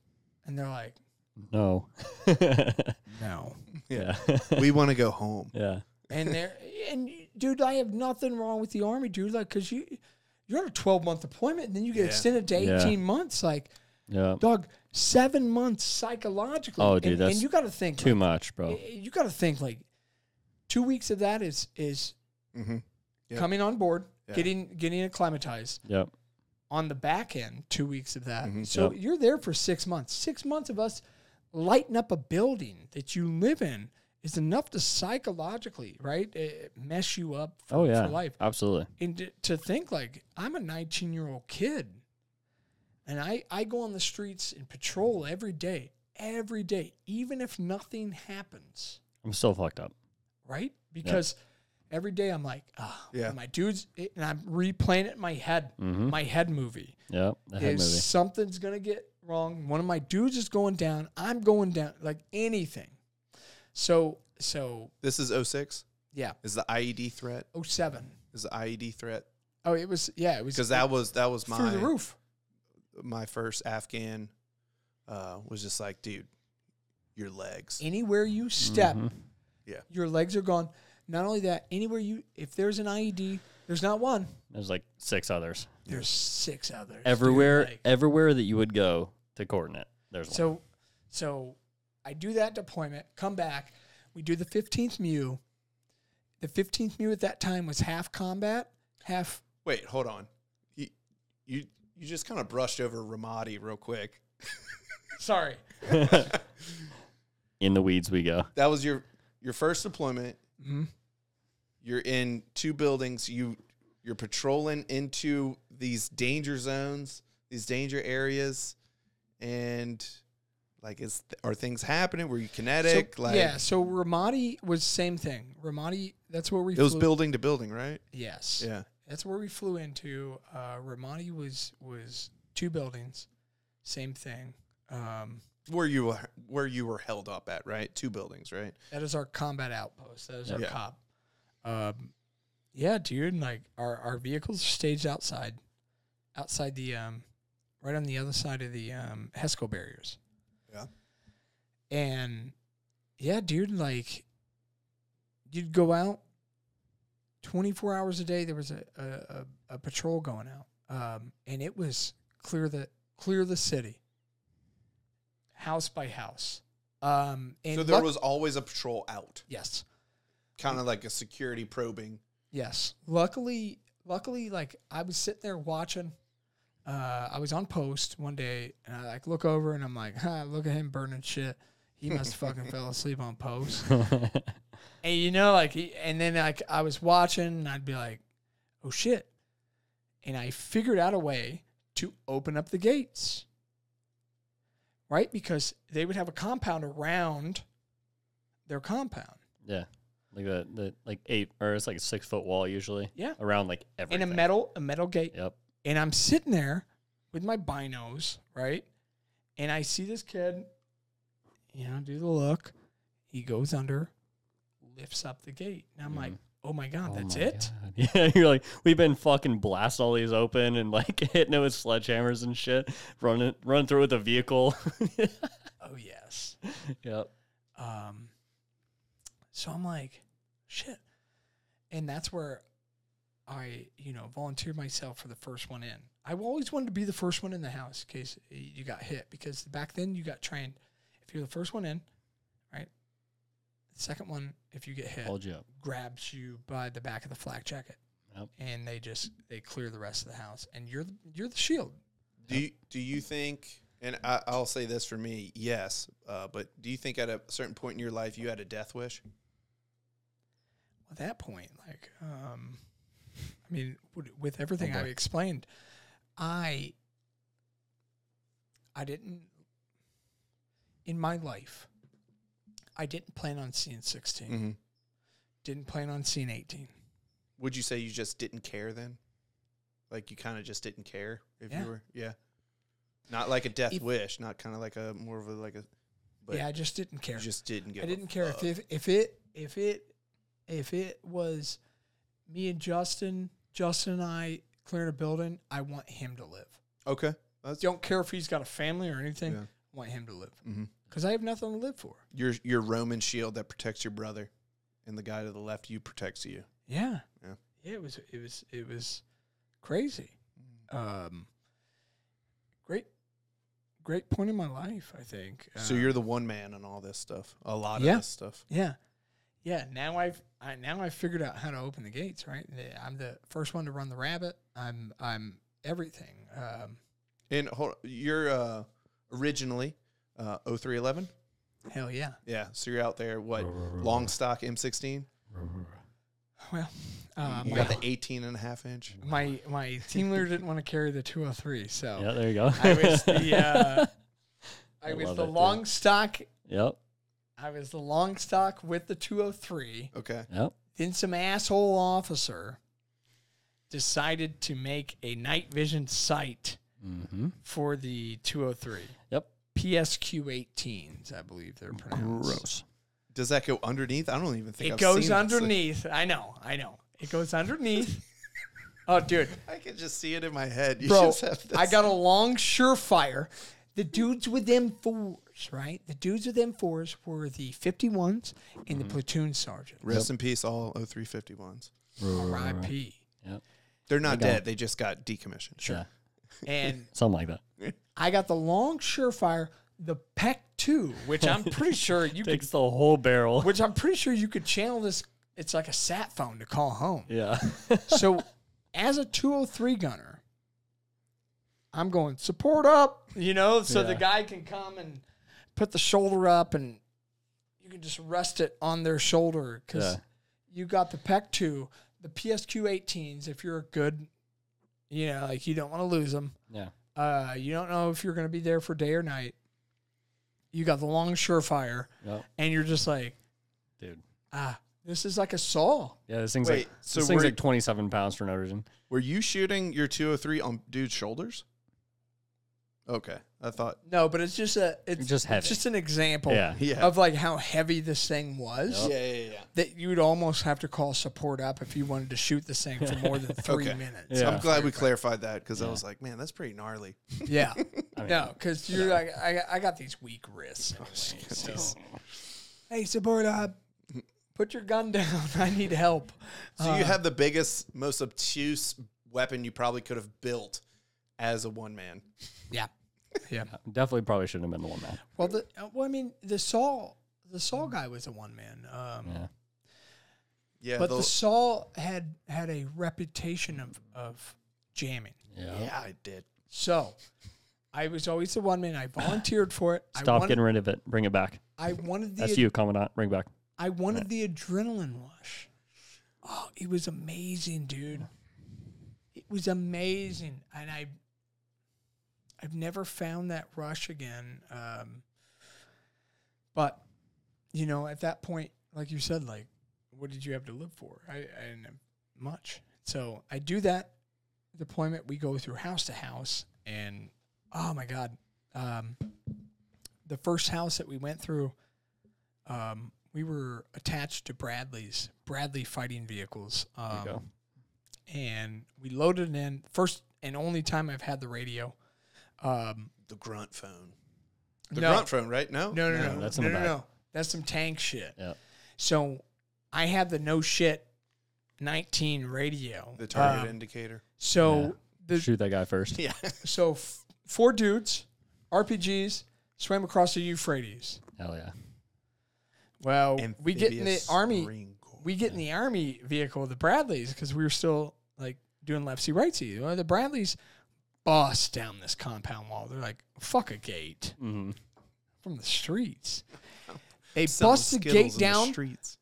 And they're like, No. "No." yeah. we want to go home. yeah. and there and dude i have nothing wrong with the army dude like because you you're on a 12 month deployment and then you get Yeah. extended to Yeah. 18 months like Yeah. dog seven months psychologically Oh, dude, and, that's and you gotta think Too much, bro. like, you gotta think like two weeks of that is is Mm-hmm. Yeah. coming on board Yeah. getting getting acclimatized Yep. on the back end two weeks of that Mhm. so Mm-hmm. Yep. you're there for six months six months of us lighting up a building that you live in is enough to psychologically right eh, mess you up for, Oh yeah. for life Absolutely. and to, to think like I'm a 19 year old kid, and I I go on the streets and patrol every day, every day, even if nothing happens, I'm still fucked up. right? Because every day I'm like, ah, Yeah. my dudes, and I'm replaying it in my head, Mm-hmm. my head movie Yep. The head is movie. something's gonna get wrong. One of my dudes is going down. I'm going down. Like anything. So so This is 06? yeah. Is the IED threat? 07. Is the IED threat? Oh, it was yeah. It was Because that was that was through my the roof. my first Afghan uh, was just like, dude, your legs. Anywhere you step, Mhm. your legs are gone. Not only that, anywhere you, if there's an IED, there's not one, There's like six others. there's six others dude, Everywhere, like- everywhere that you would go to coordinate, there's one. so, so I do that deployment, come back, we do the 15th Mew. The 15th Mew at that time was half combat, half. Wait, hold on. You you, you just kind of brushed over Ramadi real quick. Sorry. In the weeds we go. That was your your first deployment. Mhm. You're in two buildings. You you're patrolling into these danger zones these danger areas, and like is are things happening? Were you kinetic? So, like yeah, so Ramadi was same thing. Ramadi, that's where we it was flew- building to building, right? Yes, Yeah. that's where we flew into. Uh, Ramadi was was two buildings, same thing. Um, Where you were, where you were held up at, right? Two buildings, right? that is our combat outpost. That is our Yeah. cop. Um, yeah, dude. and, Like our our vehicles are staged outside, outside the um, right on the other side of the um HESCO barriers. Yeah. And yeah, dude. Like you'd go out twenty four hours a day. There was a a, a a patrol going out, um, and it was clear the clear the city, house by house. Um, and so there luck- was always a patrol out, Yes. kind of like a security probing. Yes. Luckily, luckily, like I was sitting there watching. Uh, I was on post one day, and I like look over, and I'm like, "Ha! Look at him burning shit. He must fucking fell asleep on post." And you know, like, he- and then like I was watching, and I'd be like, "Oh shit!" And I figured out a way to open up the gates, right? Because they would have a compound around their compound. yeah, like the, the like eight or it's like a six foot wall usually. Yeah. around like everything. And a metal, a metal gate Yep. and I'm sitting there with my binos, right? And I see this kid, you know, do the look. He goes under, lifts up the gate. And I'm like, oh my God, that's my it? God. Yeah, you're like we've been fucking blasting all these open and like hitting it with sledgehammers and shit, running running through with a vehicle. Oh, yes. yep. Um, so I'm like, shit. And that's where I, you know, volunteered myself for the first one in. I always wanted to be the first one in the house in case you got hit because back then you got trained. If you're the first one in, right? The second one, if you get hit, Hold you up. grabs you by the back of the flak jacket. Yep. And they just they clear the rest of the house, and you're the, you're the shield. Do you, do you think? And I, I'll say this for me, yes. Uh, but do you think at a certain point in your life you had a death wish? At that point, like, um, I mean, with, with everything Oh, I boy. explained, I I didn't in my life, I didn't plan on seeing 16 Mm-hmm. didn't plan on seeing eighteen. Would you say you just didn't care then? Like you kind of just didn't care if Yeah. you were, yeah. Not like a death If- wish, not kind of like a more of a like a, but yeah, I just didn't care. you just didn't get. I didn't care if, if if it if it if it was me and Justin, Justin and I clearing a building, I want him to live. Okay, that's Don't care if he's got a family or anything. Yeah. I want him to live Mhm. because I have nothing to live for. your your Roman shield that protects your brother, and the guy to the left you protects you. Yeah. Yeah. It was it was it was crazy. Mm. Um great great point in my life, I think. so Um, you're the one man on all this stuff. A lot Yeah. of this stuff. Yeah. Yeah, now I've I, now I've figured out how to open the gates, right? The- I'm the first one to run the rabbit. I'm I'm everything. Um, And hold, you're uh, originally uh, 0311. hell yeah. Yeah, so you're out there. What long stock M16? Well, uh, You my, got the 18 and a half inch. my my team leader didn't want to carry the 203, so Yeah, there you go. Oh. I was the uh, I, I was love the it, dude. long stock. yep. I was the long stock with the 203. Okay. Yep. Then some asshole officer decided to make a night vision sight Mm-hmm. for the 203. Yep. PSQ 18s, I believe they're pronounced. Does that go underneath? I don't even think It I've goes seen this. underneath. I know, I know. It goes underneath. oh, dude. I can just see it in my head. You Bro, just have this. I got a long surefire. The dudes with them fours, right? The dudes with them fours were the 51s and the Mm-hmm. platoon sergeant. Rest in peace, all 0351s. RIP. Yep. They're not got- dead. They just got decommissioned. Yeah. And Something like that. I got the long surefire, the Peck Two, which I'm pretty sure you could, Takes the whole barrel. which I'm pretty sure you could channel this. It's like a sat phone to call home. Yeah. So, as a 203 gunner, I'm going support up, you know, so the Yeah. guy can come and put the shoulder up, and you can just rest it on their shoulder because Yeah. you got the Peck Two, the PSQ 18s. If you're a good, you know, like you don't want to lose them. yeah. Uh, you don't know if you're going to be there for day or night. You got the long surefire, Yep, and you're just like, dude. ah, this is like a saw. Yeah, this thing's Wait, like so this thing's we're- like twenty seven pounds for no reason. Were you shooting your 203 on dude's shoulders? Okay. I thought, No, but it's just a it's Just heavy. It's just an example Yeah. yeah. of like how heavy this thing was Yep. yeah, yeah, yeah. that you'd almost have to call support up if you wanted to shoot this thing for more than three Okay. minutes. Yeah. I'm glad we clarified that because I Yeah. was like, man, that's pretty gnarly. Yeah. I mean, No, because you're like, I, I got these weak wrists. Oh, Anyway, so. Hey, support up. Put your gun down. I need help. So Uh, you have the biggest, most obtuse weapon you probably could have built as a one man. Yeah. Yeah. definitely probably shouldn't have been the one man. Well, the uh, well, I mean, the Saul, the Saul Hmm. guy was a one man. Um, Yeah. Yeah, but the- the Saul had had a reputation of of jamming. Yeah. yeah, I did. So I was always the one man. I volunteered for it. I Stop wanted, getting rid of it. Bring it back. I wanted the That's you, Commandant. Bring it back. I wanted the adrenaline rush. Oh, it was amazing, dude. It was amazing, and I, I've never found that rush again. Um, but, you know, at that point, like you said, like, what did you have to live for? I, I didn't have much. So I do that deployment. We go through house to house, and oh my god, um, the first house that we went through um, we were attached to Bradley's Bradley fighting vehicles, There you um, go. and we loaded it in first and only time I've had the radio. Um, The grunt phone. The no, grunt phone, right? No, no, no, no, No, that's in no, the no, back. no. that's some tank shit. Yeah. So I had the no shit nineteen radio. The target Um, indicator. so Yeah. the Shoot that guy first. Yeah. so f- four dudes, RPGs, swam across the Euphrates. Hell yeah. Well, we get in the Amphibious army. Marine Corps. we get in the army vehicle, the Bradleys, because we were still like doing lefty righty. Well, the Bradleys bust down this compound wall. They're like, fuck a gate Mm-hmm. from the streets. They Selling bust the Skittles in gate down, streets.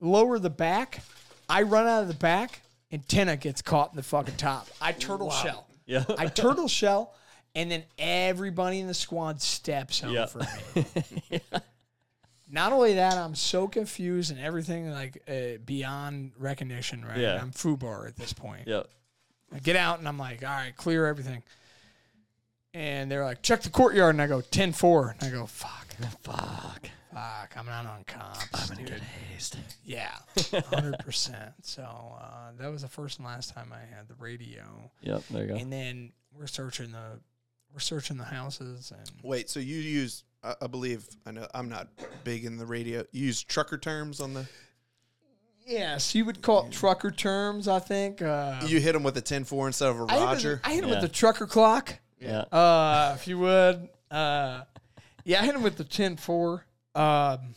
lower the back. I run out of the back, and Tenna gets caught in the fucking top. I turtle shell. Yeah. I turtle shell, and then everybody in the squad steps home Yeah. for me. Not only that, I'm so confused and everything like uh, beyond recognition. Right, Yeah. I'm foobar at this point. yeah. I get out and I'm like, all right, clear everything. And they're like, check the courtyard, and I go 10-4. and I go, fuck, Fuck. fuck, I'm not on comps. dude. hazed. Yeah, hundred percent. So uh, that was the first and last time I had the radio, Yep. There you go. and then we're searching the we're searching the houses and Wait, so you use, I, I believe, I know I'm not big in the radio. You use trucker terms on the. yes, you would call it trucker terms, I think. Uh, You hit them with a 10 4 instead of a I hit it- Roger. I hit him Yeah. with the trucker clock, yeah. uh, if you would. Uh, yeah, I hit him with the 10-4. Um,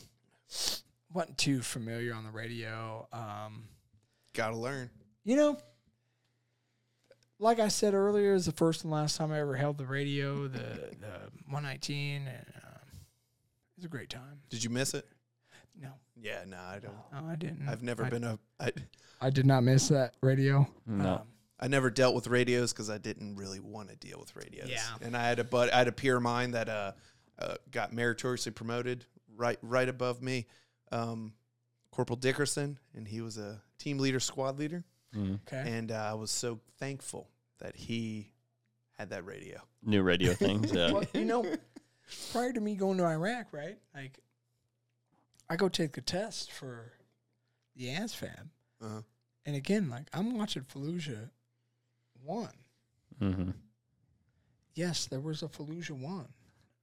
wasn't too familiar on the radio. Um, Gotta learn. you know, like I said earlier, is the first and last time I ever held the radio, the the one nineteen, and um, it was a great time. Did you miss it? No, Yeah, no, I don't. no, I didn't. I've never I- been a. I, I did not miss that radio. No. Um, I never dealt with radios because I didn't really want to deal with radios. Yeah. And I had a but I had a peer of mine that uh, uh got meritoriously promoted right right above me, um, Corporal Dickerson, and he was a team leader, squad leader, Mm. okay. and uh, I was so thankful that he had that radio. New radio things. Yeah. well, you know, prior to me going to Iraq, right? Like, I go take the test for the ASFAB, Uh-huh. and again, like I'm watching Fallujah one. mm-hmm. Yes, there was a Fallujah one,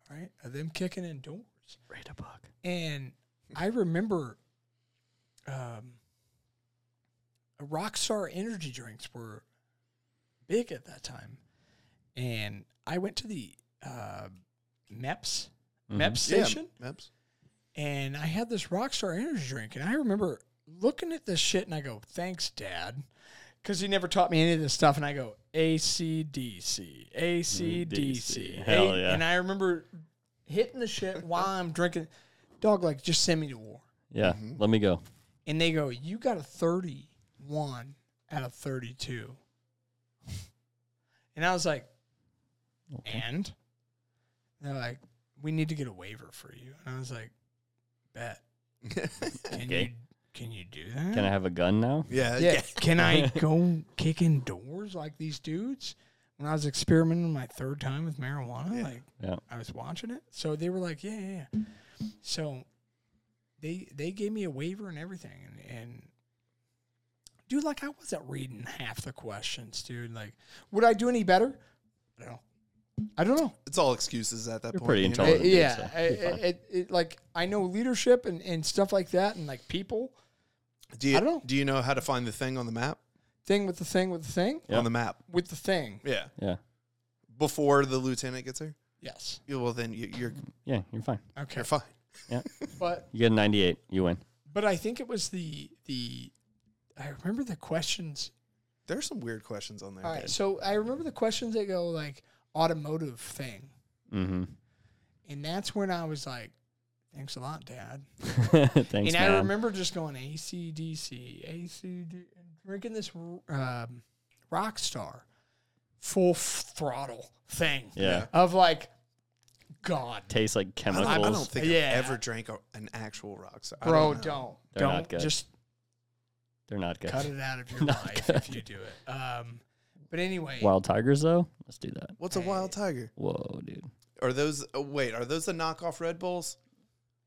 right? Of them kicking in doors. Read a book. And I remember um, Rockstar energy drinks were big at that time. And I went to the uh, MEPS, MEPS station, Yeah, Meps. and I had this Rockstar energy drink. And I remember looking at this shit and I go, thanks, Dad. Because he never taught me any of this stuff. And I go, ACDC, ACDC. Mm, Hell A- yeah. And I remember hitting the shit while I'm drinking. Dog, like, just send me to war. Yeah. Mm-hmm. Let me go. And they go, you got a 31 out of 32. And I was like, And They're like, we need to get a waiver for you. And I was like, bet. Can you Okay. can you do that? Can I have a gun now? Uh, yeah, yeah. Can I go kick in doors like these dudes? When I was experimenting my third time with marijuana, Yeah. like Yeah. I was watching it. So they were like, yeah, yeah, yeah. So they they gave me a waiver and everything, and, and dude, like I wasn't reading half the questions, dude. Like, would I do any better? I don't know. I don't know. It's all excuses at that You're point. pretty you know? Uh, intelligent. dude, yeah, so I- you're I- fine. it, it, like I know leadership and, and stuff like that, and like people Do you I don't know. do you know how to find the thing on the map? thing with the thing with the thing Yeah. On the map. with the thing. Yeah. yeah. Before the lieutenant gets there. Yes. Yeah, well, then you, you're Yeah, you're fine. Okay. you're fine. But You get a 98, you win. but I think it was the the I remember the questions. There's some weird questions on there. All dude. right. So I remember the questions that go like automotive thing. Mm-hmm. And that's when I was like, Thanks a lot, Dad. Thanks, and man. I remember just going ACDC, ACD, and drinking this um, rock star full f- throttle thing yeah. of like, God, Tastes like I don't, I don't chemicals. think Yeah. I've ever drank a, an actual rock star. I bro, know. don't. They're don't not good. just They're not good. cut it out of your Not life good. if you do it. Um, but anyway, Wild tigers, though? Let's do that. What's a wild tiger? Whoa, dude. Are those? Oh, wait, are those the knockoff Red Bulls?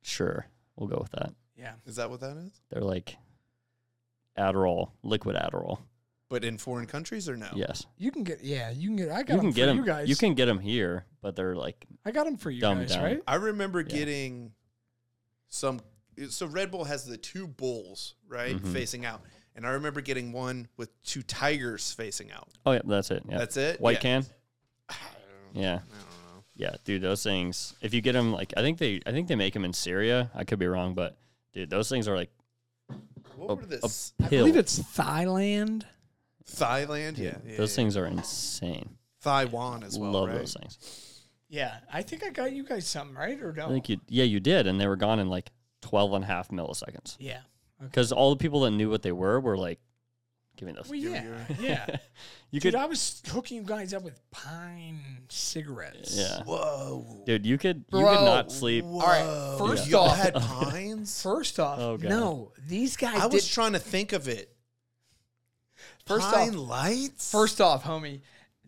Sure. We'll go with that. yeah. Is that what that is? They're like Adderall, liquid Adderall. But in foreign countries or no? Yes. You can get yeah, you can get. Oh. I got You can them get for them. you guys. You can get them here, but they're like, I got them for you Dumb guys, down. right? I remember Yeah. getting some. So Red Bull has the two bulls right Mhm. facing out, and I remember getting one with two tigers facing out. oh, yeah, that's it. Yeah. That's it. White Yeah. can? I Yeah. don't know. Yeah, dude, those things. If you get them, like I think they, I think they make them in Syria. I could be wrong, but dude, those things are like What a, were a this? I pill. believe it's Thailand. Thailand. Yeah. yeah, those yeah. things are insane. Taiwan as well. Love right? those things. Yeah, I think I got you guys something right or I Oh. don't. think you, yeah, you did, and they were gone in like 12 and a half milliseconds. Yeah. Because all the people that knew what they were were like, "Give me those." Well, yeah, yeah. you Dude, could, I was hooking you guys up with pine cigarettes. yeah, Whoa. dude, you could, you Bro, could not sleep. Whoa. right, first Y'all off- had pines. First off, Oh, God. no, these guys I was did. trying to think of it. First Pine off- lights. first off, homie,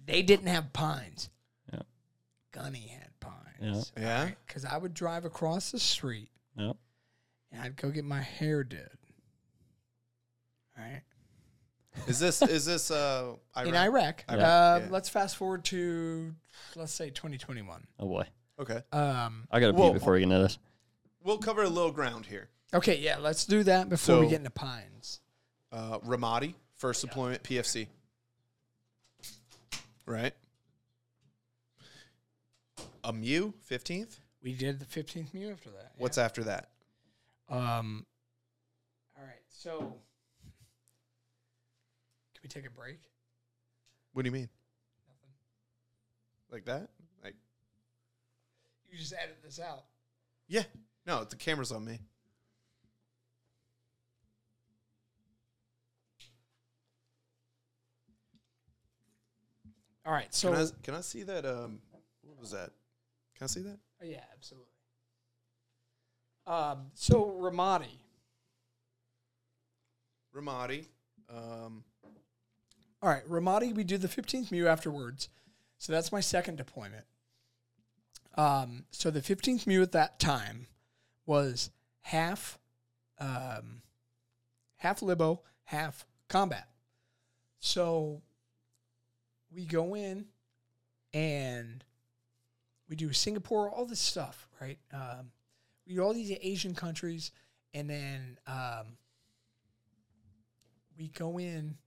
they didn't have pines. Gunny had pines. Yeah. Yeah. Because I would drive across the street Yeah. and I'd go get my hair did. All right. Is this is this uh Iraq? In Iraq. Yeah. Uh, Yeah. Let's fast forward to, let's say, 2021. Oh boy, Okay. Um, I gotta pee Whoa. before we get into this. We'll cover a little ground here. okay, yeah, let's do that before we So- get into pines. Uh Ramadi, first deployment PFC. Right? A Mew, 15th? We did the 15th Mew after that. What's after that? Um, all right, so can we take a break? What do you mean? Like that? Like You just edit this out. Yeah. No, the camera's on me. All right, so Can I can I see that um what was that? Can I see that? Oh, yeah, absolutely. Um, so Ramadi, Ramadi. Um all right, Ramadi, we do the 15th Mew afterwards, so that's my second deployment. Um, so the 15th Mew at that time was half, um, half libo, half combat. So we go in and we do Singapore, all this stuff, right? Um, we do all these Asian countries, and then um, we go in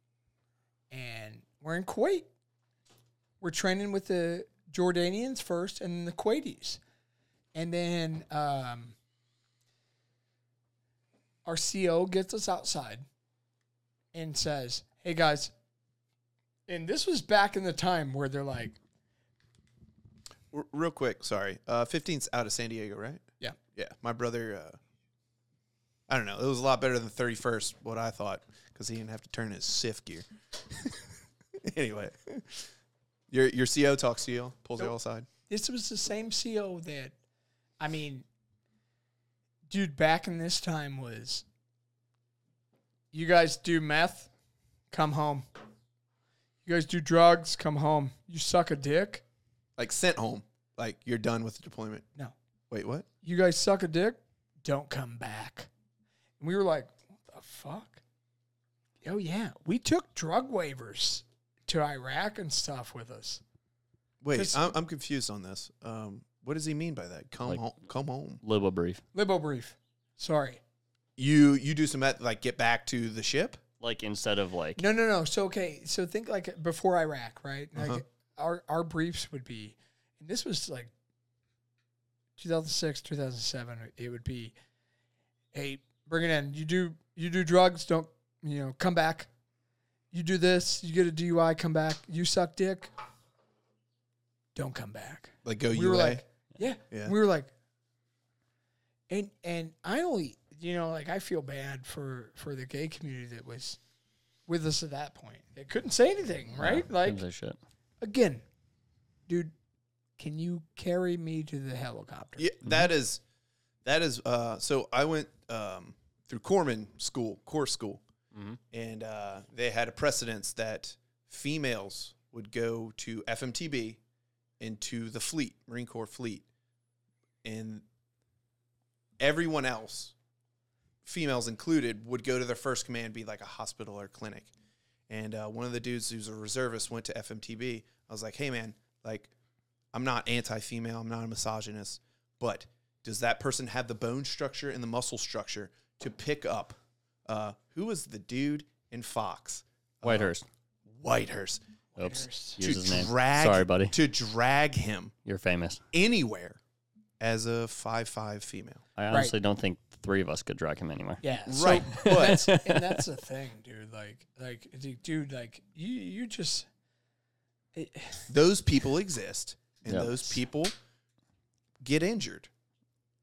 and we're in Kuwait. We're training with the Jordanians first, and then the Kuwaitis, and then um, our CO gets us outside and says, "Hey guys," and this was back in the time where they're like. R- real quick, sorry. Uh, 15's out of San Diego, right? Yeah. Yeah. My brother, uh, I don't know. It was a lot better than 31st, what I thought, because he didn't have to turn his SIF gear. anyway, Your your CO talks to you, pulls you all aside. this was the same CO that, I mean, dude, back in this time was, you guys do meth, come home. You guys do drugs, come home. You suck a dick? Like sent home. Like you're done with the deployment. No. Wait, what? You guys suck a dick? Don't come back. And we were like, what the fuck? Oh, yeah. We took drug waivers to Iraq and stuff with us. Wait, 'Cause- I'm, I'm confused on this. Um, what does he mean by that? Come Like- home. Come home. Libo brief. Libo brief. Sorry. You you do some meth, like get back to the ship. Like instead of like No, no, no. So okay, so think like before Iraq, right? Like Uh-huh. our our briefs would be, and this was like 2006, 2007. It would be, hey, bring it in. You do you do drugs? Don't you know? Come back. You do this. You get a DUI. Come back. You suck dick. Don't come back. Like go we UA. were like, yeah. Yeah. We were like, and and I only, you know, like I feel bad for for the gay community that was with us at that point. They couldn't say anything, right? Like gives a shit. again, dude, can you carry me to the helicopter? Yeah, that is, that is. Uh, so I went um, through Corman School, Core School, Mm-hmm. and uh, they had a precedence that females would go to FMTB into the fleet, Marine Corps fleet, and everyone else, females included, would go to their first command, be like a hospital or clinic. And uh, one of the dudes who's a reservist went to FMTB. I was like, hey man, like I'm not anti female, I'm not a misogynist, but does that person have the bone structure and the muscle structure to pick up? Uh, who was the dude in Fox? Whitehurst. Whitehurse. Oops. To Use his name. drag, Sorry, buddy. To drag him You're famous. anywhere as a five five female. I honestly don't think the three of us could drag him anywhere. Yeah, so- right. But and that's the thing, dude. Like, like, d- dude, like, you, you just, it, those people exist and Yeah. those people get injured.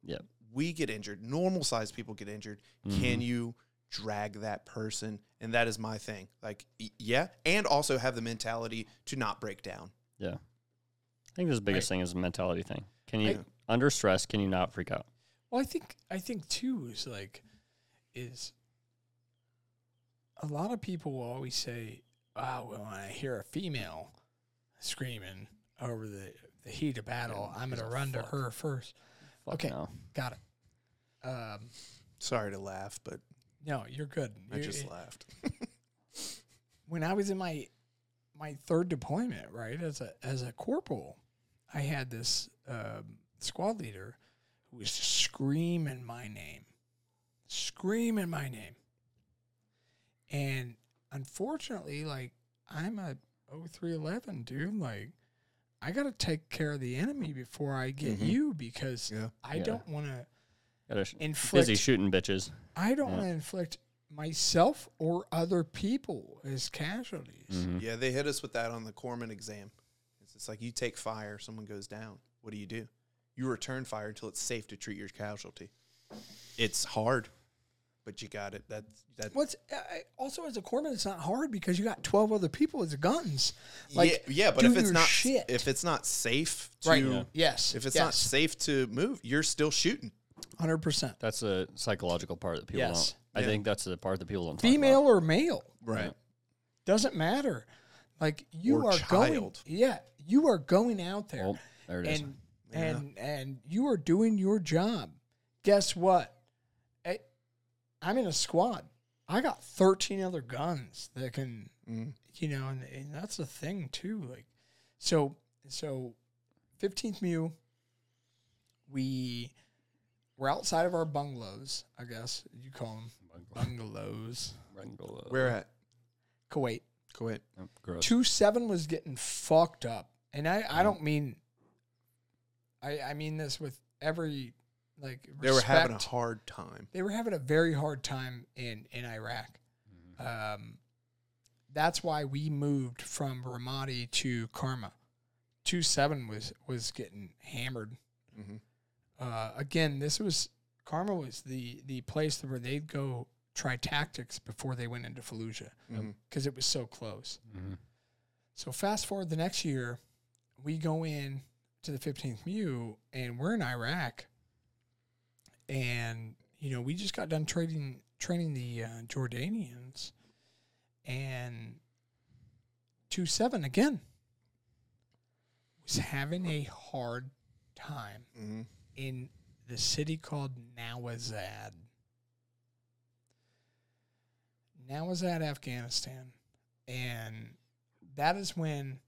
Yep. Mm-hmm. We get injured. Normal sized people get injured. Can you drag that person? And that is my thing. Like, y- yeah. And also have the mentality to not break down. Yeah. I think this biggest thing is a mentality thing. Can you under stress, can you not freak out? Well, I think I think too is like is a lot of people will always say, "Oh, well, when I hear a female screaming over the the heat of battle, I'm gonna run to her first. Fuck Okay. no. Got it. Um, Sorry to laugh, but no, you're good. I You- just laughed. when I was in my my third deployment, right as a as a corporal, I had this um, squad leader who was screaming my name, screaming my name, and unfortunately, like I'm a 0311 dude, like I got to take care of the enemy before I get you because Yeah. I Mm-hmm. Yeah. don't want to Gotta sh- inflict busy shooting bitches. I don't Yeah. want to inflict myself or other people as casualties. Mhm. Yeah. They hit us with that on the Corman exam. It's just like you take fire, someone goes down. What do you do? You return fire until it's safe to treat your casualty. It's hard, but you got it. That's that. What's I- I- also as a corpsman, it's not hard because you got twelve other people as guns. Like, yeah, yeah, but do if it's your not shit. if it's not safe to right? Yes. if it's not safe to move, you're still shooting. not hundred percent, That's the psychological part that people Yes. don't. I Yeah. think that's the part that people don't. talk female about. or male Right. doesn't matter. Like you Or are child. going, yeah, you are going out there, Oh, there it is. and and and you are doing your job. Guess what? I, I'm in a squad. I got 13 other guns that can you know, and, and that's the thing too. Like, so so, fifteenth Mew, we we're outside of our bungalows, I guess you call them bungalows. Wrangle, uh, Where at? Kuwait Kuwait. oh, gross. two seven was getting fucked up, and I I don't mean, I I mean this with every like respect. They were having a hard time. they were having a very hard time in in Iraq. Mm-hmm. Um, that's why we moved from Ramadi to Karma. Two seven was was getting hammered. Mhm. Uh, again, this was Karma was the the place where they'd go Mm-hmm. Mm-hmm. try tactics before they went into Fallujah because it was so close. So fast forward the next year, we go in to the 15th Mew and we're in Iraq. And you know, we just got done trading training the uh, Jordanians and 2-7 again was having a hard time Mm-hmm. in the city called Nawazad. Nawazad, Afghanistan. And that is when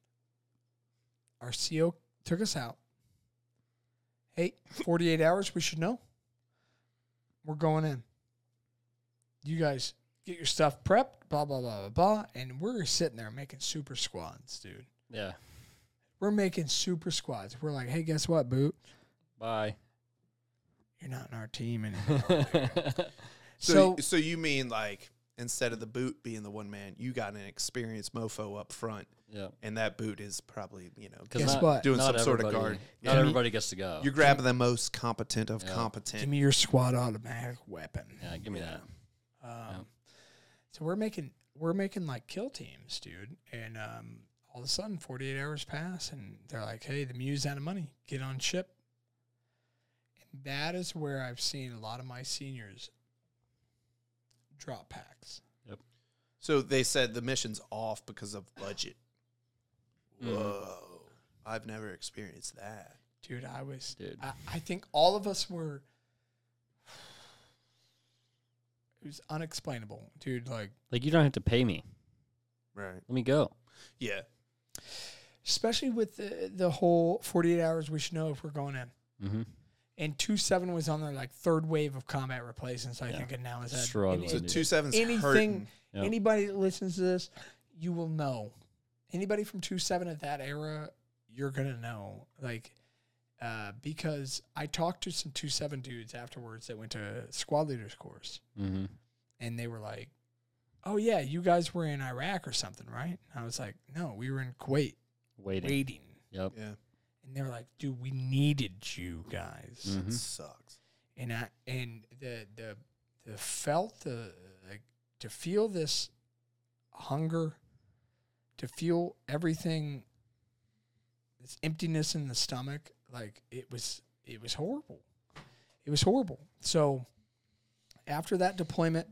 our CO took us out. Hey, 48 hours, we should know. We're going in. You guys get your stuff prepped, blah, blah, blah, blah, blah. And we're sitting there making super squads, dude. Yeah. We're making super squads. We're like, hey, guess what, Boot? Bye. You're not in our team anymore. So, So, so, you mean like instead of the boot being the one man, you got an experienced mofo up front, yeah. and that boot is probably you know 'Cause Guess not- what? doing not some sort of everybody- guard. Not Yeah. everybody gets to go. you're grabbing the most competent of Yeah. give competent. me your squad automatic weapon. yeah, give me Yeah. that. Um, Yeah. So we're making we're making like kill teams, dude. And um, all of a sudden, 48 hours pass, and they're like, "Hey, the Muse out of money. Get on ship." And that is where I've seen a lot of my seniors drop packs. So they said the mission's off because of budget. Mhm. Whoa, I've never experienced that. Dude, I was. Dude. I, I think all of us were. It was unexplainable, dude. Like, Like you don't have to pay me. Right. Let me go. Yeah. especially with the, the whole 48 hours, we should know if we're going in. Mm-hmm. and two seven was on their like third wave of combat replacements. I Yeah. think, and now is that Struggling. So Yeah. two sevens Anything- hurting. Yeah. anybody that listens to this, you will know. Anybody from two seven at that era, you're gonna know. Like, uh, because I talked to some two seven dudes afterwards that went to squad leaders course, Mm-hmm. and they were like, "Oh yeah, you guys were in Iraq or something, right?" And I was like, "No, we were in Kuwait Waiting. waiting." Yep. Yeah. And they were like, "Dude, we needed you guys." Mhm. Sucks. and I and the the the felt the like to feel this hunger, to feel everything, this emptiness in the stomach, like it was it was horrible, it was horrible. So after that deployment,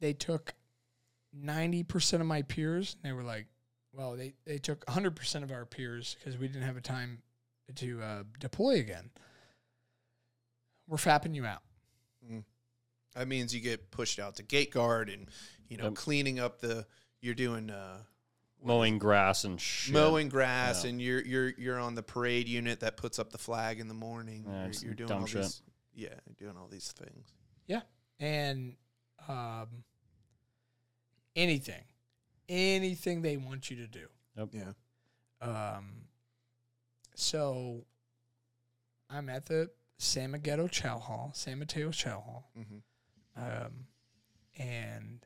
they took ninety percent of my peers, and they were like, well, they they took hundred percent of our peers because we didn't have a time to uh, deploy again. We're fapping you out. That means you get pushed out to gate guard and you know Yep. cleaning up the. You're doing uh, Mowing grass and shit. mowing grass, Yeah. and you're you're you're on the parade unit that puts up the flag in the morning. Yeah, you're, it's you're doing dumb all shit. these, yeah, you're doing all these things. and um, anything, anything they want you to do. Yeah, Um, so I'm at the San Mateo Chow Hall, San Mateo Chow Hall, mm-hmm. um, and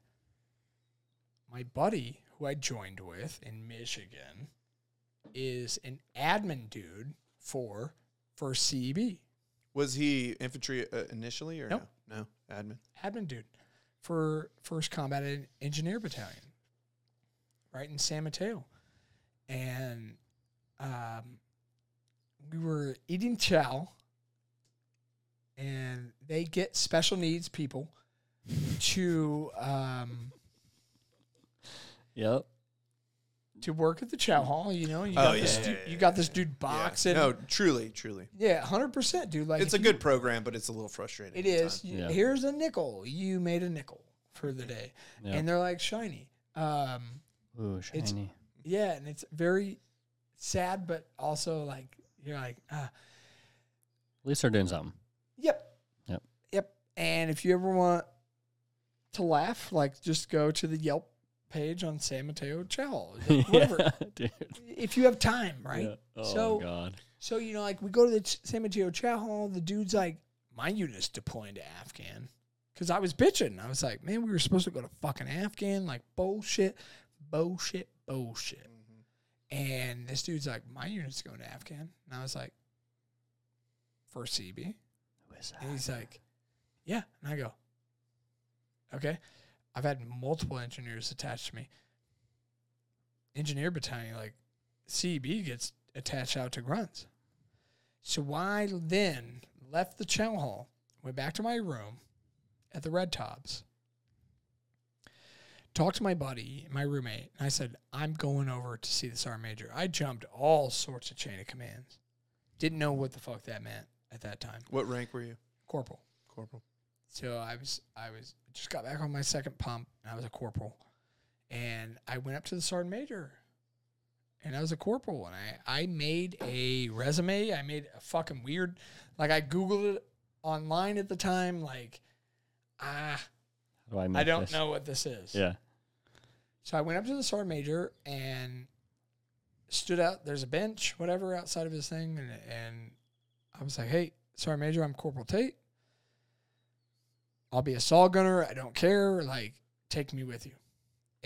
my buddy who I joined with in Michigan is an admin dude for for E CEB. was he infantry uh, initially or Nope. no? No, admin. admin dude for First Combat En- Engineer Battalion, right in San Mateo, and um, we were eating chow, and they get special needs people to um, Yep. to work at the chow hall. You know, you Oh, got yeah, this yeah, dude, yeah, you got this dude boxing. No, truly, truly, Yeah, hundred percent, dude. Like it's a if you- good program, but it's a little frustrating. It at is. times. You- Yeah. Here's a nickel. You made a nickel for the day, Yeah. and they're like shiny. Um, Ooh, shiny. Yeah, and it's very sad, but also like you're like, uh, At least they're doing something. yep, Yep. yep. And if you ever want to laugh, like just go to the Yelp page on San Mateo Chow, like, whatever. Yeah, Dude. If you have time, right? Yeah. Oh So- God. So you know, like we go to the Ch- San Mateo Chow Hall. The dude's like, my unit's deploying to Afghan. Cause I was bitching. I was like, man, we were supposed to go to fucking Afghan. Like bullshit, bullshit, bullshit. And this dude's like, my unit's going to Afghan. And I was like, for CB. Who is And he's like, yeah. And I go, okay. I've had multiple engineers attached to me. engineer battalion, like CEB gets attached out to grunts. So I then left the chow hall, went back to my room at the Red Tops, talked to my buddy, my roommate, and I said, I'm going over to see the sergeant major. I jumped all sorts of chain of commands. Didn't know what the fuck that meant at that time. What rank were you, Corporal. corporal? So I was I was just got back on my second pump and I was a corporal. And I went up to the sergeant major and I was a corporal and I, I made a resume. I made a fucking weird like I Googled it online at the time, like ah How do I, I make don't this? know what this is. Yeah. So I went up to the sergeant major and stood out. There's a bench, whatever, outside of his thing, and and I was like, "Hey, sergeant major, I'm Corporal Tate. I'll be a saw gunner. I don't care. Like, take me with you."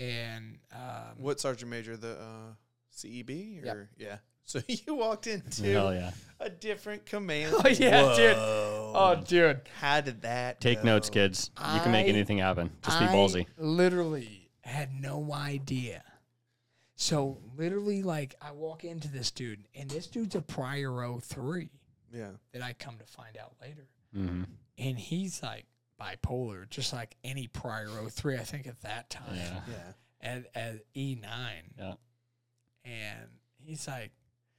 And um, What sergeant major? The uh, CEB Yep. or yeah. So you walked into Hell yeah. a different command. Oh, yeah, dude. Whoa. oh, dude, how did that? Take go? notes, kids. You can make I- anything happen. Just be I ballsy. Literally had no idea. So literally, like, I walk into this dude, and this dude's a prior 03 Yeah. that I come to find out later. Mm-hmm. and he's like bipolar, just like any prior 03, I think at that time, Yeah. Yeah. at, at E9. Yeah. And he's like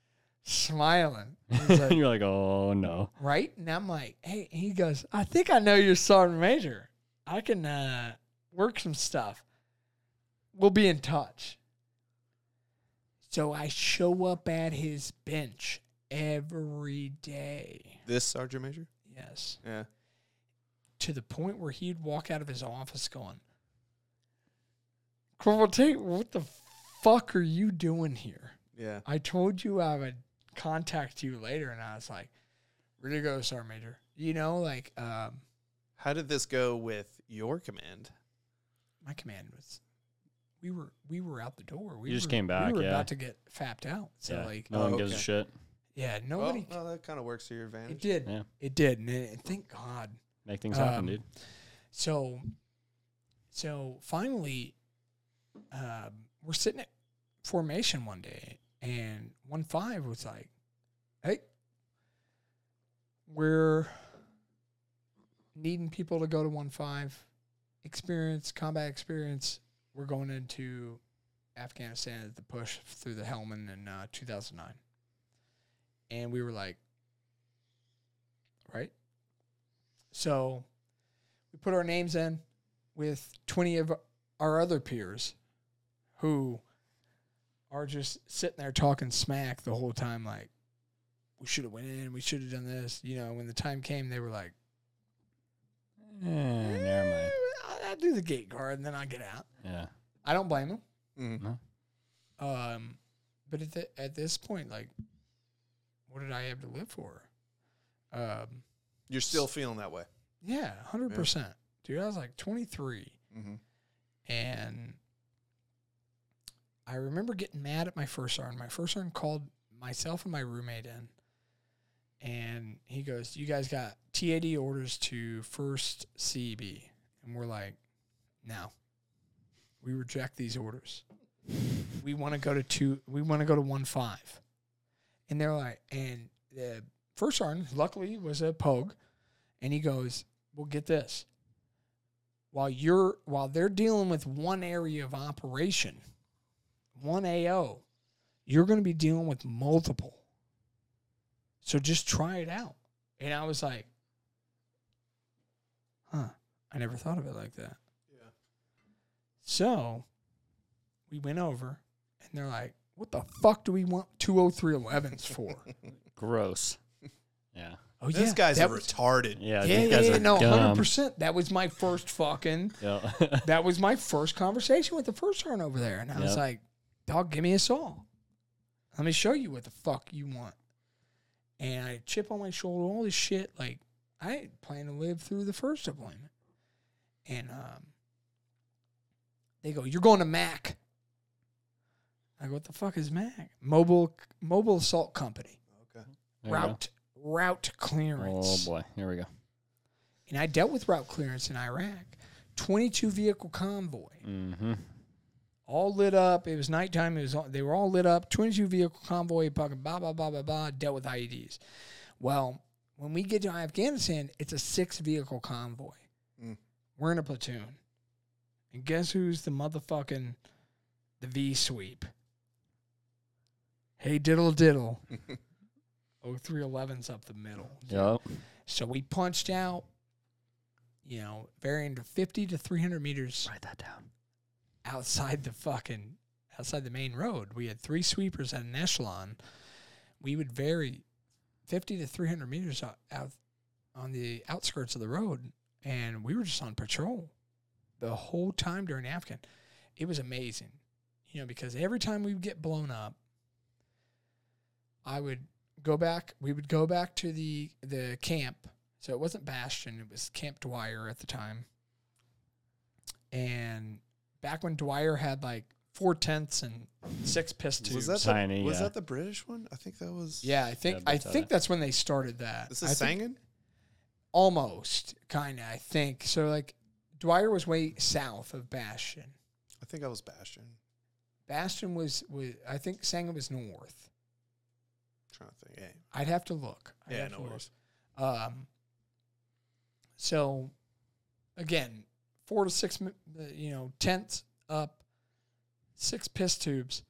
smiling. He's and like, you're like, oh no. right? And I'm like, hey, and he goes, I think I know you're Sergeant Major. I can uh, work some stuff. We'll be in touch. So I show up at his bench every day. This sergeant major. Yes. Yeah. to the point where he'd walk out of his office going, Corporal Tate, what the fuck are you doing here? Yeah. I told you I would contact you later. And I was like, really go, Sergeant Major. You know, like, um, How did this go with your command? my command was, we were we were out the door. We You just were- came back, We were yeah. about to get fapped out. So yeah. like, no one gives a okay. shit. yeah, Well, nobody. no, that kind of works to your it advantage. did. Yeah. It did. And it, thank God. Make things happen, Um, dude. So, so finally, um, we're sitting at formation one day, and one five was like, "Hey, we're needing people to go to one five experience, combat experience. We're going into Afghanistan at the push through the Helmand in uh, 2009." And we were like, right? So we put our names in with 20 of our other peers who are just sitting there talking smack the whole time like we should have went in we should have done this you know when the time came they were like Eh, never mind. "Eh, I'll, I'll do the gate guard and then i'll get out Yeah. i don't blame them Mm. um but at, the, at this point like what did i have to live for um You're still feeling that way. yeah 100% dude i was like 23 Mm-hmm. and I remember getting mad at my first sergeant. My first sergeant called myself and my roommate in, and he goes, "You guys got TAD orders to first CEB," and we're like, "No, we reject these orders. We want to go to two. We want to go to one five. And they're like, and the first sergeant, luckily, was a pogue, and he goes, "Well, get this." while you're while they're dealing with one area of operation, one AO, you're going to be dealing with multiple. So just try it out. And I was like, huh, I never thought of it like that. Yeah. So we went over and they're like, what the fuck do we want 20311s for? Gross. Yeah. oh, These guys that are was- retarded. Yeah. Yeah, these yeah, guys yeah, are no, dumb. 100%. That was my first fucking Yeah. that was my first conversation with the first turn over there. And I was Yeah. like, dog, give me a saw. Let me show you what the fuck you want. And I chip on my shoulder, all this shit. Like, I ain't planning to live through the first deployment. And um, they go, you're going to MAC. I go, what the fuck is MAC? Mobile Mobile Assault Company. Okay. There we go. route route clearance. Oh boy. Here we go. And I dealt with route clearance in Iraq. 22 vehicle convoy Mm-hmm. all lit up. It was nighttime. It was all, they were all lit up. Twin two vehicle convoy, fucking blah blah blah blah blah. Dealt with IEDs. Well, when we get to Afghanistan, it's a six vehicle convoy. Mm. We're in a platoon, and guess who's the motherfucking the V sweep? Hey diddle diddle. 0311's up the middle. Yep. So we punched out, you know, varying to 50 to 300 meters Write that down. outside the fucking, outside the main road. We had three sweepers at an echelon. We would vary 50 to 300 meters out, out on the outskirts of the road. And we were just on patrol the whole time during Afghan. It was amazing, you know, because every time we would get blown up, I would go back. We would go back to the the camp. So it wasn't Bastion; it was Camp Dwyer at the time. And back when Dwyer had like four tenths and six pistols, Was that Tiny, the, was yeah. that the British one? I think that was. yeah, I think Yeah, I that's, uh, think that's when they started that. This I is think- Sangin. almost kind of. I think so. Like Dwyer was way south of Bastion. I think I was Bastion. Bastion was was I think Sangin was north. trying to think. Yeah, I'd have to look. I'd yeah have no to look. worries. Um, so again, four to six, mi- uh, you know, tenths up, six piss tubes.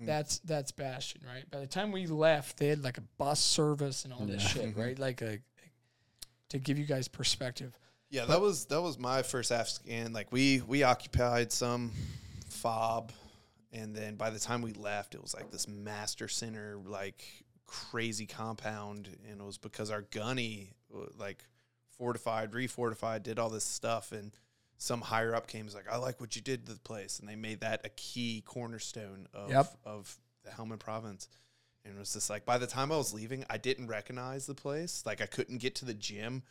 Mm. That's that's Bastion, right? By the time we left, they had like a bus service and all this Yeah. shit, right? Like a to give you guys perspective. Yeah, that was that was my first Afghan. Like we we occupied some fob, and then by the time we left, it was like this master center, like crazy compound, and it was because our gunny uh, like fortified, refortified, did all this stuff, and some higher up came and was like, "I like what you did to the place," and they made that a key cornerstone of Yep. of the Helmand province. And it was just like by the time I was leaving, I didn't recognize the place. Like I couldn't get to the gym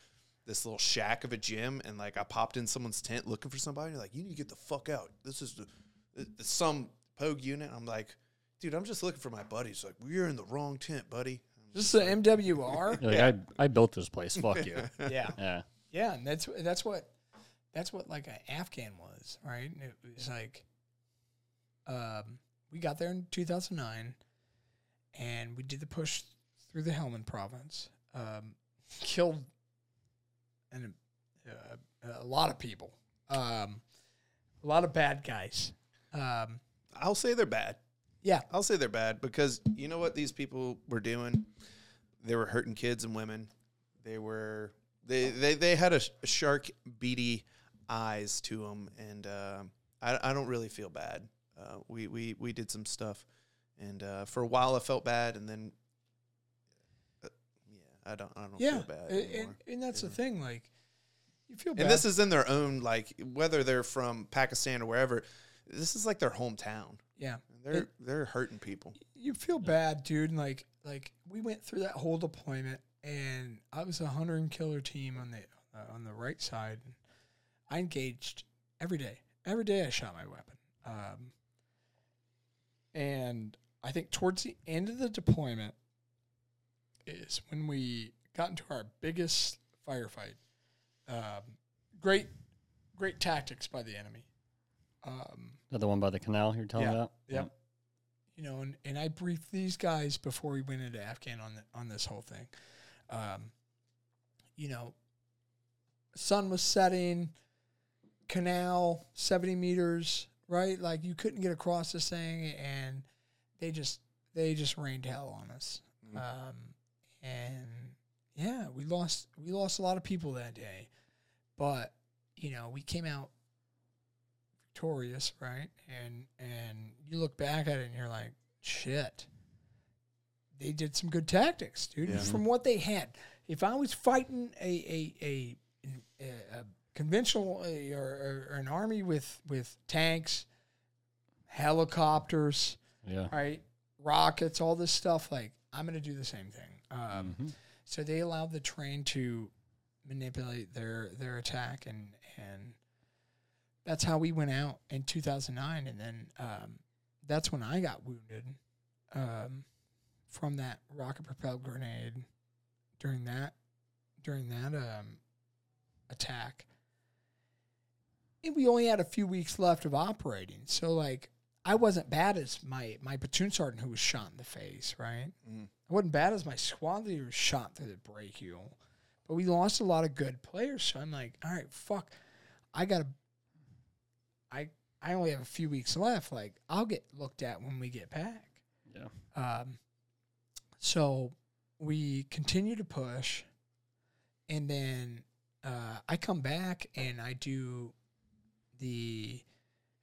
this little shack of a gym and like I popped in someone's tent looking for somebody. And they're like, you need to get the fuck out. This is the, th- th- some pogue unit. I'm like, dude, I'm just looking for my buddies. Like, you're in the wrong tent, buddy. This is the MWR. You're like, I, I built this place. Fuck you. yeah, Yeah. yeah, and that's that's what that's what like an Afghan was, right? And it was like, um, we got there in 2009, and we did the push through the Helmand province, um, killed an, uh, a lot of people, um, a lot of bad guys. Um, I'll say they're bad. yeah, I'll say they're bad because you know what these people were doing? They were hurting kids and women. They were they they, they had a, sh- a shark beady eyes to them, and uh, I I don't really feel bad. Uh, we we we did some stuff, and uh, for a while I felt bad, and then uh, yeah, I don't I don't yeah, feel bad and, anymore. and, and that's the thing. Like, you feel bad. And this is in their own like whether they're from Pakistan or wherever. This is like their hometown. yeah. They're It- they're hurting people. you feel bad, dude. And like, like we went through that whole deployment, and I was a hunter and killer team on the uh, on the right side. And I engaged every day. Every day I shot my weapon. Um, and I think towards the end of the deployment is when we got into our biggest firefight. Um, great, great tactics by the enemy. Um, The one by the canal you're telling Yeah. about? Yep. you know, and, and I briefed these guys before we went into Afghan on the, on this whole thing. Um, you know, sun was setting, canal seventy meters, right? Like you couldn't get across this thing, and they just they just rained hell on us. Um, and yeah, we lost we lost a lot of people that day, but you know we came out victorious, right? And and you look back at it and you're like, shit. They did some good tactics, dude. Yeah. From what they had, if I was fighting a a a, a, a conventional uh, or, or, or an army with with tanks, helicopters, Yeah. right, rockets, all this stuff, like I'm gonna do the same thing. Um, Mhm. so they allowed the train to manipulate their their attack, and and that's how we went out in 2009. And then um, that's when I got wounded um, from that rocket propelled grenade during that during that um, attack. And we only had a few weeks left of operating, so like I wasn't bad as my my platoon sergeant who was shot in the face, right? I wasn't bad as my squad leader who was shot through the brachial, but we lost a lot of good players. So I'm like, all right, fuck, I gotta, I I only have a few weeks left. Like I'll get looked at when we get back. Yeah. Um, so we continue to push, and then uh, I come back and I do the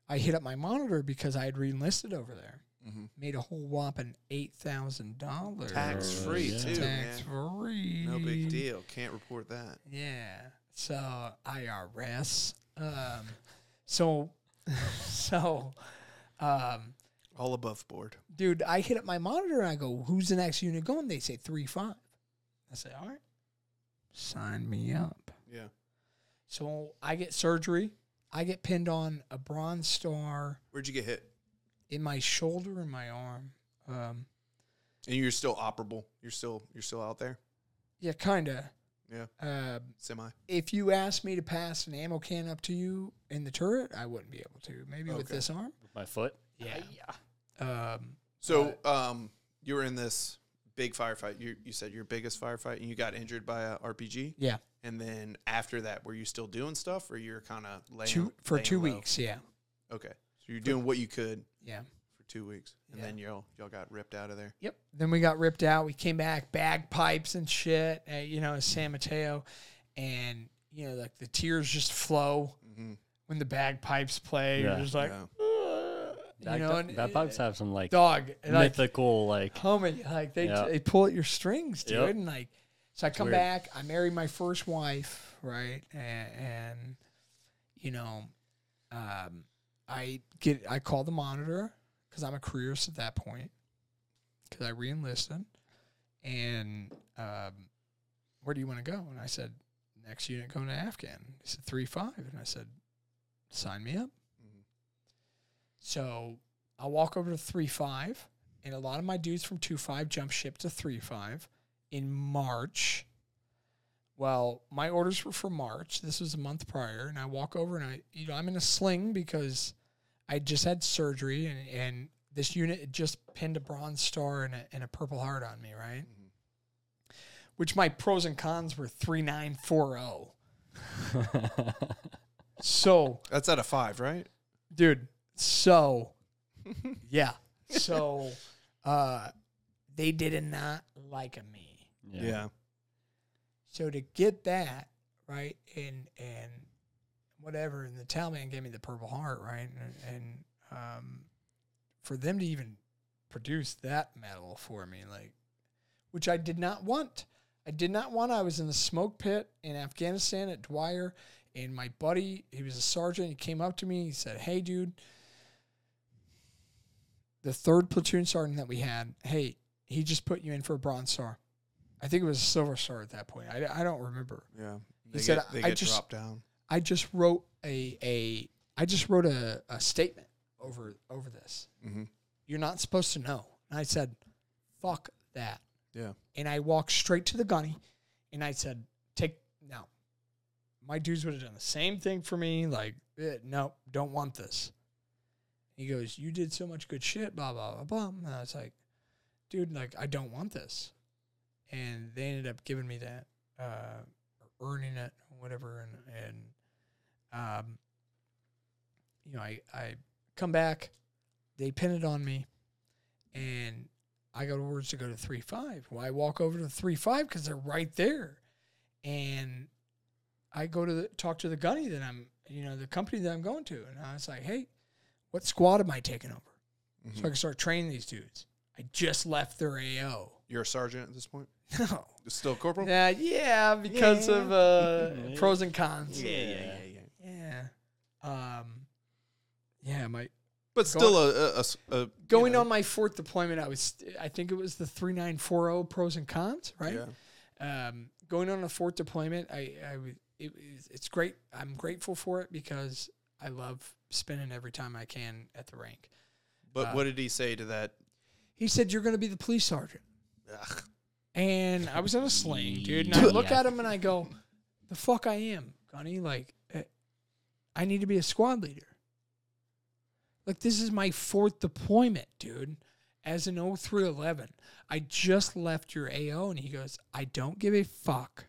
I hit up my monitor because I had reenlisted over there. Mhm. Made a whole whopping eight thousand dollars Tax free Yeah. too, Tax man. free. No big deal. Can't report that. Yeah. So IRS. Um, so so um, All above board. dude, I hit up my monitor and I go, who's the next unit going? They say three five. I say, all right, sign me up. Yeah. So I get surgery. I get pinned on a bronze star Where'd you get hit? in my shoulder and my arm. Um, And you're still operable. You're still you're still out there. yeah, kinda. Yeah. Uh, Semi. if you asked me to pass an ammo can up to you in the turret, I wouldn't be able to. Maybe with Okay. this arm. With my foot. Yeah. Um, So um, you were in this big firefight. You you said your biggest firefight, and you got injured by a RPG. yeah. And then after that, were you still doing stuff, or you're kind of laying Two for laying two low? weeks. Yeah. Okay, so you're doing what you could Yeah. for two weeks, and Yeah. then y'all y'all got ripped out of there. Yep. Then we got ripped out. We came back, bagpipes and shit. Uh, you know, San Mateo, and you know, like the tears just flow when the bagpipes play. Mm-hmm. Yeah. You're just like, Yeah. That, you know, and uh, that pipes have some like dog, and like mythical like homie, like they Yeah. they pull at your strings, dude, Yep. and like. So I come weird. back. I marry my first wife, right, and, and you know, um, I get I call the monitor because I'm a careerist at that point because I re-enlisted, and um, where do you want to go? And I said, next unit going to Afghan. He said three five, and I said, sign me up. Mhm. So I walk over to three five, and a lot of my dudes from two five jump ship to three five in March. Well, my orders were for March. This was a month prior, and I walk over and I, you know, I'm in a sling because I just had surgery, and, and this unit had just pinned a bronze star and a, and a purple heart on me, right? Which my pros and cons were three nine four zero. So, That's out of five, right? dude, so yeah, so uh, they did not like me. So to get that right, and and whatever, and the talman gave me the Purple Heart, right, and, and um, for them to even produce that medal for me, like, which I did not want. I did not want. I was in the smoke pit in Afghanistan at Dwyer, and my buddy, he was a sergeant. He came up to me. He said, "Hey, dude." The third platoon sergeant that we had, hey, he just put you in for a bronze star. I think it was a silver star at that point. I, I don't remember. Yeah. They said, get, they "I get just- dropped down. I just wrote a a I just wrote a, a statement over over this. Mhm. You're not supposed to know. And I said, "Fuck that." Yeah. And I walked straight to the gunny, and I said, "Take no." My dudes would have done the same thing for me. Like, eh, no, don't want this. He goes, "You did so much good shit." Blah blah blah blah. And I was like, "Dude, like, I don't want this." And they ended up giving me that, uh, or earning it, whatever, and and um, you know, I, I come back, they pin it on me, and I got orders to go to three five. Well, I walk over to three five because they're right there, and I go to the, talk to the gunny that I'm, you know, the company that I'm going to, and I was like, hey, what squad am I taking over? Mm-hmm. So I can start training these dudes. I just left their AO. You're a sergeant at this point. No. Still a corporal. Yeah, yeah, because of uh, Yeah. pros and cons. Yeah. yeah. Yeah. Um, yeah, my But still a, a- a s- a- you going know, on my fourth deployment, I was I think it was the three nine four zero pros and cons, right? Yeah. Um, going on a fourth deployment, I I w- it, was- it's great. I'm grateful for it because I love spending every time I can at the rank. But what did he say to that? He said, "You're going to be the police sergeant," Ugh, and I was in a sling, dude. And I look Yeah. at him and I go, "The fuck I am, Gunny! Like, eh, I need to be a squad leader." Like this is my fourth deployment, dude. As an 0311, I just left your AO, and he goes, "I don't give a fuck.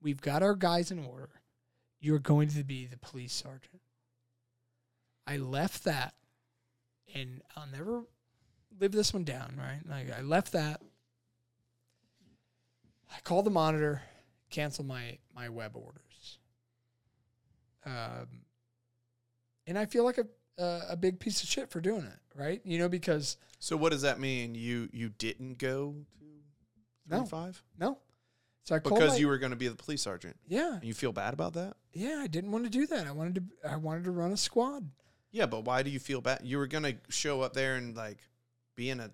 We've got our guys in order. You're going to be the police sergeant." I left that, and I'll never live this one down. Right? Like I left that. I called the monitor, canceled my my web orders. Um, and I feel like a uh, a big piece of shit for doing it, right? You know, because So what does that mean? You you didn't go to No. three five no, so I called because my- you were going to be the police sergeant. yeah And you feel bad about that? yeah I didn't want to do that. I wanted to I wanted to run a squad. Yeah, but why do you feel bad? You were going to show up there and like be in a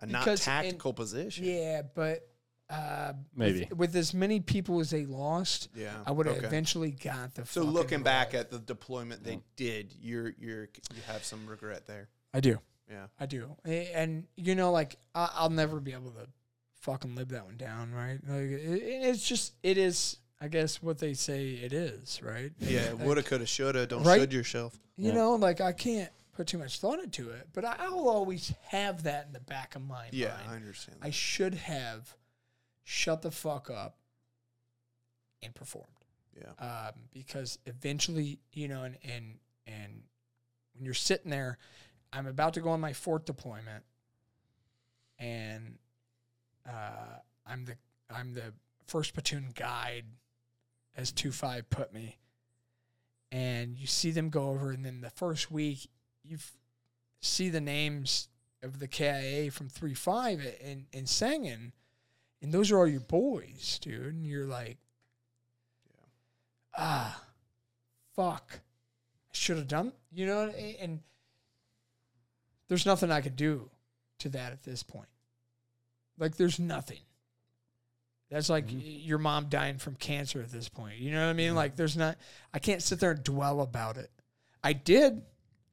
a not Because in- tactical position. Yeah, but uh, Maybe. with, with as many people as they lost, Yeah, I would have okay. eventually got the. So fucking looking back role. at the deployment they did, you're you're you have some regret there. I do. Yeah. I do, A- and you know, like I, I'll never be able to fucking live that one down, right? Like it, it's just, it is, I guess, what they say it is, right? Yeah, Like, woulda, coulda, shoulda. Don't Right? should yourself. you Yeah. know, like I can't put too much thought into it, but I, I will always have that in the back of my Yeah, I mind. understand. I should have shut the fuck up and performed yeah, um, because eventually, you know, and and and when you're sitting there, I'm about to go on my fourth deployment, and uh, I'm the I'm the first platoon guide, as two five put me, and you see them go over, and then the first week you f- see the names of the KIA from three five and and Sangin, and those are all your boys, dude, and you're like ah, fuck, I should have done. You know, and, and there's nothing I could do to that at this point. Like, there's nothing. That's like Mm-hmm. y- your mom dying from cancer at this point. You know what I mean? Like, there's not. I can't sit there and dwell about it. I did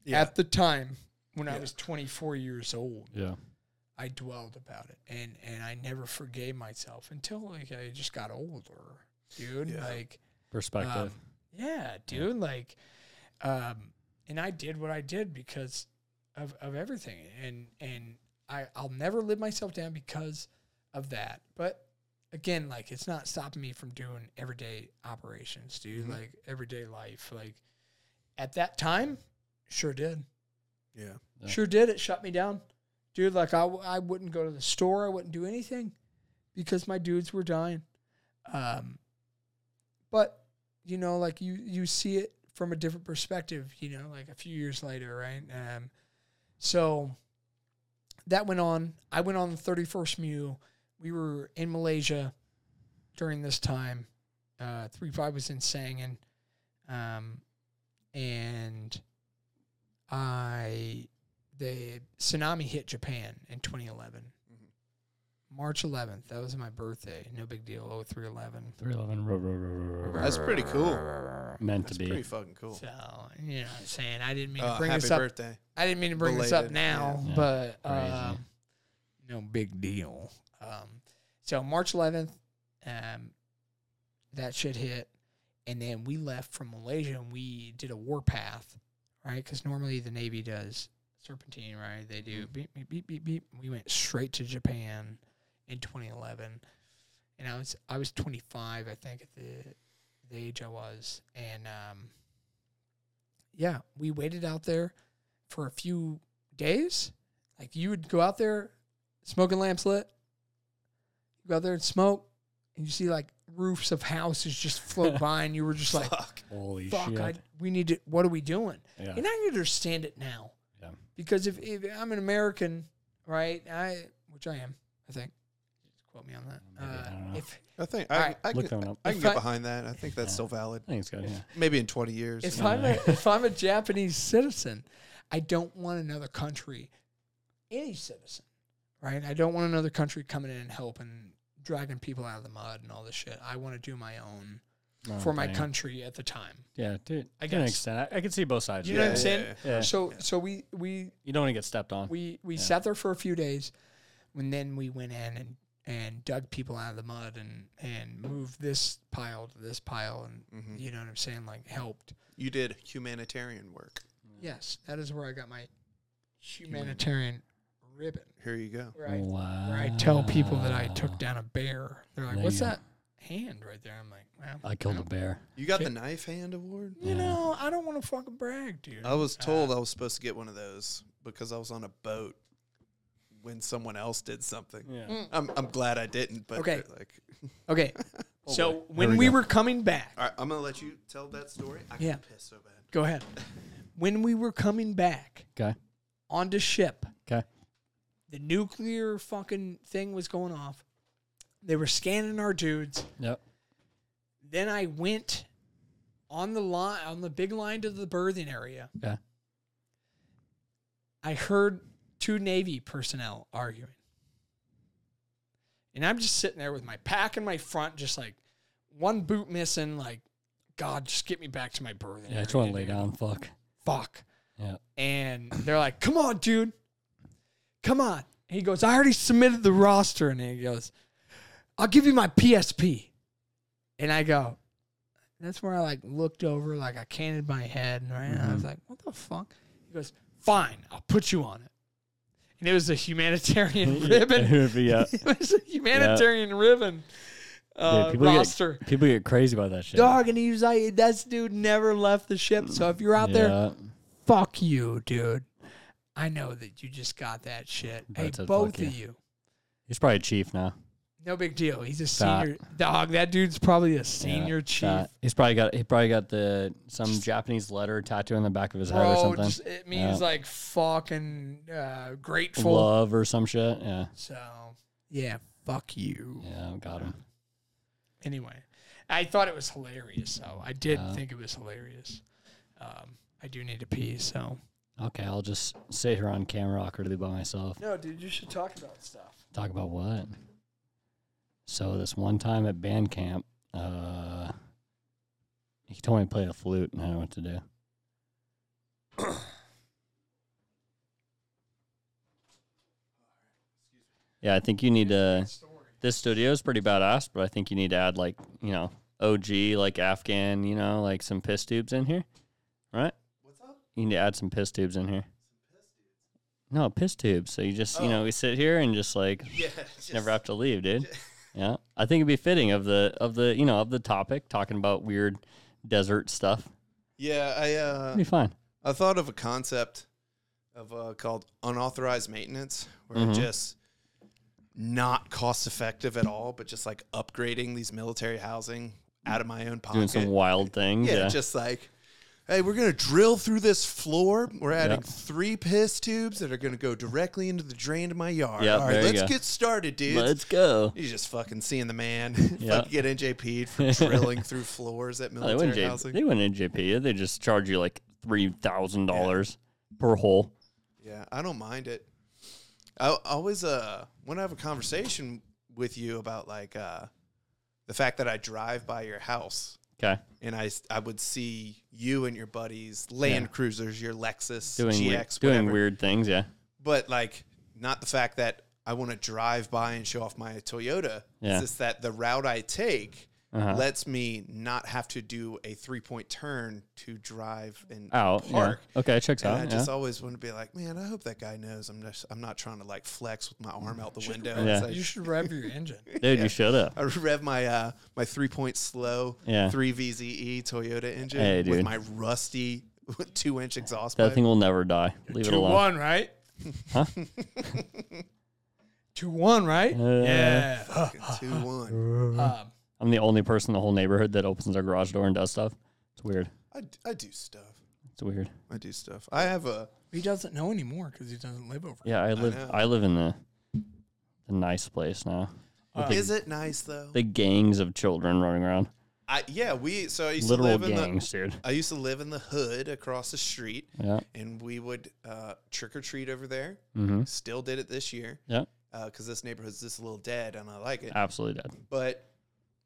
yeah. at the time when I Yeah. was 24 years old. Yeah. I dwelled about it, and and I never forgave myself until like I just got older, dude. Yeah. Like Perspective. um, yeah, dude. Like, um, and I did what I did because of, of everything, and and I I'll never live myself down because of that. But again, like it's not stopping me from doing everyday operations, dude. Mhm. Like everyday life. Like at that time, sure did, yeah. Yeah. sure did. It shut me down, dude. Like I w- I wouldn't go to the store. I wouldn't do anything because my dudes were dying. Um, but you know, like you you see it from a different perspective. You know, like a few years later, right? Um, so that went on. I went on the thirty first mule. We were in Malaysia during this time. Uh, three five was in Sangin, um, and I the tsunami hit Japan in twenty March 11th. That was my birthday. No big deal. Oh, 0311. 311. ro- ro- ro- ro- ro- ro- That's pretty cool. Meant to That's be. pretty fucking cool. So, you know what I'm saying? I didn't mean to Uh, bring happy this up. birthday. I didn't mean to bring this up Belated, now, yeah. Yeah, but crazy. uh, no big deal. Um, so March 11th, um, that shit hit, and then we left from Malaysia and we did a war path, right? Because normally the Navy does serpentine, right? They Mm-hmm. do beep beep beep beep beep. We went straight to Japan in 2011, and I was I was 25, I think, at the the age I was, and um, yeah, we waited out there for a few days. Like you would go out there, smoking lamps lit. You go out there and smoke, and you see like roofs of houses just float by, and you were just like, Fuck. Holy "Fuck, shit. I, we need to. What are we doing?" yeah. And I understand it now. Yeah. Because if, if I'm an American, right? I which I am, I think. Quote me on that. Maybe, I don't Uh, know. if I think All I, right. I, Look can, that one up. I If can get I- behind that. I think that's Yeah. still valid. I think it's good. Yeah. Maybe in 20 years. if Yeah. I'm a, if I'm a Japanese citizen, I don't want another country, any citizen, right? I don't want another country coming in and helping, dragging people out of the mud and all this shit. I want to do my own No, for my Oh, dang. country at the time. Yeah, dude. I I to an guess. extent. I, I can see both sides. You of know it. what I'm saying? Yeah. Yeah. So so we we You don't want to get stepped on. we we Yeah. sat there for a few days, and then we went in and and dug people out of the mud and and moved this pile to this pile and Mhm. Mm-hmm. you know what I'm saying like helped You did humanitarian work. Mm. Yes, that is where I got my humanitarian ribbon. Here you go. Where I, Wow. where I tell people that I took down a bear. They're like, There "What's you go. that hand right there?" I'm like, "Well, I killed a bear. You got the knife hand award? you know, I don't want to fucking brag, dude." I was told I was supposed to get one of those because I was on a boat when someone else did something. Yeah. I'm, I'm glad I didn't, but Okay. like, Okay, Oh, so when Here we, we go. were coming back, all right, I'm gonna let you tell that story. I Yeah. can piss so bad. go ahead. When we were coming back Okay. onto ship, Okay. the nuclear fucking thing was going off. They were scanning our dudes. Yep. Then I went on the line on the big line to the birthing area. Okay. I heard two Navy personnel arguing. And I'm just sitting there with my pack in my front, just like one boot missing, like, God, just get me back to my birthing. Yeah. I just area, want to lay dude. down. Fuck. Fuck. Yeah. And they're like, come on, dude. Come on. He goes, I already submitted the roster. And he goes, I'll give you my PSP. And I go, that's where I like looked over, like I canted my head, and right? I was Mm-hmm. like, what the fuck? He goes, fine, I'll put you on it. And it was a humanitarian ribbon. yeah. it was a humanitarian ribbon uh, people roster. get people get crazy about that shit. Dog, and he was like, "That dude never left the ship." So if you're out there, Yeah. fuck you, dude. I know that you just got that shit. But hey, it's a both fuck of yeah. you. He's probably a chief now. No big deal. He's a Fat. senior dog. That dude's probably a Yeah, senior chief. that- He's probably got he probably got the some Japanese letter tattoo on the back of his head or Bro, something. just, it means Yeah. like fucking uh, grateful. Love or some shit. Yeah. So yeah, fuck you. Yeah, got him. Anyway, I thought it was hilarious. though. I did Yeah. think it was hilarious. Um, I do need to pee. So Okay, I'll just sit here on camera awkwardly by myself. no, dude, you should talk about stuff. Talk about what? So this one time at band camp, uh, he told me to play a flute, and I don't know what to do. yeah, I think you need to. This studio is pretty badass, but I think you need to add like you know OG like Afghan, you know, like some piss tubes in here, right? What's up? You need to add some piss tubes in here. No piss tubes. So you just you know we sit here and just like Yeah, just, never have to leave, dude. Yeah, I think it'd be fitting of the of the you know of the topic talking about weird desert stuff. yeah. I It'd be uh, fine. I thought of a concept of uh, called unauthorized maintenance, where Mm-hmm. it just not cost effective at all, but just like upgrading these military housing out of my own pocket. Doing some wild things. Uh, Yeah, Yeah, just like, hey, we're gonna drill through this floor. We're adding three piss tubes that are gonna go directly into the drain to my yard. Yep, All right, there you let's go. get started, dude. let's go. He's just fucking seeing the man. Yeah. fucking get NJP'd for drilling through floors at Oh, they military wouldn't. J- housing. they wouldn't NJP. They just charge you like three thousand dollars per hole. Yeah, I don't mind it. I I always uh when I have a conversation with you about like uh the fact that I drive by your house Okay, and I, s- I would see you and your buddies Land Cruisers, your Lexus doing GX, weird, whatever. doing weird things. Yeah, but like not the fact that I want to drive by and show off my Toyota. Yeah. It's just that the route I take Uh-huh. lets me not have to do a three point turn to drive and out. Yeah. park. Okay, checks And out. I Oh, yeah. just always want to be like, man, I hope that guy knows I'm just I'm not trying to like flex with my arm out the window. Yeah. It's You like- should rev your engine. Dude, you shut up. I rev my uh my three point slow Yeah. three VZE Toyota engine Hey, with dude. my rusty two inch exhaust That pipe. thing will never die. Leave it Two alone. one, right? Two one, right? Uh, yeah. two one. Um, I'm the only person in the whole neighborhood that opens their garage door and does stuff. It's weird. I, d- I do stuff. It's weird. I do stuff. I have a he doesn't know anymore because he doesn't live over. Yeah, I live. know. I, live in the the nice place now. Is it nice though? The gangs of children running around, I, yeah, we. So I used to literal live in gangs, dude. the. I used to live in the hood across the street, Yeah, and we would uh, trick or treat over there. mm-hmm. Still did it this year yeah, because this neighborhood's just a little dead, and I like it. absolutely dead. But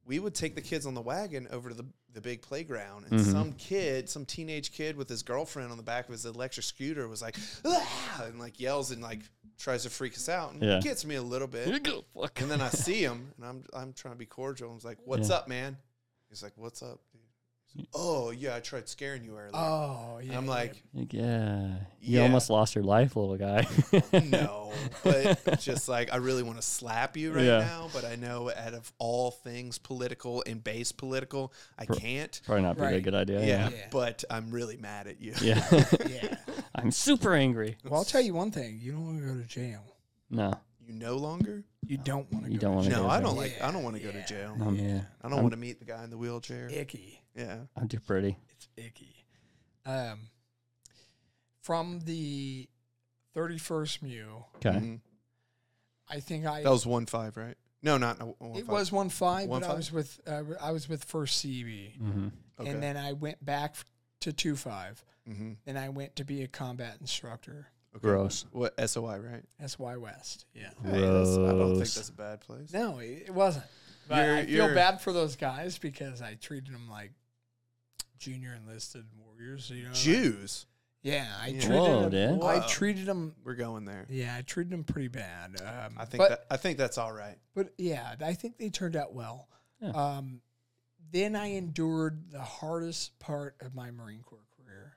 we would take the kids on the wagon over to the the big playground, and Mm-hmm. some kid, some teenage kid with his girlfriend on the back of his electric scooter, was like, ah! and like yells and like tries to freak us out, and Yeah. gets me a little bit. go, fuck. And then I see him, and I'm I'm trying to be cordial. and I was like, "What's up, man?" He's like, "What's up, dude?" oh yeah, I tried scaring you earlier. Oh, yeah. I'm yeah, like, Like, yeah. You Yeah. almost lost your life, little guy. no, but just like I really want to slap you right Yeah. now, but I know out of all things political and base political, I can't. Probably not really a Right. good idea. Yeah, Yeah. Yeah. but I'm really mad at you. Yeah. yeah. yeah. I'm super angry. Well, I'll tell you one thing. You don't want to go to jail. No, You no longer? You don't want to you go don't want to No, go. I there. don't like. I don't want to go Yeah. to jail. Um, yeah. I don't I'm- want to meet the guy in the wheelchair. to icky. Yeah. I'm too pretty. It's icky. Um, from the 31st Mew, Okay. Mhm. I think I That was one five, right? No, not no, one it five. was one five, One but I five? was with uh, I was with first CB, Mm-hmm. Okay. and then I went back f- to two five, hmm and I went to be a combat instructor. okay. Gross. What SOI, right? SY West, yeah. Hey, that's, I don't think Gross. that's a bad place. No, it, it wasn't. But I You're- feel you're- bad for those guys because I treated them like junior enlisted warriors. You know, like- Jews. yeah, I Yeah. treated Whoa, them. dude. I Whoa. treated them. We're going there. Yeah, I treated them pretty bad. Um, I think but, that I think that's all right. but yeah, I think they turned out well. Yeah. Um, then I endured the hardest part of my Marine Corps career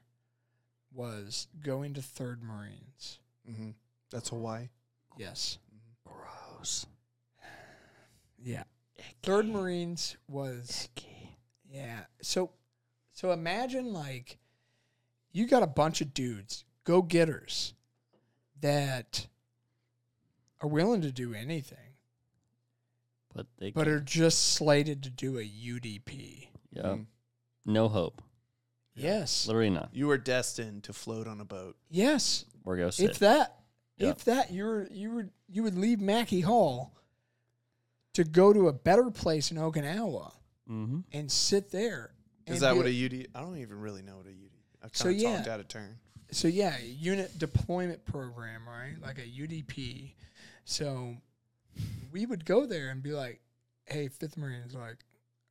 was going to Third Marines. hmm That's Hawaii. Yes. Gross. Yeah. Third Marines was yeah. So so imagine like you got a bunch of dudes, go getters, that are willing to do anything, But they. but are just slated to do a UDP. yeah. Mhm. No hope. Yes. Literally none. You are destined to float on a boat. Yes. We're gonna If sit. that Yeah. if that you were you would you would leave Mackey Hall to go to a better place in Okinawa mm-hmm. and sit there. Is and that be what a- a UD? I don't even really know what a UD. I kind of So, yeah. talked out of turn. so yeah, unit deployment program, right? Like a UDP. So we would go there and be like, "Hey, Fifth Marine's like,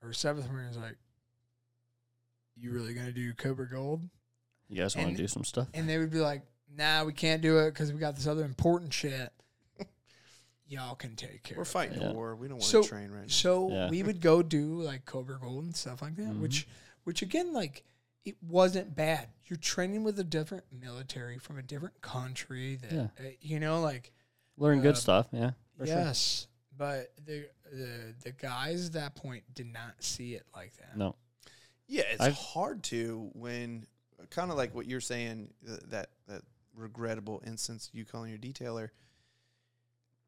or Seventh Marine's like, you really gonna do Cobra Gold?" You guys want and- to do some stuff? And they would be like, "Nah, we can't do it because we got this other important shit. Y'all can take care." We're of it." fighting Yeah. a war. We don't want So- to train right now. So Yeah. we would go do like Cobra Gold and stuff like that, which, Mm-hmm. which again, like it wasn't bad. You're training with a different military from a different country that, Yeah. uh, you know, like, Learn uh, good stuff. Yeah. For sure. yes, but the, the, the guys at that point did not see it like that. No. Yeah, it's I've- hard to when kind of like what you're saying th- that that regrettable instance you calling your detailer.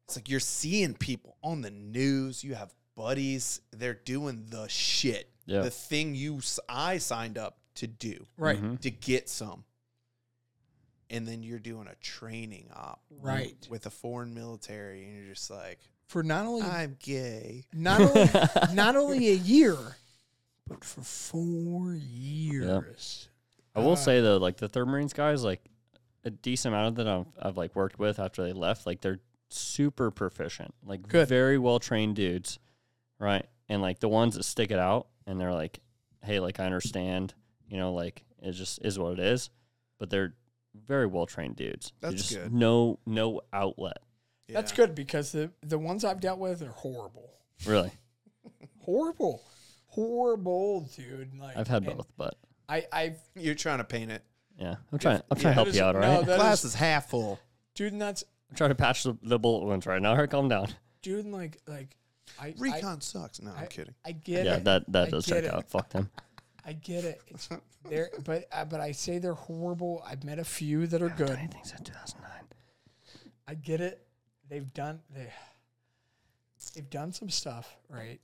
It's like you're seeing people on the news. You have buddies. They're doing the shit. Yeah. The thing you s- I signed up to do Right. Mhm. to get some. And then you're doing a training op Right. with a foreign military, and you're just like, For not only, I'm gay. not only, not only a year, but for four years. I Uh-huh. will say though, like the Third Marines guys, like a decent amount of them I've, I've like worked with after they left, like they're super proficient, like Good. very well trained dudes, right? And like the ones that stick it out and they're like, hey, like I understand, you know, like it just is what it is, but they're very well trained dudes. They That's just good. No, no outlet, That's Yeah. good because the, the ones I've dealt with are horrible. really. horrible, horrible, dude. Like I've had and both, but I, I've You're trying to paint it. yeah, I'm trying. I'm trying to that help is- you out, all right? no, that Glass is- is half full. dude, and that's I'm trying to patch the, the bullet wounds right now. All right, calm down. dude, and like, like I, I, Recon sucks. No, I'm kidding. I get yeah, it. that that I does get check it. out. Fuck them. I get it. It's there, but uh, but I say they're horrible. I've met a few that are good. Anything since 2009. I get it. They've done they, they've done some stuff, right?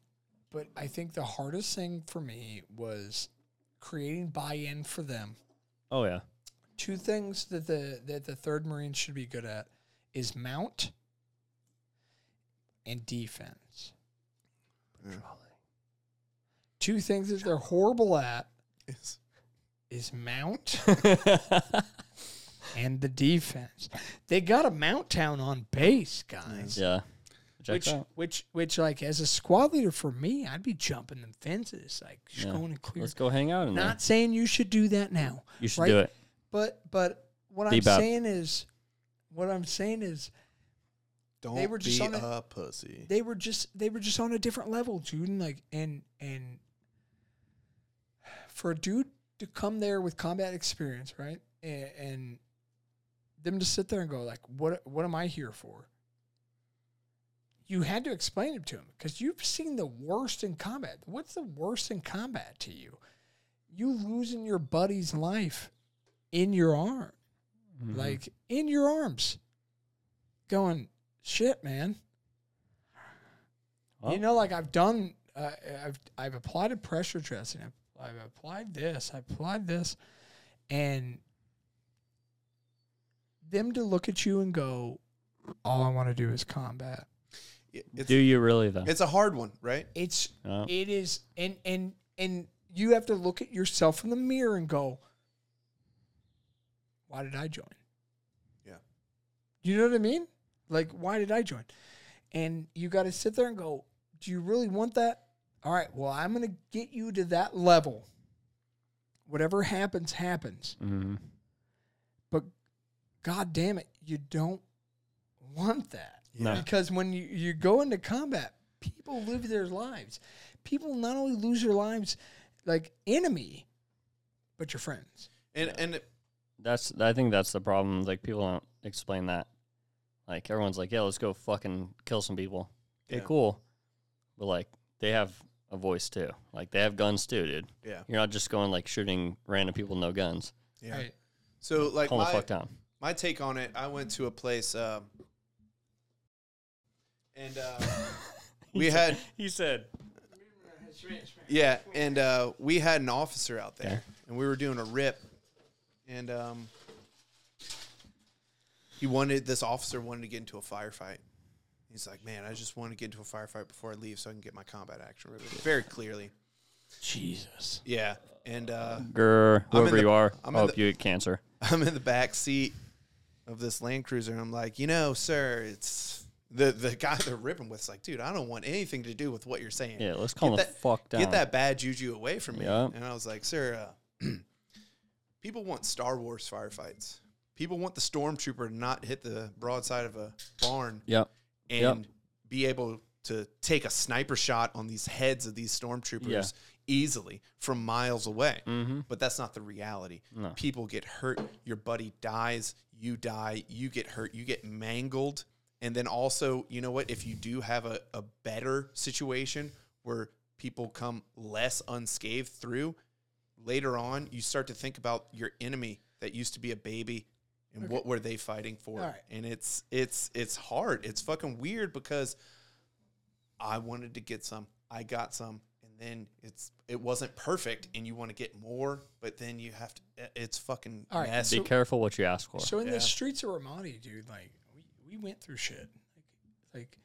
But I think the hardest thing for me was creating buy-in for them. Oh yeah. two things that the that the third marine should be good at is mount and defense two things that they're horrible at Yes. is mount and the defense they got a mount town on base guys Yeah. Check which out. which which like as a squad leader for me i'd be jumping them fences like just Yeah. going to clear Let's go hang out in there. not saying you should do that now You should right? do it. but but what i'm Be bad. saying is what i'm saying is Don't They were just be on it. a pussy. they were just they were just on a different level, dude. And like and and for a dude to come there with combat experience, right? And, and them to sit there and go like, "What? What am I here for?" You had to explain it to him because you've seen the worst in combat. What's the worst in combat to you? You losing your buddy's life in your arm, Mm-hmm. like in your arms. Going shit, man. Well, You know, like I've done, uh, I've I've applied a pressure dressing. I've, I've applied this. I've applied this, and them to look at you and go, "All I want to do is combat." It- It's, do you really though? it's a hard one, right? It's Yeah. it is, and and and you have to look at yourself in the mirror and go, "Why did I join?" Yeah. You know what I mean? Like, why did I join? And you got to sit there and go, do you really want that? All right, well, I'm going to get you to that level. Whatever happens, happens. Mhm. But God damn it, you don't want that. No. Because when you, you go into combat, people live their lives. People not only lose their lives like enemy, but your friends. And and it- That's I think that's the problem. Like people don't explain that. Like everyone's like, yeah, let's go fucking kill some people. Okay, Yeah. cool. But like they have a voice too. Like they have guns too, dude. yeah, You're not just going like shooting random people with no guns. yeah. So like Calm the my, fuck down. my take on it, I went to a place, um, and uh, we had He said, yeah, and uh, we had an officer out there, There. and we were doing a rip, and um, he wanted this officer wanted to get into a firefight. He's like, man, I just want to get into a firefight before I leave so I can get my combat action really very clearly. Jesus. Yeah, and uh, "Grr, I'm in whoever the- you are, I'm I in hope the- you get cancer." I'm in the back seat of this Land Cruiser, and I'm like, you know, sir, it's the the guy they're ripping with's like, dude, I don't want anything to do with what you're saying. Yeah, let's calm the fuck down. Get that bad juju away from me. Yeah. And I was like, sir, uh, people want Star Wars firefights. People want the stormtrooper to not hit the broadside of a barn Yep. Yep. and be able to take a sniper shot on these heads of these stormtroopers Yeah. easily from miles away. Mm-hmm. But that's not the reality. No. People get hurt. Your buddy dies. You die. You get hurt. You get mangled. And then also, you know what? If you do have a, a better situation where people come less unscathed through, later on, you start to think about your enemy that used to be a baby and what were they fighting for. All right. And it's it's it's hard. It's fucking weird because I wanted to get some. I got some, and then it's it wasn't perfect, and you want to get more, but then you have to. i- It's fucking All right, messy. Be careful what you ask for. So in Yeah. the streets of Ramadi, dude, like we, we went through shit. Like, like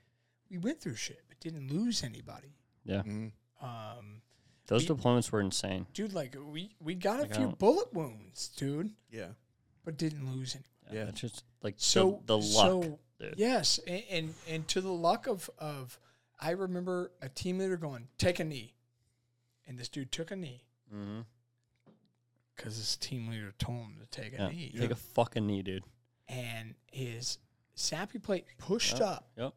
we went through shit, but didn't lose anybody. yeah, Mm-hmm. Um, those we- deployments were insane. dude, like we we got Like, a I few don't- bullet wounds, dude, Yeah, but didn't lose any. Yeah, it's just like So the, the luck. so, dude. yes, and, and and to the luck of of I remember a team leader going take a knee, and this dude took a knee Mm-hmm. because his team leader told him to take a Yeah. knee, Take a fucking knee, dude. and his sappy plate pushed Yeah. up, Yep.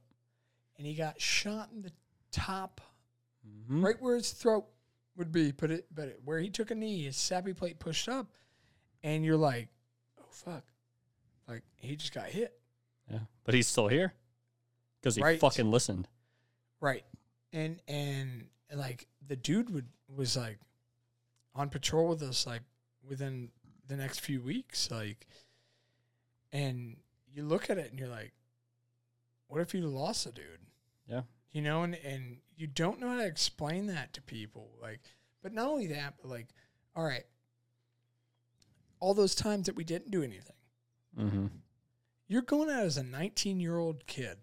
and he got shot in the top Mm-hmm. right where his throat would be, but it but it, where he took a knee, his sappy plate pushed up, and you're like, oh fuck, like he just got hit, Yeah, but he's still here because he Right. fucking listened. right? And and like the dude would was like on patrol with us like within the next few weeks, like, and you look at it and you're like, what if you lost a dude? Yeah. you know and and you don't know how to explain that to people like but not only that but like all right all those times that we didn't do anything Mm-hmm. you're going out as a 19 year old kid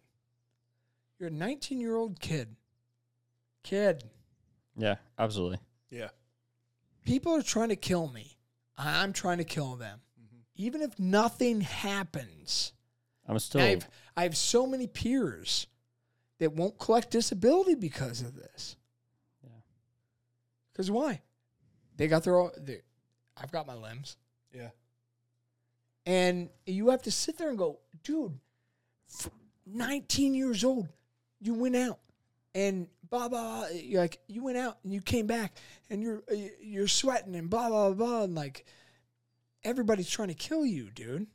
you're a 19 year old kid kid Yeah, absolutely. yeah, people are trying to kill me i'm trying to kill them even if nothing happens I'm still. And I've, I have so many peers that won't collect disability because of this. Yeah. Because why? They got their own. They, I've got my limbs. yeah. And you have to sit there and go, dude, f- 19 years old, you went out and blah blah. blah. You're like you went out and you came back and you're uh, you're sweating and blah blah blah and like everybody's trying to kill you, dude.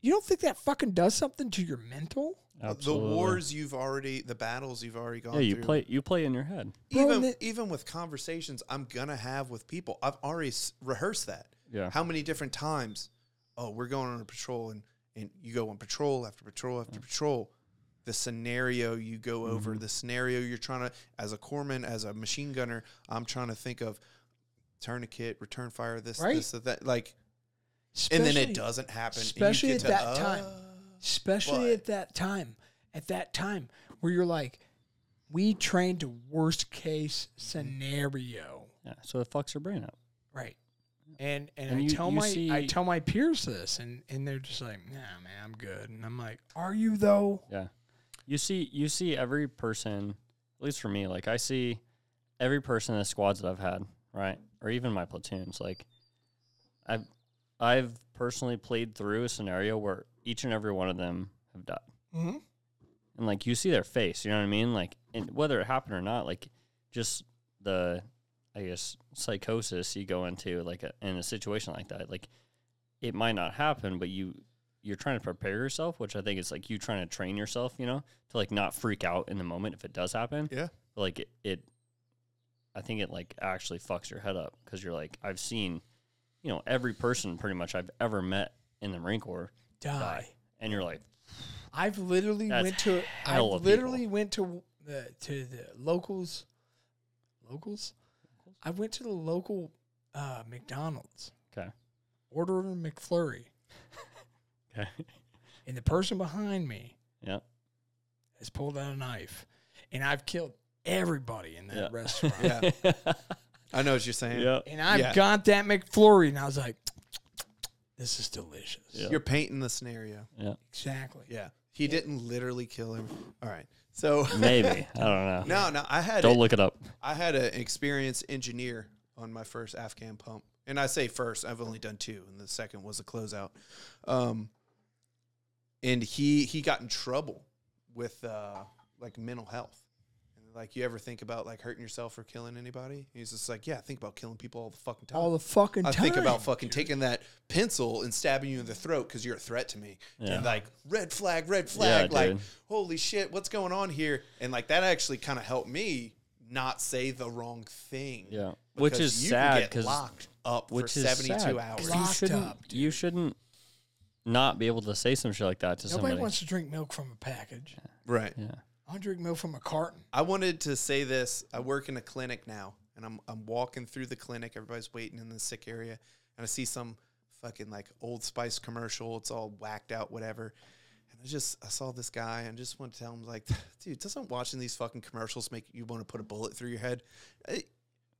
You don't think that fucking does something to your mental? Absolutely. The wars you've already, the battles you've already gone Yeah, you through. play. You play in your head. Bro, even and it- even with conversations I'm gonna have with people, I've already s- rehearsed that. Yeah. How many different times? Oh, we're going on a patrol, and and you go on patrol after patrol after patrol. The scenario you go Mm-hmm. over, the scenario you're trying to, as a corpsman, as a machine gunner, I'm trying to think of tourniquet, return fire, this, Right. this, that, that, like, and then it Especially- doesn't happen. and you especially get at to, that uh, time especially but- at that time at that time where you're like we trained to worst case scenario Yeah. So it fucks your brain up. right and and, And i you- tell you my i see- tell my peers this and and they're just like nah man i'm good and i'm like are you though Yeah. You see you see every person, at least for me, like I see every person in the squads that I've had, right? Or even my platoons, like I've I've personally played through a scenario where each and every one of them have died. Mhm. And like you see their face, you know what I mean? Like and whether it happened or not, like just the I guess psychosis you go into like a, in a situation like that, like it might not happen, but you you're trying to prepare yourself, which I think is like you trying to train yourself, you know, to like not freak out in the moment if it does happen. Yeah. Like it, it I think it like actually fucks your head up because you're like, I've seen, you know, every person pretty much I've ever met in the Marine Corps, die, and you're like, i've literally That's went to i hell of literally people. went to the to the locals locals i went to the local uh mcdonald's okay, ordered a mcflurry okay, and the person behind me yeah, has pulled out a knife, and I've killed everybody in that Yeah. restaurant. Yeah, I know what you're saying. yeah, And I've Yeah. got that McFlurry, and I was like, "This is delicious." Yeah. You're painting the scenario. yeah. Exactly. Yeah. He didn't literally kill him. All right. So Maybe I don't know. no, no, I had Don't a- look it up. I had an experienced engineer on my first Afghan pump. And I say first, I've only done two, and the second was a closeout. Um, and he he got in trouble with uh, like mental health. And like, you ever think about like hurting yourself or killing anybody? He's just like, yeah, I think about killing people all the fucking time. All the fucking I time. think about fucking taking that pencil and stabbing you in the throat because you're a threat to me. Yeah. And like red flag, red flag, Yeah, like dude. holy shit, what's going on here? And like that actually kind of helped me not say the wrong thing. Yeah. Which Because is you sad can get 'cause- locked up for which is 72 sad, hours. 'cause You Locked shouldn't, up, you shouldn't not be able to say some shit like that to Nobody somebody. wants to drink milk from a package. Right. yeah. I drink milk from a carton. I wanted to say this. I work in a clinic now, and I'm I'm walking through the clinic. Everybody's waiting in the sick area, and I see some fucking like Old Spice commercial. It's all whacked out, whatever. And I just I saw this guy, and just want to tell him like, dude, doesn't watching these fucking commercials make you want to put a bullet through your head? Eh,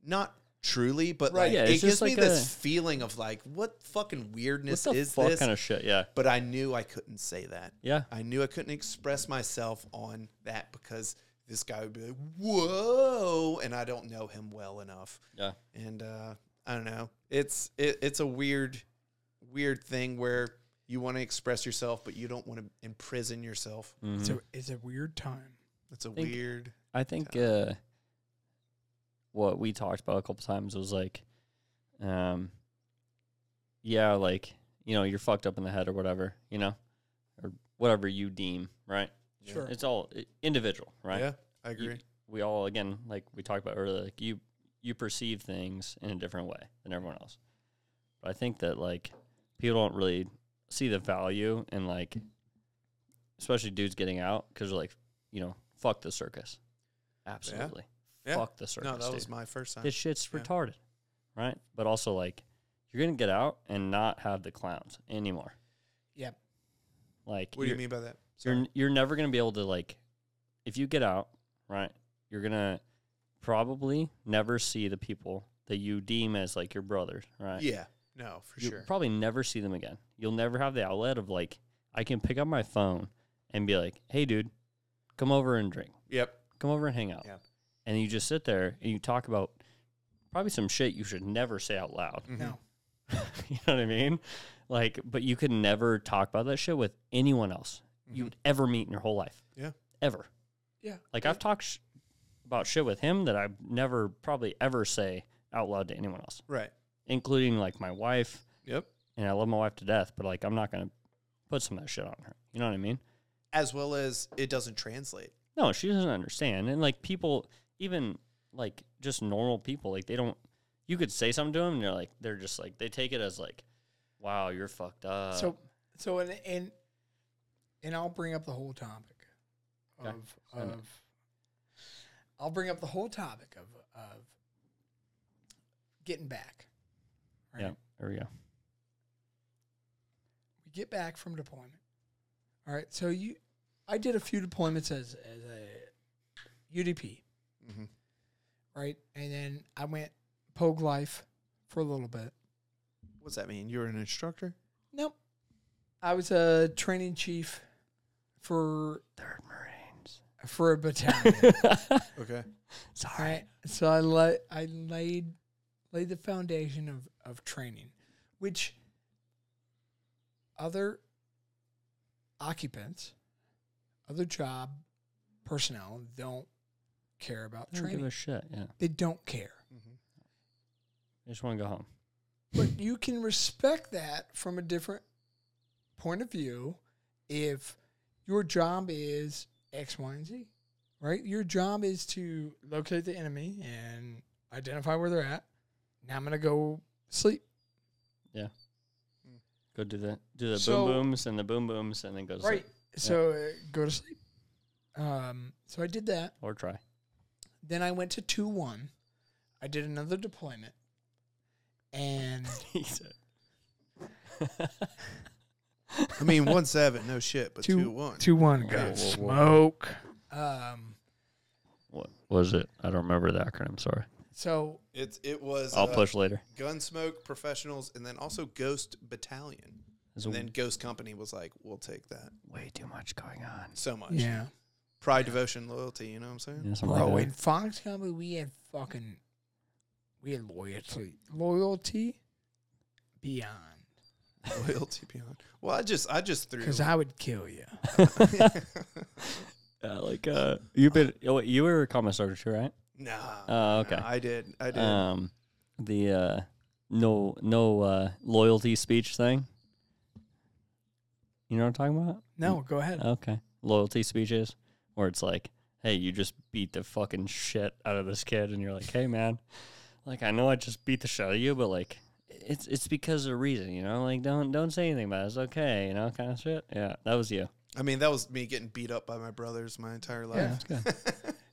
not truly, but Right, like yeah, it it's gives just me like this a- feeling of like, what fucking weirdness What the is fuck this? kind of shit? Yeah. but I knew I couldn't say that. Yeah. I knew I couldn't express myself on that because this guy would be like, "Whoa," and I don't know him well enough. Yeah. And uh, I don't know. It's it, it's a weird, weird thing where you want to express yourself, but you don't want to imprison yourself. Mhm. So it's a weird time. It's a Think- weird. I think uh, what we talked about a couple times was like, um, yeah, like you know, you're fucked up in the head or whatever, you know, or whatever you deem right. Sure. It's all i- individual, right? Yeah, I You- agree. we all again, like we talked about earlier, like you you perceive things in a different way than everyone else. But I think that like people don't really see the value in like, especially dudes getting out because they're like, you know, fuck the circus. Absolutely, Yeah. fuck the circus. no, that dude. was my first time. this shit's yeah. retarded, right? But also like, you're gonna get out and not have the clowns anymore. Yep. Like, What do you you're- mean by that? you're Sorry. n- you're never gonna be able to like if you get out right you're gonna probably never see the people that you deem as like your brothers right Yeah. No, for you'll sure. probably never see them again you'll never have the outlet of like i can pick up my phone and be like hey dude come over and drink yep. come over and hang out Yep. and you just sit there and you talk about probably some shit you should never say out loud Mm-hmm. No. you know what I mean? Like, but you could never talk about that shit with anyone else you'd ever meet in your whole life. Mm-hmm. Yeah. Ever. Yeah. Like I've talked sh- about shit with him that I never probably ever say out loud to anyone else, Right. including like my wife. Yep. And I love my wife to death, but like I'm not gonna put some of that shit on her. You know what I mean? as well as it doesn't translate. No, she doesn't understand. And like people, even like just normal people, like they don't. You could say something to them, and they're like, they're just like they take it as like, wow, you're fucked up. So So and and and I'll bring up the whole topic of Okay, of send it. I'll bring up the whole topic of of getting back. yeah, there we go. We get back from deployment. All right. So you I did a few deployments as as a UDP. Mhm. Right? And then I went pogue life for a little bit. What's that mean? You're an instructor? Nope. I was a training chief for Third Marines. for a battalion. Okay. All right. So I la- I laid laid the foundation of, of training, which other occupants, other job personnel don't care about I don't give training. a shit. Yeah, they don't care. I just want to go home. But you can respect that from a different point of view if your job is X, Y, and Z, right? Your job is to locate the enemy and identify where they're at. Now I'm going to go sleep. Go do the do the So- boom booms and the boom booms, and then go to right. sleep So uh, go to sleep. Um, so I did that. or try. Then I went to 2 1. I did another deployment. And I mean, one seven, no shit, but Two- two, one. 2 1 whoa, got whoa. smoke. Um, what was it? I don't remember the acronym. Sorry, so It it was I'll uh, push later. Gunsmoke Professionals, and then also Ghost Battalion, There's and then Ghost Company was like, we'll take that way too much going on. so much. yeah. Pride, devotion, loyalty. You know what I'm saying? Yeah, something like Bro, that. in Fox Company, we had fucking, we had loyalty, loyalty beyond. loyalty beyond. Well, I just I just threw. Because I would kill you. Yeah, like uh, you've been oh, wait, you were a combat sergeant too, right? nah. Oh, okay. nah, I did. I did. Um, the uh, no no uh, loyalty speech thing. You know what I'm talking about? No, go ahead. Okay, loyalty speeches where it's like, hey, you just beat the fucking shit out of this kid, and you're like, hey, man, like I know I just beat the shit out of you, but like. It's it's because of a reason, you know. Like don't don't say anything about it. It's okay, you know, kind of shit. Yeah, that was you. I mean, that was me getting beat up by my brothers my entire Yeah, life it's good.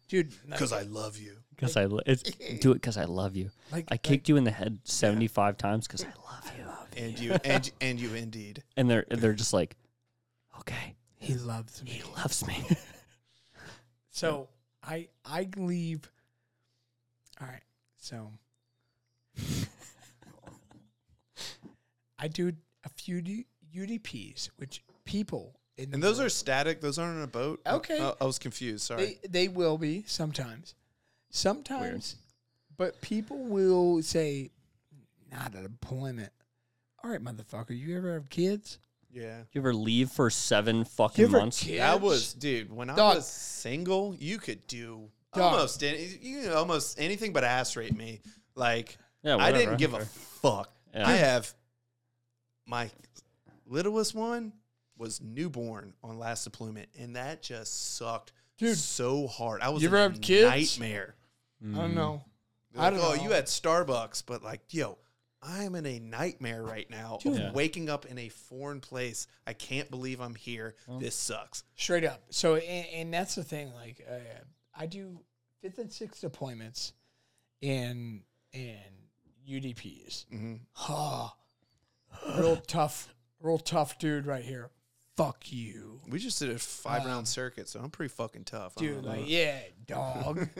Dude, like, because I love you. Because I lo- it's, do it because I love you. like, I kicked you in the head seventy five times because I love you. And you and and you indeed. And they're and they're just like, okay, like, he loves me. he loves me. So I, I leave. All right. So I do a few D- UDPs, which people in And those are static. Those aren't in a boat. Okay. I, I was confused. Sorry. They they will be sometimes. Sometimes but people will say not a deployment. All right, motherfucker, you ever have kids? yeah. you ever leave for seven You fucking ever months? kids? That was, dude. When I Dog. was single, you could do Dog. almost any, you could almost anything but ass rape me. Like Yeah, I whatever, didn't give a sure. fuck. Yeah. I have my littlest one was newborn on last deployment, and that just sucked Dude. so hard. I was You ever a have kids? nightmare. I Mm. don't know. They're I like, don't oh, know. you had Starbucks, but like, yo, I'm in a nightmare right now of Yeah. waking up in a foreign place. I can't believe I'm here. This sucks. Straight up. So and, and that's the thing. Like uh, I do fifth and sixth deployments in in UDPs. Ah, real tough, real tough dude right here. Fuck you. We just did a five round circuit, so I'm pretty fucking tough. I Uh, Dude, don't know. like, yeah, dog.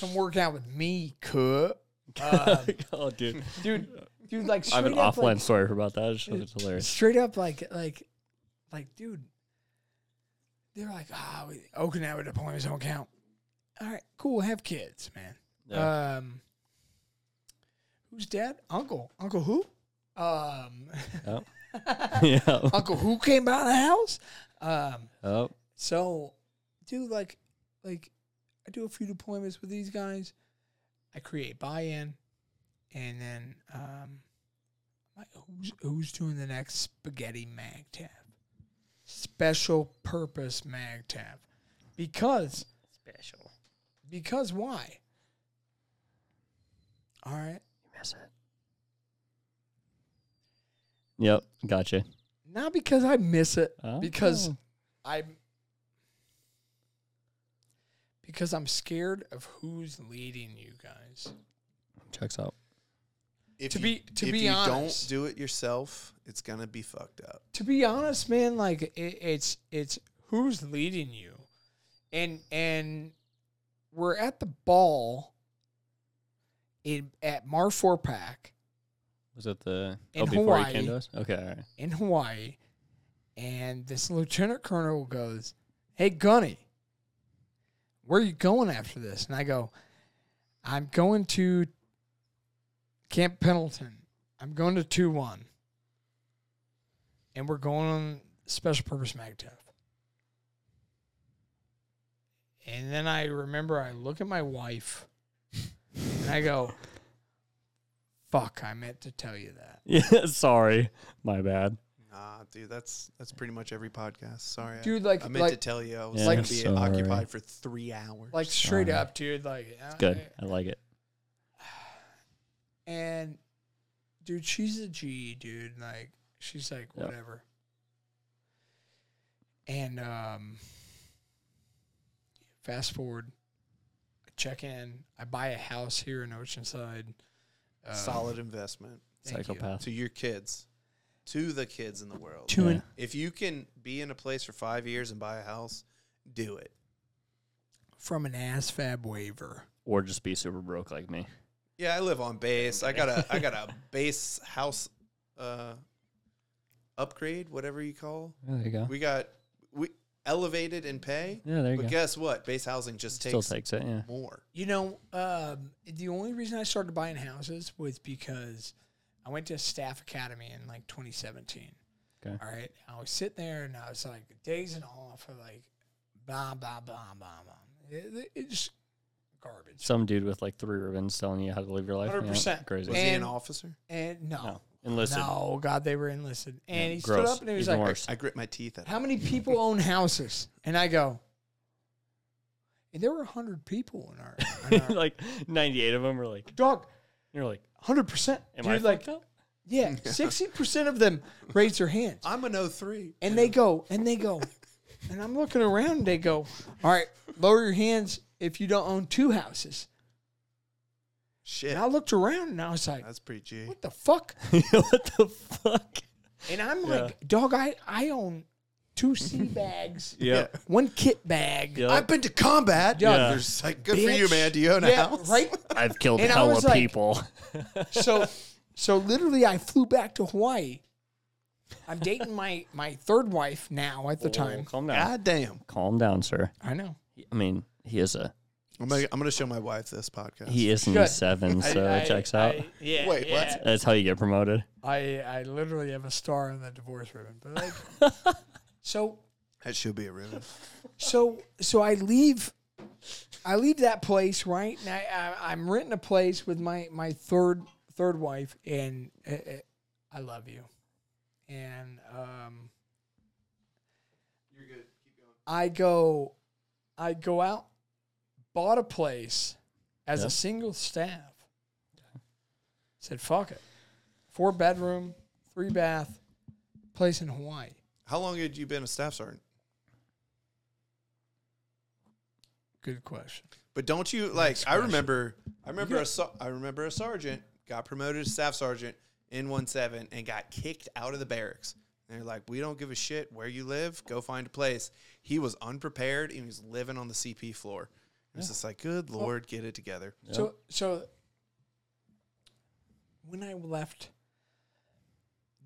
Come work out with me, cup. Um, oh, dude, dude, dude, like I straight have an up, offline like, story about that. It's, it's hilarious. straight up, like, like, like, dude. They're like, ah, we Okinawa deployments don't count. All right, cool. Have kids, man. Um, who's dad? Uncle. Uncle who? Um, Oh, yeah. Uncle who came by the house? Um, Oh, so, dude, like, like I do a few deployments with these guys. I create buy-in, and then um, I'm like who's who's doing the next spaghetti mag tab, special purpose mag tab, because Special. because why? All right, Miss it. Yep, gotcha. not because I miss it, because Oh. I'm because I'm scared of who's leading you guys. checks out. If To you- be to if be you honest, Don't do it yourself. It's gonna be fucked up. to be honest, man, like it, it's it's who's leading you, and and we're at the ball in at Mar Four Pack Was it the In oh before you Hawaii. came to us? Okay, all right. in Hawaii, and this lieutenant colonel goes, "Hey, Gunny, where are you going after this?" And I go, "I'm going to Camp Pendleton. I'm going to two one, and we're going on special purpose magtev." And then I remember I look at my wife, and I go, "Fuck! I meant to tell you that." Yeah, sorry, my bad. Nah, dude, that's that's pretty much every podcast. Sorry, I- Dude, like- I meant like- to tell you, I was Yeah, gonna be sorry. occupied for three hours. Like straight Sorry. up, dude. Like I- Good, I like it. and dude, she's a G, dude. Like she's like Yeah. whatever. And um, fast forward, I check in. I buy a house here in Oceanside. Um, solid investment thank you. Psychopath. to your kids, to the kids in the world. To Yeah. an If you can be in a place for five years and buy a house, do it. from an ass fab waiver. Or just be super broke like me. Yeah, I live on base. I got a I got a base house uh, upgrade, whatever you call. there you go. We got we elevated in pay. Yeah, there you But go. guess what? Base housing just Still takes takes it. Yeah. more. You know, um, the only reason I started buying houses was because I went to a staff academy in like 2017. Okay. All right. I was sitting there and I was like, days and all for like, blah, blah, blah, blah, blah. It, it- it's just garbage. Some dude with like three ribbons telling you how to live your life. Yeah, 100%. crazy. Was he an And- officer? and no, No. no, Enlisted. God, they were enlisted. Yeah, And he stood gross. up and he was Even like, worse. I grit my teeth at how many people own houses? And I go, and there were 100 people in our, in our like 98 of them are like, dog, you're like, 100%. am dude, I like, fucked up? Yeah, sixty percent of them raise their hands, I'm an 03. and they go, and they go, and I'm looking around. And they go, all right, lower your hands if you don't own two houses. Shit. And I looked around, and I was like, That's pretty G. what the fuck? what the fuck? And I'm like, dog, I I own two sea bags, Yeah. one kit bag. Yeah. I've been to combat. Yeah. Yeah. There's like, good for you, bitch. man. Do you own a Yeah, house? right. I've killed And I hella was like- people. So, so literally, I flew back to Hawaii. I'm dating my my third wife now. Oh, At the time, Calm down. God damn. Calm down, sir. I know. I mean, he is a I'm gonna, I'm gonna show my wife this podcast. he is in the Good. seven, so I- it checks out. I- yeah. Wait, yeah. what? That's how you get promoted. I I literally have a star on the divorce ribbon. But like, so That should be a room. so so I leave, I leave that place right, and I, I I'm renting a place with my my third third wife, and uh, uh, I love you, and um, You're good. Keep going. I go, I go out, bought a place as Yeah. a single staff. Said fuck it, four bedroom, three bath, place in Hawaii. How long had you been a staff sergeant? Good question. But don't you like? I question. remember. I remember got- a ser- I remember a sergeant got promoted to staff sergeant in one seven and got kicked out of the barracks. And they're like, we don't give a shit where you live. Go find a place. He was unprepared and he was living on the CP floor. It was just like, good lord, get it together. So so when I left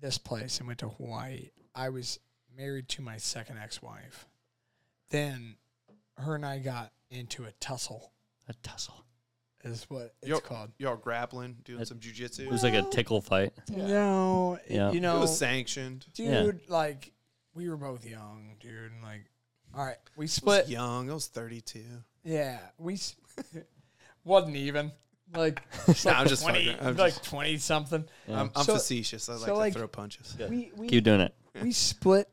this place and went to Hawaii, I was married to my second ex-wife. Then her and I got into a tussle A tussle. is what it's Y'all- called. Y'all grappling, doing That- some It jujitsu. was like a tickle fight. No, Yeah. you it know, was sanctioned. dude, Yeah. like we were both young, dude, and like All right, we But split. young, I was 32. Yeah, we s- Wasn't even. like No, I'm just fucking. 20, I'm, like just, 20 something. I'm, I'm So- facetious. I like to like- throw punches. we we Keep doing it. we split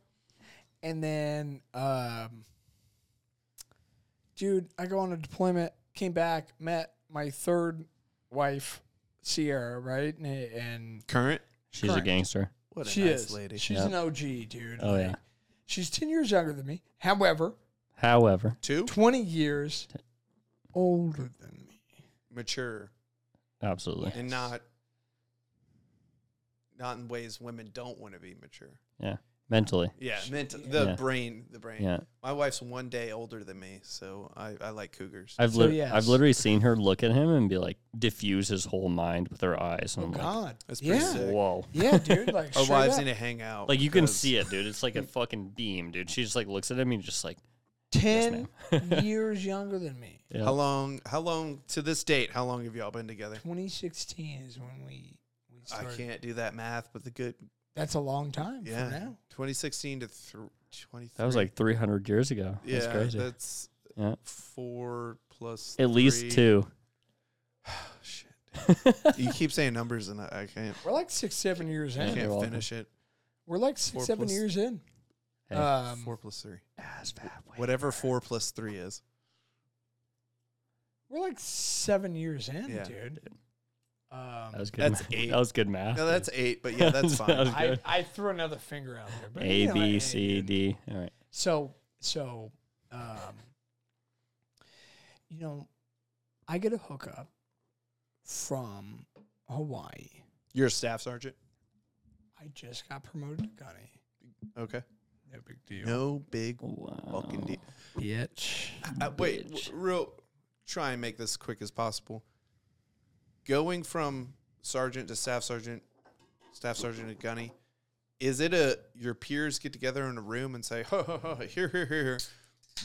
and then um dude i go on a deployment came back met my third wife sierra right and, and Current? She's Correct. a gangster. What a she nice is lady. she's Yeah. an og dude Oh yeah. she's 10 years younger than me however However, Two? 20 years older than me Mature. absolutely. And not not in ways women don't want to be mature. Mentally. Yeah, mentally. The Yeah. brain. The brain. Yeah. My wife's one day older than me, so I, I like cougars. I've So, lit- yes. I've literally seen her look at him and be like diffuse his whole mind with her eyes. And oh I'm like, god That's pretty yeah sick. Oh, whoa. yeah dude like Our straight wives up. need to hang out. Like you can because see it, dude. It's like a fucking beam, dude. She just like looks at him and just like 10 ma'am. years younger than me Yeah. How long? How long to this date? How long have y'all been together? 2016 is when we we I started can't do that math, but the good that's a long time from yeah, now 2016 to th- 23. that was like 300 years ago. yeah, that's crazy. that's Yeah. four plus At least three. two. Shit. you keep saying numbers and I, I can't we're like six seven years I in you're can't welcome. finish it. we're like six Four seven plus- years in Hey. Uh, um four plus three, whatever four plus three is. We're like seven years in, Yeah. dude. That Um, was good. That's math. eight. That was good math. No, that's eight, but yeah, that's That was fine. good. I, I threw another finger out there but A you know, hey, B C dude. D. All right. so so, um, you know, I get a hookup from Hawaii. You're a staff sergeant. I just got promoted to gunny. Okay. no big deal No big Wow. fucking deal. Bitch. Uh, wait, w- Bitch. real. Try and make this quick as possible. Going from sergeant to staff sergeant, staff sergeant to gunny, is it a your peers get together in a room and say, ho, ho, ho, here, here, here, here,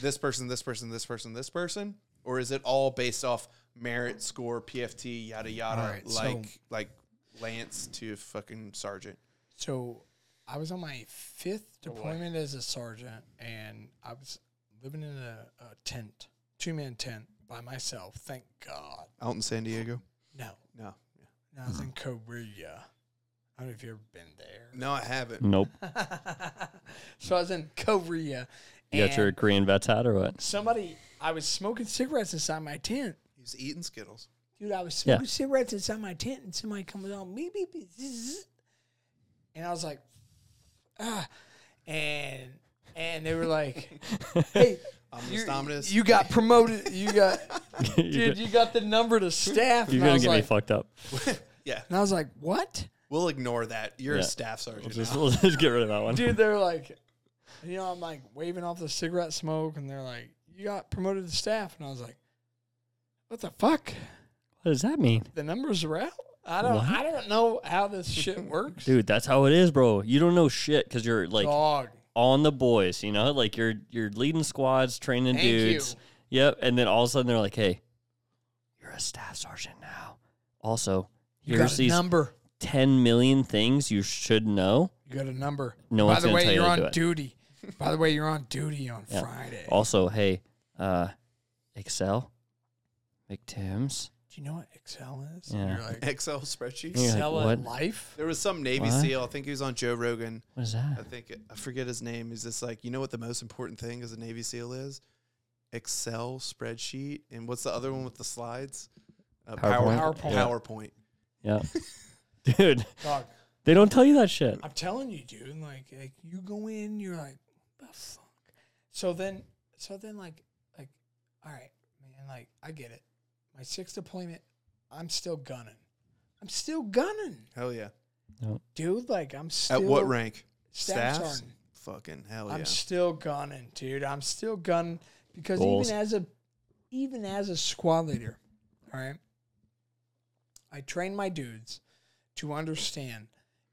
this person, this person, this person, this person, or is it all based off merit score, PFT, yada yada, Alright, so- like like Lance to fucking sergeant? So I was on my fifth Oh, deployment as a sergeant, and I was living in a, a tent, two man tent by myself. Thank God. Out in San Diego? No, No, no I was Hmm. in Korea. I don't know if you've ever been there. no, I haven't. Nope. so I was in Korea. You got your and Korean vet's hat or what? somebody, I was smoking cigarettes inside my tent. He's eating Skittles. Dude, I was Yeah. smoking cigarettes inside my tent, and somebody comes on, me, me, me, zzz." and I was like, ah, and and they were like, hey, Omnis you, Dominus. you got promoted, you got, you're dude, go- you got the number to staff, you're and I gonna was get like, me fucked up. yeah, and I was like, what? we'll ignore that. You're a Yeah. staff We'll sergeant. just, now. we'll just get rid of that one. dude they're like you know i'm like waving off the cigarette smoke and they're like you got promoted to staff and i was like what the fuck What does that mean? the numbers are out i don't What? i don't know how this shit works Dude, that's how it is, bro. You don't know shit because you're like dog on the boys, you know? Like you're you're leading squads, training Thank dudes. Yep. And then all of a sudden they're like, hey, you're a staff sergeant now. Also, you got here's a these number 10 million things you should know. you got a number No by one's the gonna way tell you you're to on do it. duty by the way you're on duty on Yeah. friday Also, hey, uh, Excel, McTims. do you know what excel is Yeah. you're like Excel spreadsheets. Yeah. You're like, excel what? at life There was some Navy What? SEAL. I think he was on Joe Rogan. What is I that? think I forget his name. He's just like, you know what the most important thing as a Navy SEAL is? Excel spreadsheet. And what's the other one with the slides? Uh, PowerPoint? PowerPoint. Yeah. PowerPoint. Yeah. Dude, dog they don't tell you that shit. I'm telling you, dude. and, Like, like you go in, you're like, what the fuck. So then, so then, like, like, all right, man. Like, I get it. My sixth deployment, I'm still gunning. I'm still gunning, Hell yeah. dude. Like, I'm still At what rank? Staff Staffs? sergeant. Fucking hell I'm Oh, yeah. still gunning, dude. I'm still gunning because Goals. even as a even as a squad leader, all right, I train my dudes to understand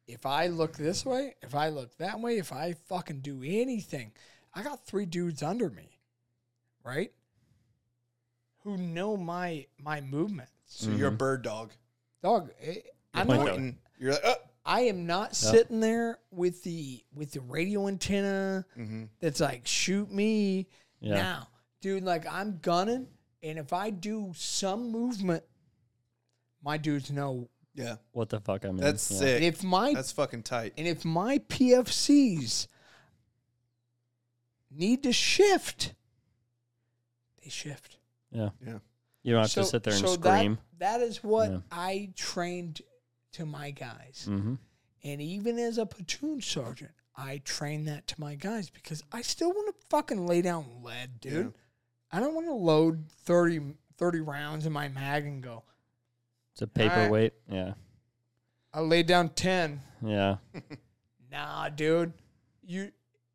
if I look this way, if I look that way, if I fucking do anything, I got three dudes under me, right? Who know my my movements. so you're a bird dog. Dog, eh, I'm Point not, dog. Pointing. You're like, oh, I am not sitting there with the with the radio antenna Mm-hmm. that's like shoot me Yeah. now, dude. Like I'm gunning, and if I do some movement, my dudes know. Yeah. What the fuck I mean? That's Mm, yeah. sick. And if my That's fucking tight. and if my PFCs need to shift, they shift. Yeah. Yeah. You don't have to sit there and so that- scream. that is what Yeah. I trained to my guys. mm-hmm. And even as a platoon sergeant, I train that to my guys because I still want to fucking lay down lead, dude. I don't want to load 30, 30 rounds in my mag and go, It's a paperweight. Yeah. I laid down 10. Yeah. Nah, dude. You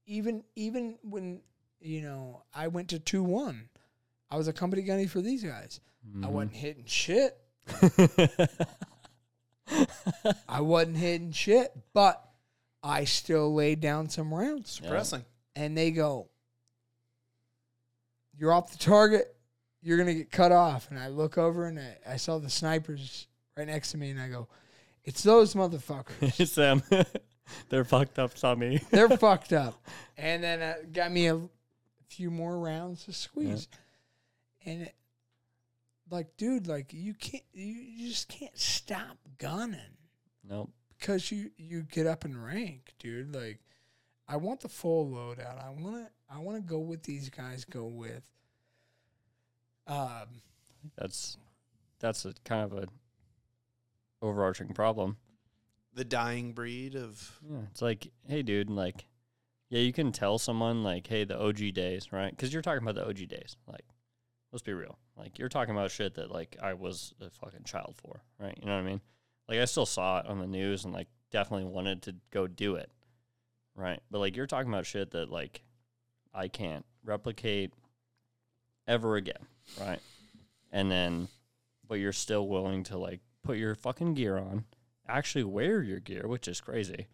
even even when you know, I went to 2-1. I was a company gunny for these guys. I wasn't hitting shit. I wasn't hitting shit, but I still laid down some rounds. Pressing. and they go, "You're off the target. You're gonna get cut off." And I look over and I, I saw the snipers right next to me, and I go, "It's those motherfuckers. it's them. They're fucked up, Tommy. They're fucked up." And then uh, got me a few more rounds to squeeze, and it, like, dude, like you can't, you you just can't stop gunning. Nope. because you you get up in rank, dude. Like, I want the full loadout. I want to I want to go with these guys. Go with. Um, That's that's a kind of a overarching problem. The dying breed of Yeah, it's like, hey, dude, like, yeah, you can tell someone like, hey, the OG days, right? Because you're talking about the OG days. Like, let's be real. Like, you're talking about shit that like I was a fucking child for, right? You know what I mean? Like, I still saw it on the news and like definitely wanted to go do it, right? But like, you're talking about shit that like I can't replicate ever again, right? And then, but you're still willing to like put your fucking gear on, actually wear your gear, which is crazy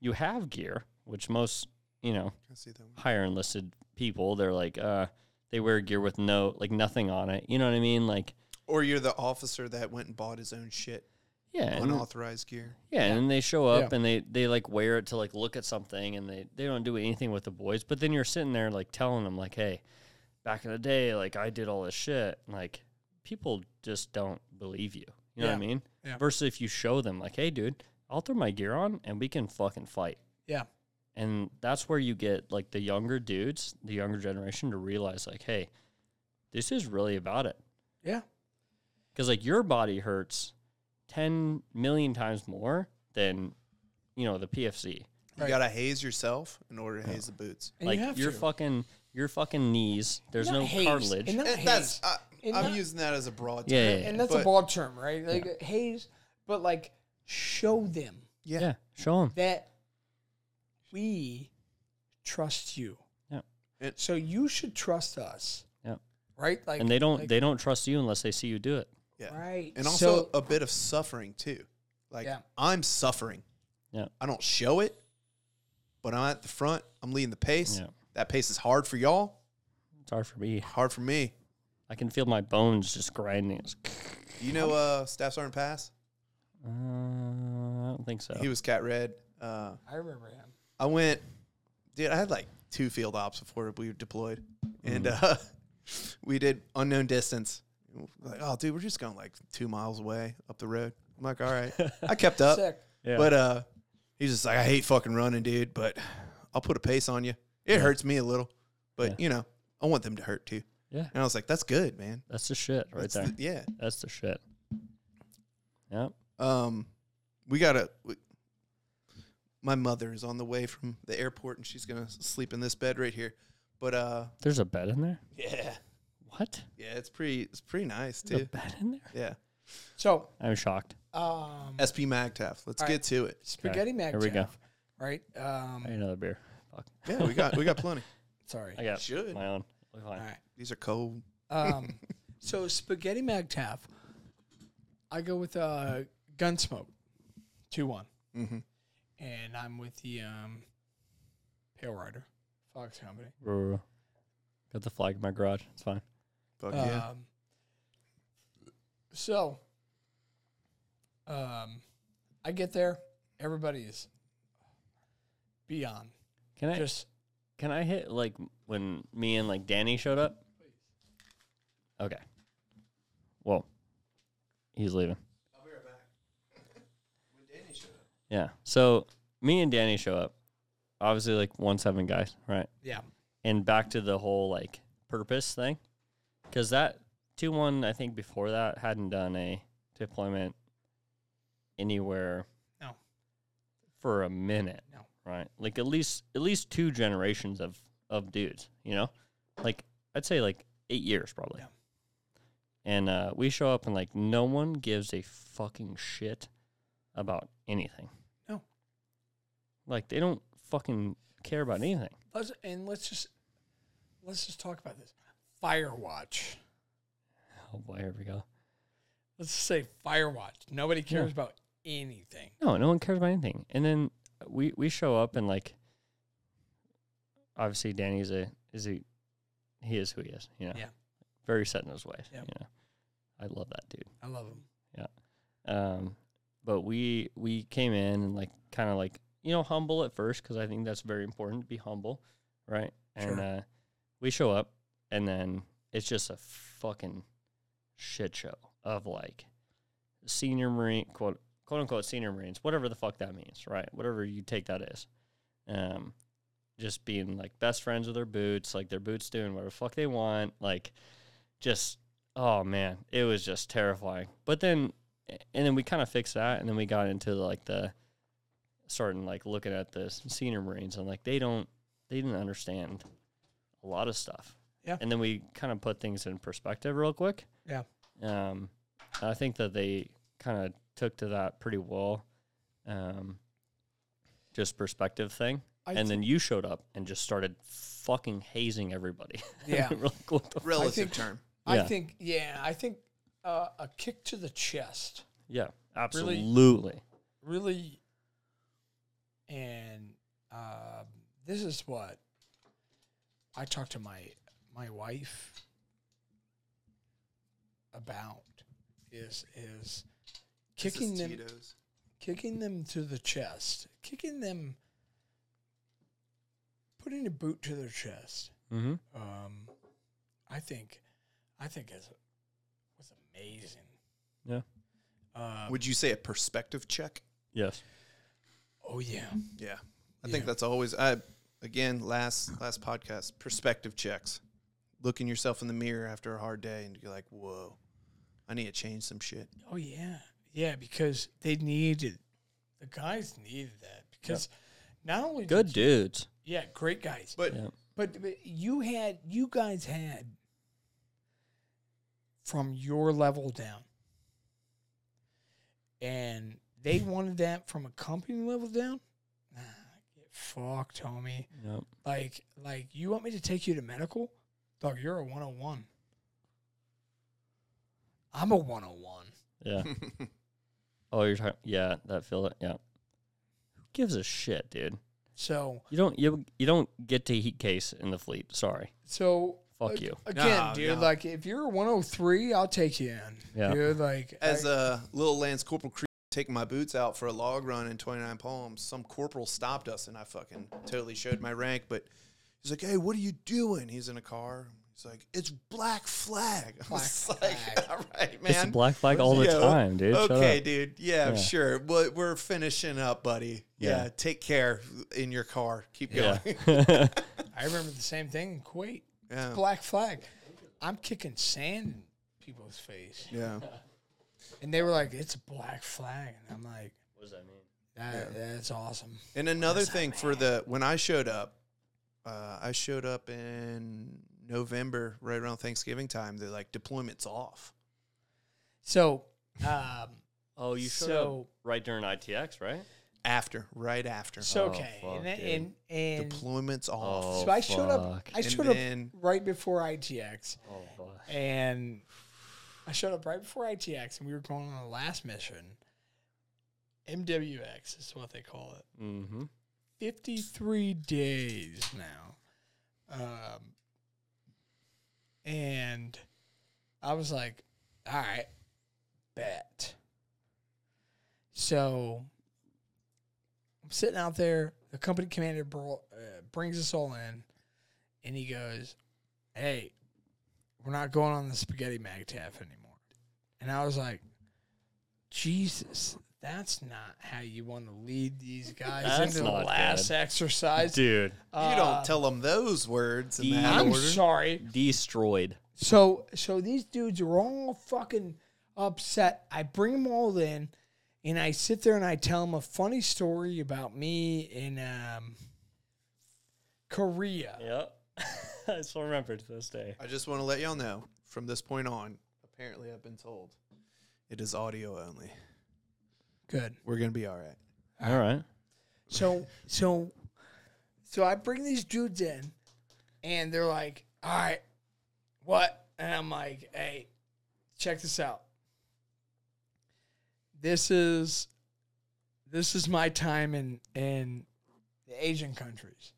you have gear, which most you know higher enlisted people they're like uh they wear gear with no like nothing on it. You know what I mean? Like or you're the officer that went and bought his own shit. yeah, and, Unauthorized gear. yeah, and then they show up Yeah. and they they like wear it to like look at something and they they don't do anything with the boys. But then you're sitting there like telling them like, hey, back in the day, like I did all this shit. Like people just don't believe you. You know what I Yeah. mean? Yeah. Versus if you show them like, hey, dude, I'll throw my gear on and we can fucking fight. Yeah. and that's where you get like the younger dudes, the younger generation to realize like, hey, this is really about it. Yeah. Cuz like your body hurts 10 million times more than you know, the PFC. You gotta haze yourself in order to haze the boots. and like you have your to. fucking your fucking knees, there's Not no haze, cartilage. And, not And that's haze. I, And I'm not- using that as a broad term. yeah, yeah, yeah. and that's a but- broad term, right? Like haze, but like show them yeah. Show 'em. that we trust you. Yeah. It- so you should trust us, Yeah. right? Like, and they don't like- they don't trust you unless they see you do it. Yeah. Right. And also So- a bit of suffering too. Like Yeah. I'm suffering. Yeah. I don't show it, but I'm at the front. I'm leading the pace. Yeah. That pace is hard for y'all, It's hard for me. hard for me. I can feel my bones just grinding. It's- Do you know uh Staff Sergeant Pass? Uh, I don't think so. He was cat red. Uh I remember him. I went, dude. I had like two field ops before we were deployed, and Mm. uh, we did unknown distance. Like, oh, dude, we're just going like two miles away up the road. I'm like, all right, I kept up, Sick. Yeah. but uh, he's just like, I hate fucking running, dude, but I'll put a pace on you. It hurts me a little, but Yeah. you know, I want them to hurt too. Yeah. And I was like, that's good, man. That's the shit right That's there. the- yeah. That's the shit. Yep. Um, we gotta. We, my mother is on the way from the airport, and she's gonna sleep in this bed right here. But uh, There's a bed in there? yeah. What? Yeah, it's pretty. It's pretty nice There's a too. bed in there? Yeah. So, I'm shocked. um, SP MagTaf. Let's All get to it. spaghetti mag. Here we go. Right. Um, I need another beer. Fuck. Yeah, we got we got plenty. Sorry. I got Should. my own. We're All fine. right. These are cold. Um, so spaghetti magtaff. I go with uh, Gunsmoke, two one, Mm-hmm. and I'm with the um, Pale Rider, Fox Company. Roo. Got the flag in my garage. It's fine. Fuck um, yeah. So, um, I get there. Everybody is beyond. Can I Just can I hit like when me and like Danny showed up? Okay. Whoa. He's leaving. I'll be right back. when Danny showed up. Yeah. So me and Danny show up. Obviously like one seven guys, right? yeah, and back to the whole like purpose thing because that 2-1 i think before that hadn't done a deployment anywhere No. for a minute No. right like at least at least two generations of of dudes you know like i'd say like eight years probably Yeah. and uh, we show up and like no one gives a fucking shit about anything No. like they don't fucking care about anything let's and let's just let's just talk about this. Firewatch. oh boy here we go Let's just say Firewatch. Nobody cares about anything. No, no one cares about anything. And then we we show up and like obviously Danny is a is a he is who he is, you know. Yeah. Very set in his ways. Yep. You know. I love that dude. I love them. Um but we we came in and like kind of like you know humble at first cuz I think that's very important to be humble, right? And Sure. uh we show up and then it's just a fucking shit show of like senior marine quote quote unquote senior marines whatever the fuck that means right whatever you take that as um just being like best friends with their boots like their boots doing whatever the fuck they want like just oh man it was just terrifying but then and then we kind of fixed that and then we got into like the starting like looking at the senior marines and like they don't they didn't understand a lot of stuff Yeah. and then we kind of put things in perspective real quick Yeah. um I think that they kind of took to that pretty well. Um, just perspective thing. I and thi- then you showed up and just started fucking hazing everybody. Yeah. We're like, "What the f-" Relative think- term. I Yeah. think yeah, I think uh, a kick to the chest yeah, Really- absolutely. really and uh, this is what I talked to my my wife about is is This is kicking them Tito's. kicking them to the chest kicking them putting a boot to their chest Mm-hmm. um, I think I think it was amazing Yeah. uh, Would you say a perspective check? Yes. oh yeah Yeah. I Yeah. think that's always I again last last podcast perspective checks. Looking yourself in the mirror after a hard day and you're like, "Whoa. I need to change some shit." Oh yeah, yeah, because they needed the guys needed that because not only Good did, dudes. yeah, great guys, But Yeah. but, but you had you guys had from your level down, and they wanted that from a company level down. Nah, get fucked, homie. Yep. Like like you want me to take you to medical, dog? You're a one hundred one. I'm a one hundred one. Yeah. oh, you're talking. Yeah, that feel it. Yeah. Who gives a shit, dude? So You don't. You you don't get to heat case in the fleet. Sorry. So Fuck ag- you. again, No, dude. no. Like if you're 103, I'll take you in, Yeah. dude. Like as I- a little Lance Corporal Creek taking my boots out for a log run in 29 Palms, some corporal stopped us and I fucking totally showed my rank. But he's like, hey, what are you doing? He's in a car. He's like, it's Black Flag. I was Black like, Flag. all right, man. It's a black flag all the Yeah, time, dude. Shut Okay, up. dude. Yeah, Yeah. sure. But we're finishing up, buddy. Yeah. Yeah. Take care in your car. Keep going. Yeah. Yeah. I remember the same thing in Kuwait. Black flag. I'm kicking sand in people's face, yeah. and they were like, "It's a black flag," and I'm like, what does that mean? that, "That's awesome." And another thing for the when I showed up, uh, I showed up in November, right around Thanksgiving time. They're like deployments off. So, um, Oh, you showed So- up right during ITX, right? After, right after. so Oh, okay, fuck, and and, dude. and and deployments off. Oh, so I showed up. fuck. I And showed then- up right before ITX, Oh, boy. and I showed up right before ITX, and we were going on the last mission. MWX is what they call it. Mm-hmm. 53 days now. Um, and I was like, all right, bet. So I'm sitting out there. The company commander bro- uh, brings us all in, and he goes, "Hey, we're not going on the spaghetti magtaff anymore." And I was like, "Jesus, that's not how you want to lead these guys That's into the not last good. exercise." Dude, you don't tell them those words in that uh, I'm order. sorry. Destroyed. So so these dudes are all fucking upset. I bring them all in, and I sit there and I tell them a funny story about me in um, Korea. yep. I still remember to this day. I just want to let y'all know from this point on, apparently I've been told it is audio only. Good. We're going to be all right. All right. So so so I bring these dudes in, and they're like, "All right, what?" And I'm like, "Hey, check this out. This is this is my time in in the Asian countries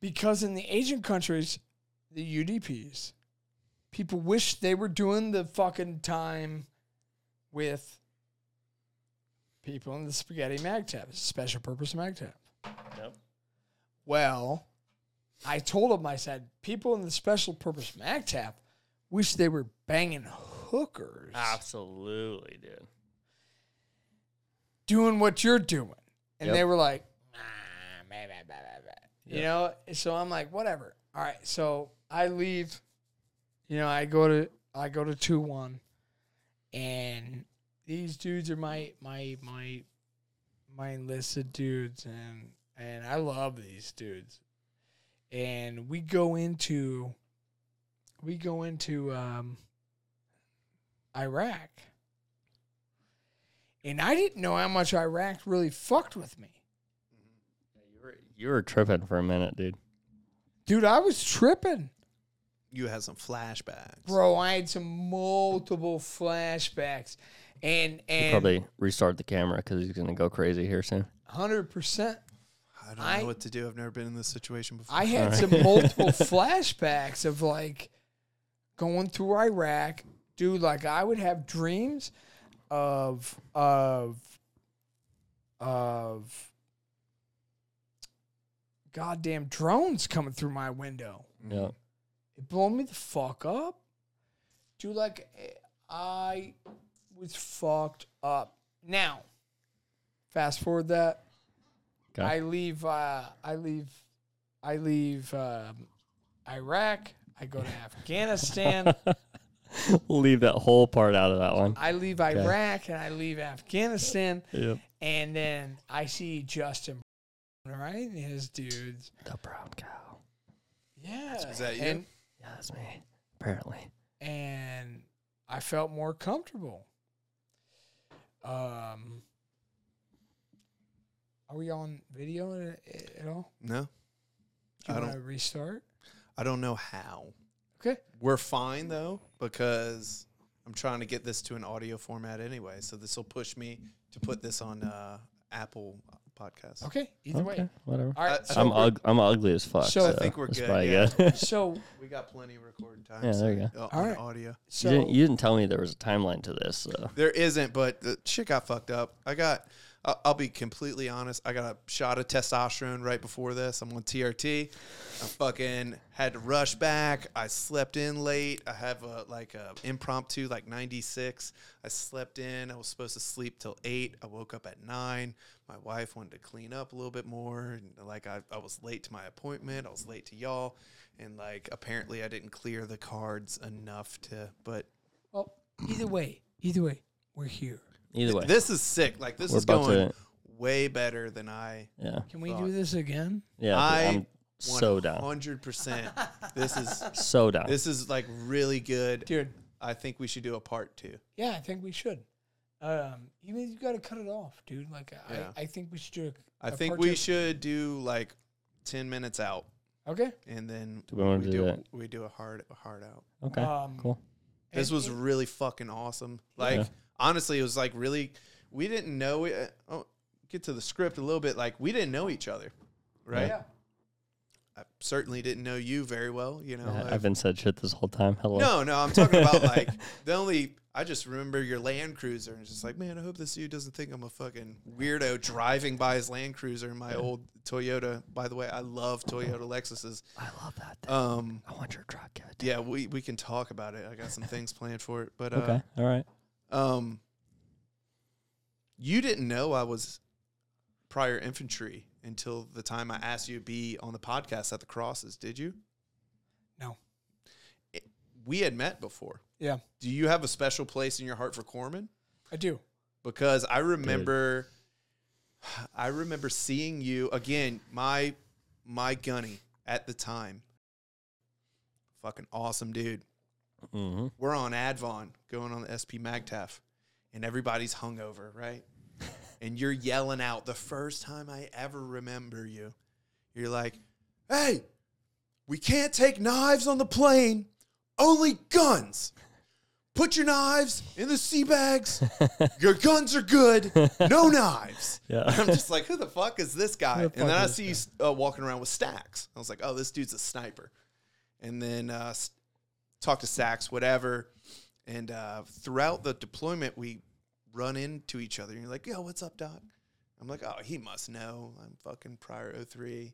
because in the Asian countries, the UDPs, people wish they were doing the fucking time with." people in the spaghetti magtap. It's a special purpose magtap. Yep. Well, I told them, I said, people in the special purpose magtap wish they were banging hookers, Ah, Absolutely, dude. doing what you're doing. And Yep. they were like, ah, blah, blah, blah, blah, blah." you know? So I'm like, whatever. All right. So I leave, you know, I go to, I go to 2 1, and these dudes are my, my, my, my enlisted dudes and and I love these dudes. And we go into we go into um Iraq. And I didn't know how much Iraq really fucked with me. You were tripping for a minute, dude. Dude, I was tripping. You had some flashbacks. Bro, I had some multiple flashbacks. And and Probably restart the camera because he's gonna go crazy here soon. hundred percent I don't I- know what to do. I've never been in this situation before. I had some multiple flashbacks of like going through Iraq, dude. Like I would have dreams of of of goddamn drones coming through my window. Yeah. It blown me the fuck up, dude. Like eh, I was fucked up. Now, fast forward that Okay. I leave. Uh, I leave. I leave um, Iraq. I go to Afghanistan. Leave that whole part out of that one. I leave Iraq and I leave Afghanistan, Yep. and then I see Justin, right, and his dudes. The brown cow. Yeah, Is that you? And, Yeah, that's me. Apparently. and I felt more comfortable. Um, are we on video at, at all? no, Do you I want to restart? I don't know how. Okay. We're fine though because I'm trying to get this to an audio format anyway. So this will push me to put this on uh, Apple Podcasts. Okay. Either way. Whatever. All right. I- so I'm we're- ug- I'm ugly as fuck. So- So, I think we're that's good, probably yeah. good. So We got plenty of recording time. Yeah, there so- you uh, All on right. audio. so you, didn't, you didn't tell me there was a timeline to this. So. There isn't, but the shit got fucked up. I got, I'll, I'll be completely honest. I got a shot of testosterone right before this. I'm on TRT. I fucking had to rush back. I slept in late. I have a like a impromptu like 96. I slept in. I was supposed to sleep till eight. I woke up at nine. My wife wanted to clean up a little bit more. And like I, I was late to my appointment. I was late to y'all. And like apparently I didn't clear the cards enough to, but Well, either way, either way, we're here. Either way. This is sick. Like this We're is about going to- way better than I. yeah. Can we do this again? Yeah. I am so down. Hundred percent. This is So down. this is like really good. Dude, I think we should do a part two. yeah, I think we should. Um, you mean you got to cut it off, dude. Like, Yeah. I, I think we should do. I a think part we two. should do like ten minutes out, Okay. and then Do we wanna do do that? we do a hard a hard out. okay. um, cool. This And- was really fucking awesome. Like honestly, it was like really. We didn't know. uh, Oh, get to the script a little bit. Like we didn't know each other, right? Yeah. I I certainly didn't know you very well. You know, I I've- haven't said shit this whole time. Hello. no, no, I'm talking about like the only. I just remember your Land Cruiser, and it's just like, man, I hope this dude doesn't think I'm a fucking weirdo driving by his Land Cruiser in my old Toyota. By the way, I love Toyota Lexuses. I love that. Thing. Um, I want your truck. Give it to yeah, we we can talk about it. I got some things planned for it, but uh, me. Okay. All right. um, you didn't know I was prior infantry until the time I asked you to be on the podcast at the Crosses, did you? No. It- we had met before. Yeah, Do you have a special place in your heart for Corman? I do. Because I remember, I remember seeing you again. My my gunny at the time, fucking awesome dude Mm-hmm. we're on Advon going on the SP MagTaf, and everybody's hungover, right? and you're yelling out the first time I ever remember you. You're like, hey, we can't take knives on the plane, only guns. Put your knives in the sea bags. Your guns are good. No knives. Yeah. I'm just like, who the fuck is this guy? Who And the then fuck I is see you uh, walking around with stacks. I was like, oh, this dude's a sniper. And then uh, s- talk to Saks, whatever. And uh, throughout the deployment, we run into each other. And you're like, yo, what's up, Doc? I'm like, oh, he must know. I'm fucking prior 03.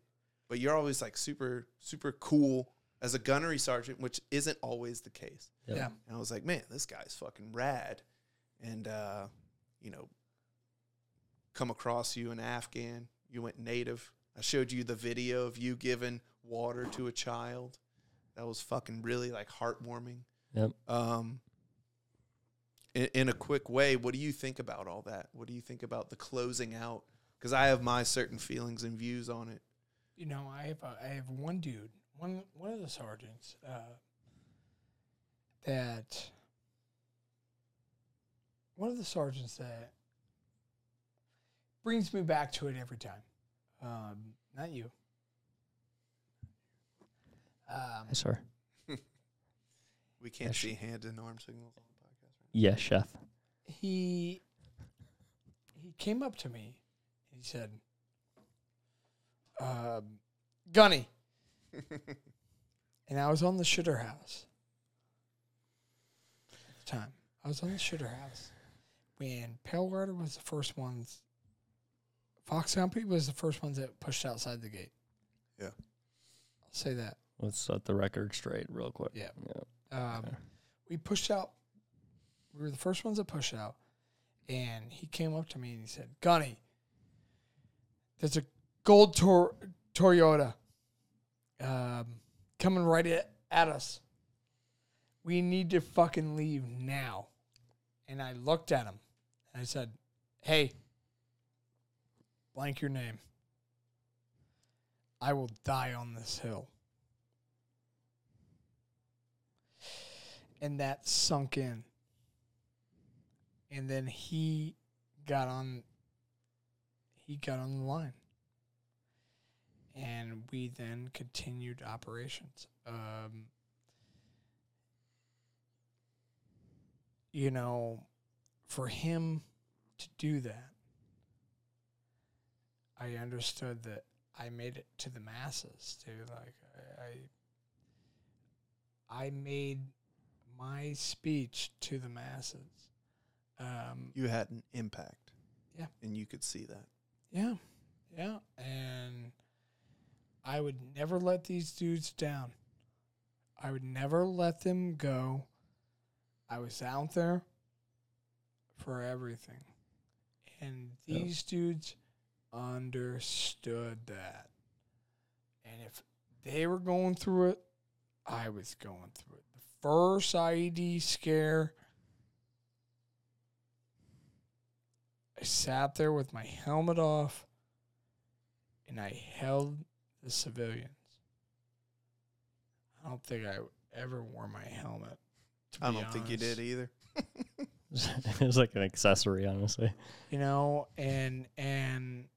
But you're always like super, super cool as a gunnery sergeant, which isn't always the case. Yep. Yeah. And I was like, man, this guy's fucking rad. And, uh, you know, come across you in Afghan. You went native. I showed you the video of you giving water to a child. That was fucking really like heartwarming. Yep. Um, in, in a quick way, what do you think about all that? What do you think about the closing out? Because I have my certain feelings and views on it. You know, I have a, I have one dude, one one of the sergeants, uh, that one of the sergeants that brings me back to it every time. Um, not you. Um, Yes, sir. We can't Yes. see hand and arm signals on the podcast. Yes, chef. he he came up to me and he said, um, "Gunny," and I was on the shitter house at the time. I was on the shitter house when Pale Rider was the first ones. Fox Company was the first ones that pushed outside the gate. Yeah. I'll say that. Let's set the record straight real quick. Yeah. Yep. Um, Okay. We pushed out. We were the first ones to push out, and he came up to me and he said, "Gunny, there's a gold tor- Toyota um, coming right at, at us. We need to fucking leave now." And I looked at him and I said, "Hey, blank your name. I will die on this hill." and that sunk in. And then he got on he got on the line. And we then continued operations. Um you know, for him to do that, I understood that I made it to the masses, dude. Like I I, I made my speech to the masses. Um, You had an impact. Yeah. And you could see that. yeah, yeah, and I would never let these dudes down. I would never let them go. I was out there for everything, and Yeah. these dudes understood that. And if they were going through it, I was going through it. The first IED scare, I sat there with my helmet off and I held the civilians. I don't think I ever wore my helmet. to I be don't think you honest. did either. it was like an accessory, honestly. you know and and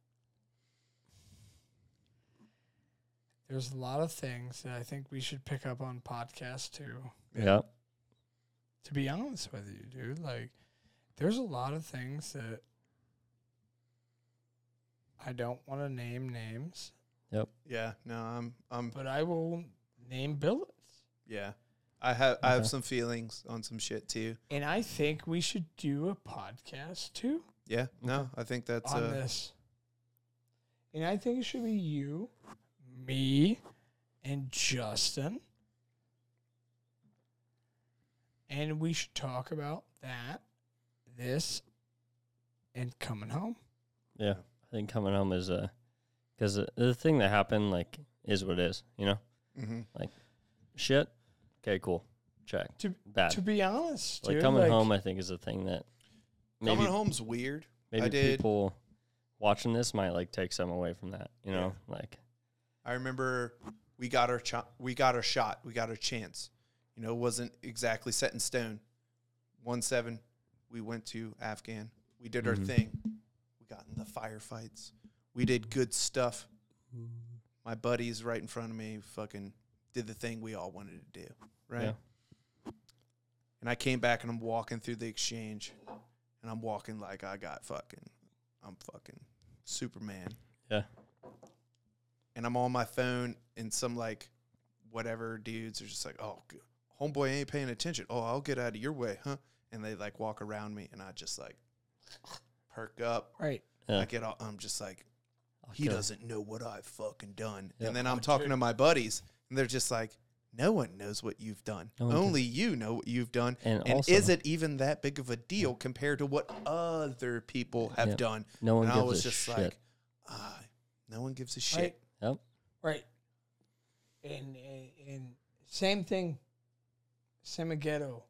there's a lot of things that i think we should pick up on podcast too Yeah. to be honest with you dude like there's a lot of things that i don't want to name names Yeah, no, I'm I'm But I will name billets. yeah. I have I have Okay. some feelings on some shit too. And I think we should do a podcast too Yeah, no, I think that's on uh, this. And I think it should be you, me, and Justin. And we should talk about that, this, and coming home. Yeah, I think coming home is uh, because the, the thing that happened like is what it is. You know, mhm. shit. Okay, cool. Check. To- Bad. To be honest, like dude, coming like, home, I think is a thing that maybe coming home's weird. maybe I did- people watching this might like take some away from that. You know, like I remember we got our ch- we got our shot, we got our chance. You know, it wasn't exactly set in stone. One seven, we went to Afghan. We did our Mhm. thing. We got in the firefights. We did good stuff. My buddies right in front of me fucking did the thing we all wanted to do, right? Yeah. And I came back and I'm walking through the exchange, and I'm walking like I got fucking, I'm fucking Superman yeah, and I'm on my phone, and some like whatever dudes are just like, "Oh, g- homeboy ain't paying attention. Oh, I'll get out of your way, huh?" And they like walk around me, and I just like perk up. Right. yeah. I get all, I'm just like, I'll he kill- doesn't know what I've fucking done. Yeah. And then I'm talking to my buddies, and they're just like, "No one knows what you've done. No one does. Only you know what you've done." And And, also- is it even that big of a deal compared to what other people have Yeah. done? No one and I gives was a just shit. like, ah, no one gives a shit. Right. Yep. Right. And, and, and Same thing. Same ghetto.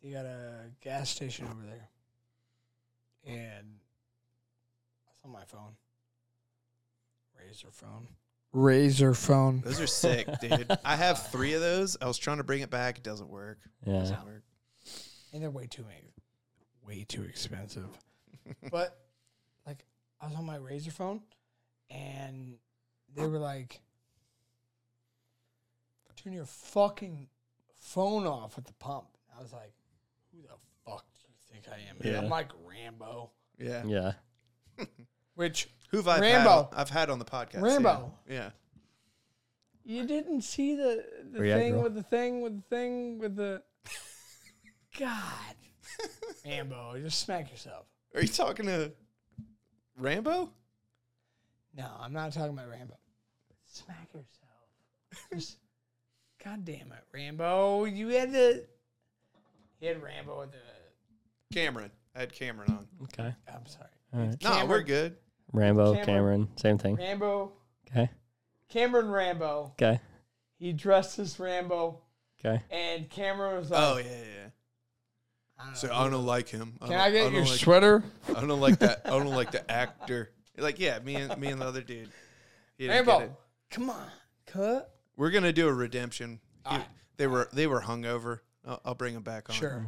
They got a gas station over there. And it's on my phone. Razor phone. Razor phone. Those are sick, dude. I have three of those. I was trying to bring it back. It doesn't work. Yeah. Doesn't work. And they're way too many, way too expensive. but like I was on my razor phone and they were like turn your fucking phone off at the pump. I was like, Who the fuck do you think I am? And Yeah. I'm like Rambo. Yeah. Yeah. Which Who've I Rambo. Had, I've had on the podcast. Rambo. Yeah. Yeah. You didn't see the, the React thing girl. with the thing with the thing with the God. Rambo, just smack yourself. Are you talking to Rambo? No, I'm not talking about Rambo. Smack yourself. Just, God damn it, Rambo. You had the. He had Rambo with the. Cameron. I had Cameron on. Okay. I'm sorry. All right. No, we're good. Rambo, Cameron- Cameron, same thing. Rambo. Okay. Cameron Rambo. Okay. He dressed as Rambo, Okay. and Cameron was like, Oh yeah, yeah. yeah. So I don't like him. Can I get don't your like, sweater? I don't like that. I don't like the actor. Like yeah, me and me and the other dude. He didn't get it. Rambo. Come on. Cut. We're gonna do a redemption. He- Alright. They were they were hungover. I'll, I'll bring him back on. Sure.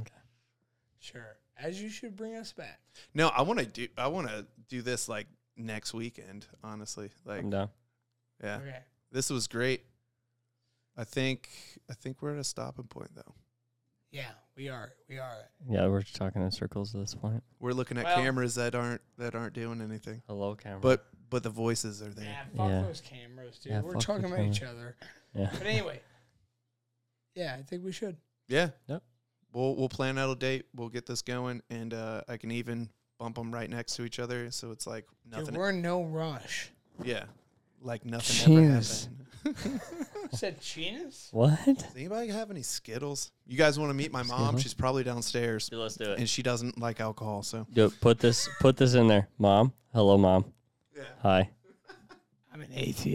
Sure. As you should bring us back. No, I want to do. I want to do this like next weekend. Honestly, like I'm done. yeah. Okay. this was great. I think I think we're at a stopping point though. Yeah, we are. We are. Yeah, we're just talking in circles at this point. We're looking at Well- cameras that aren't that aren't doing anything, Hello, camera. but but the voices are Yeah, there. fuck Yeah. those cameras, dude. Yeah, We're fuck the talking about camera. each other. yeah. But anyway. yeah, I think we should. Yeah. Yep. We'll we'll plan out a date. We'll get this going, and uh, I can even bump them right next to each other, so it's like Dude, nothing. we're in no rush. yeah, like nothing Cheers. ever happened. said Chinas? What? Does anybody have any Skittles? You guys want to meet my mom? Skittles? She's probably downstairs, let's do and she doesn't like alcohol. So Do it. Put this. Put this in there, mom. Hello, mom. Yeah. Hi. I'm an atheist.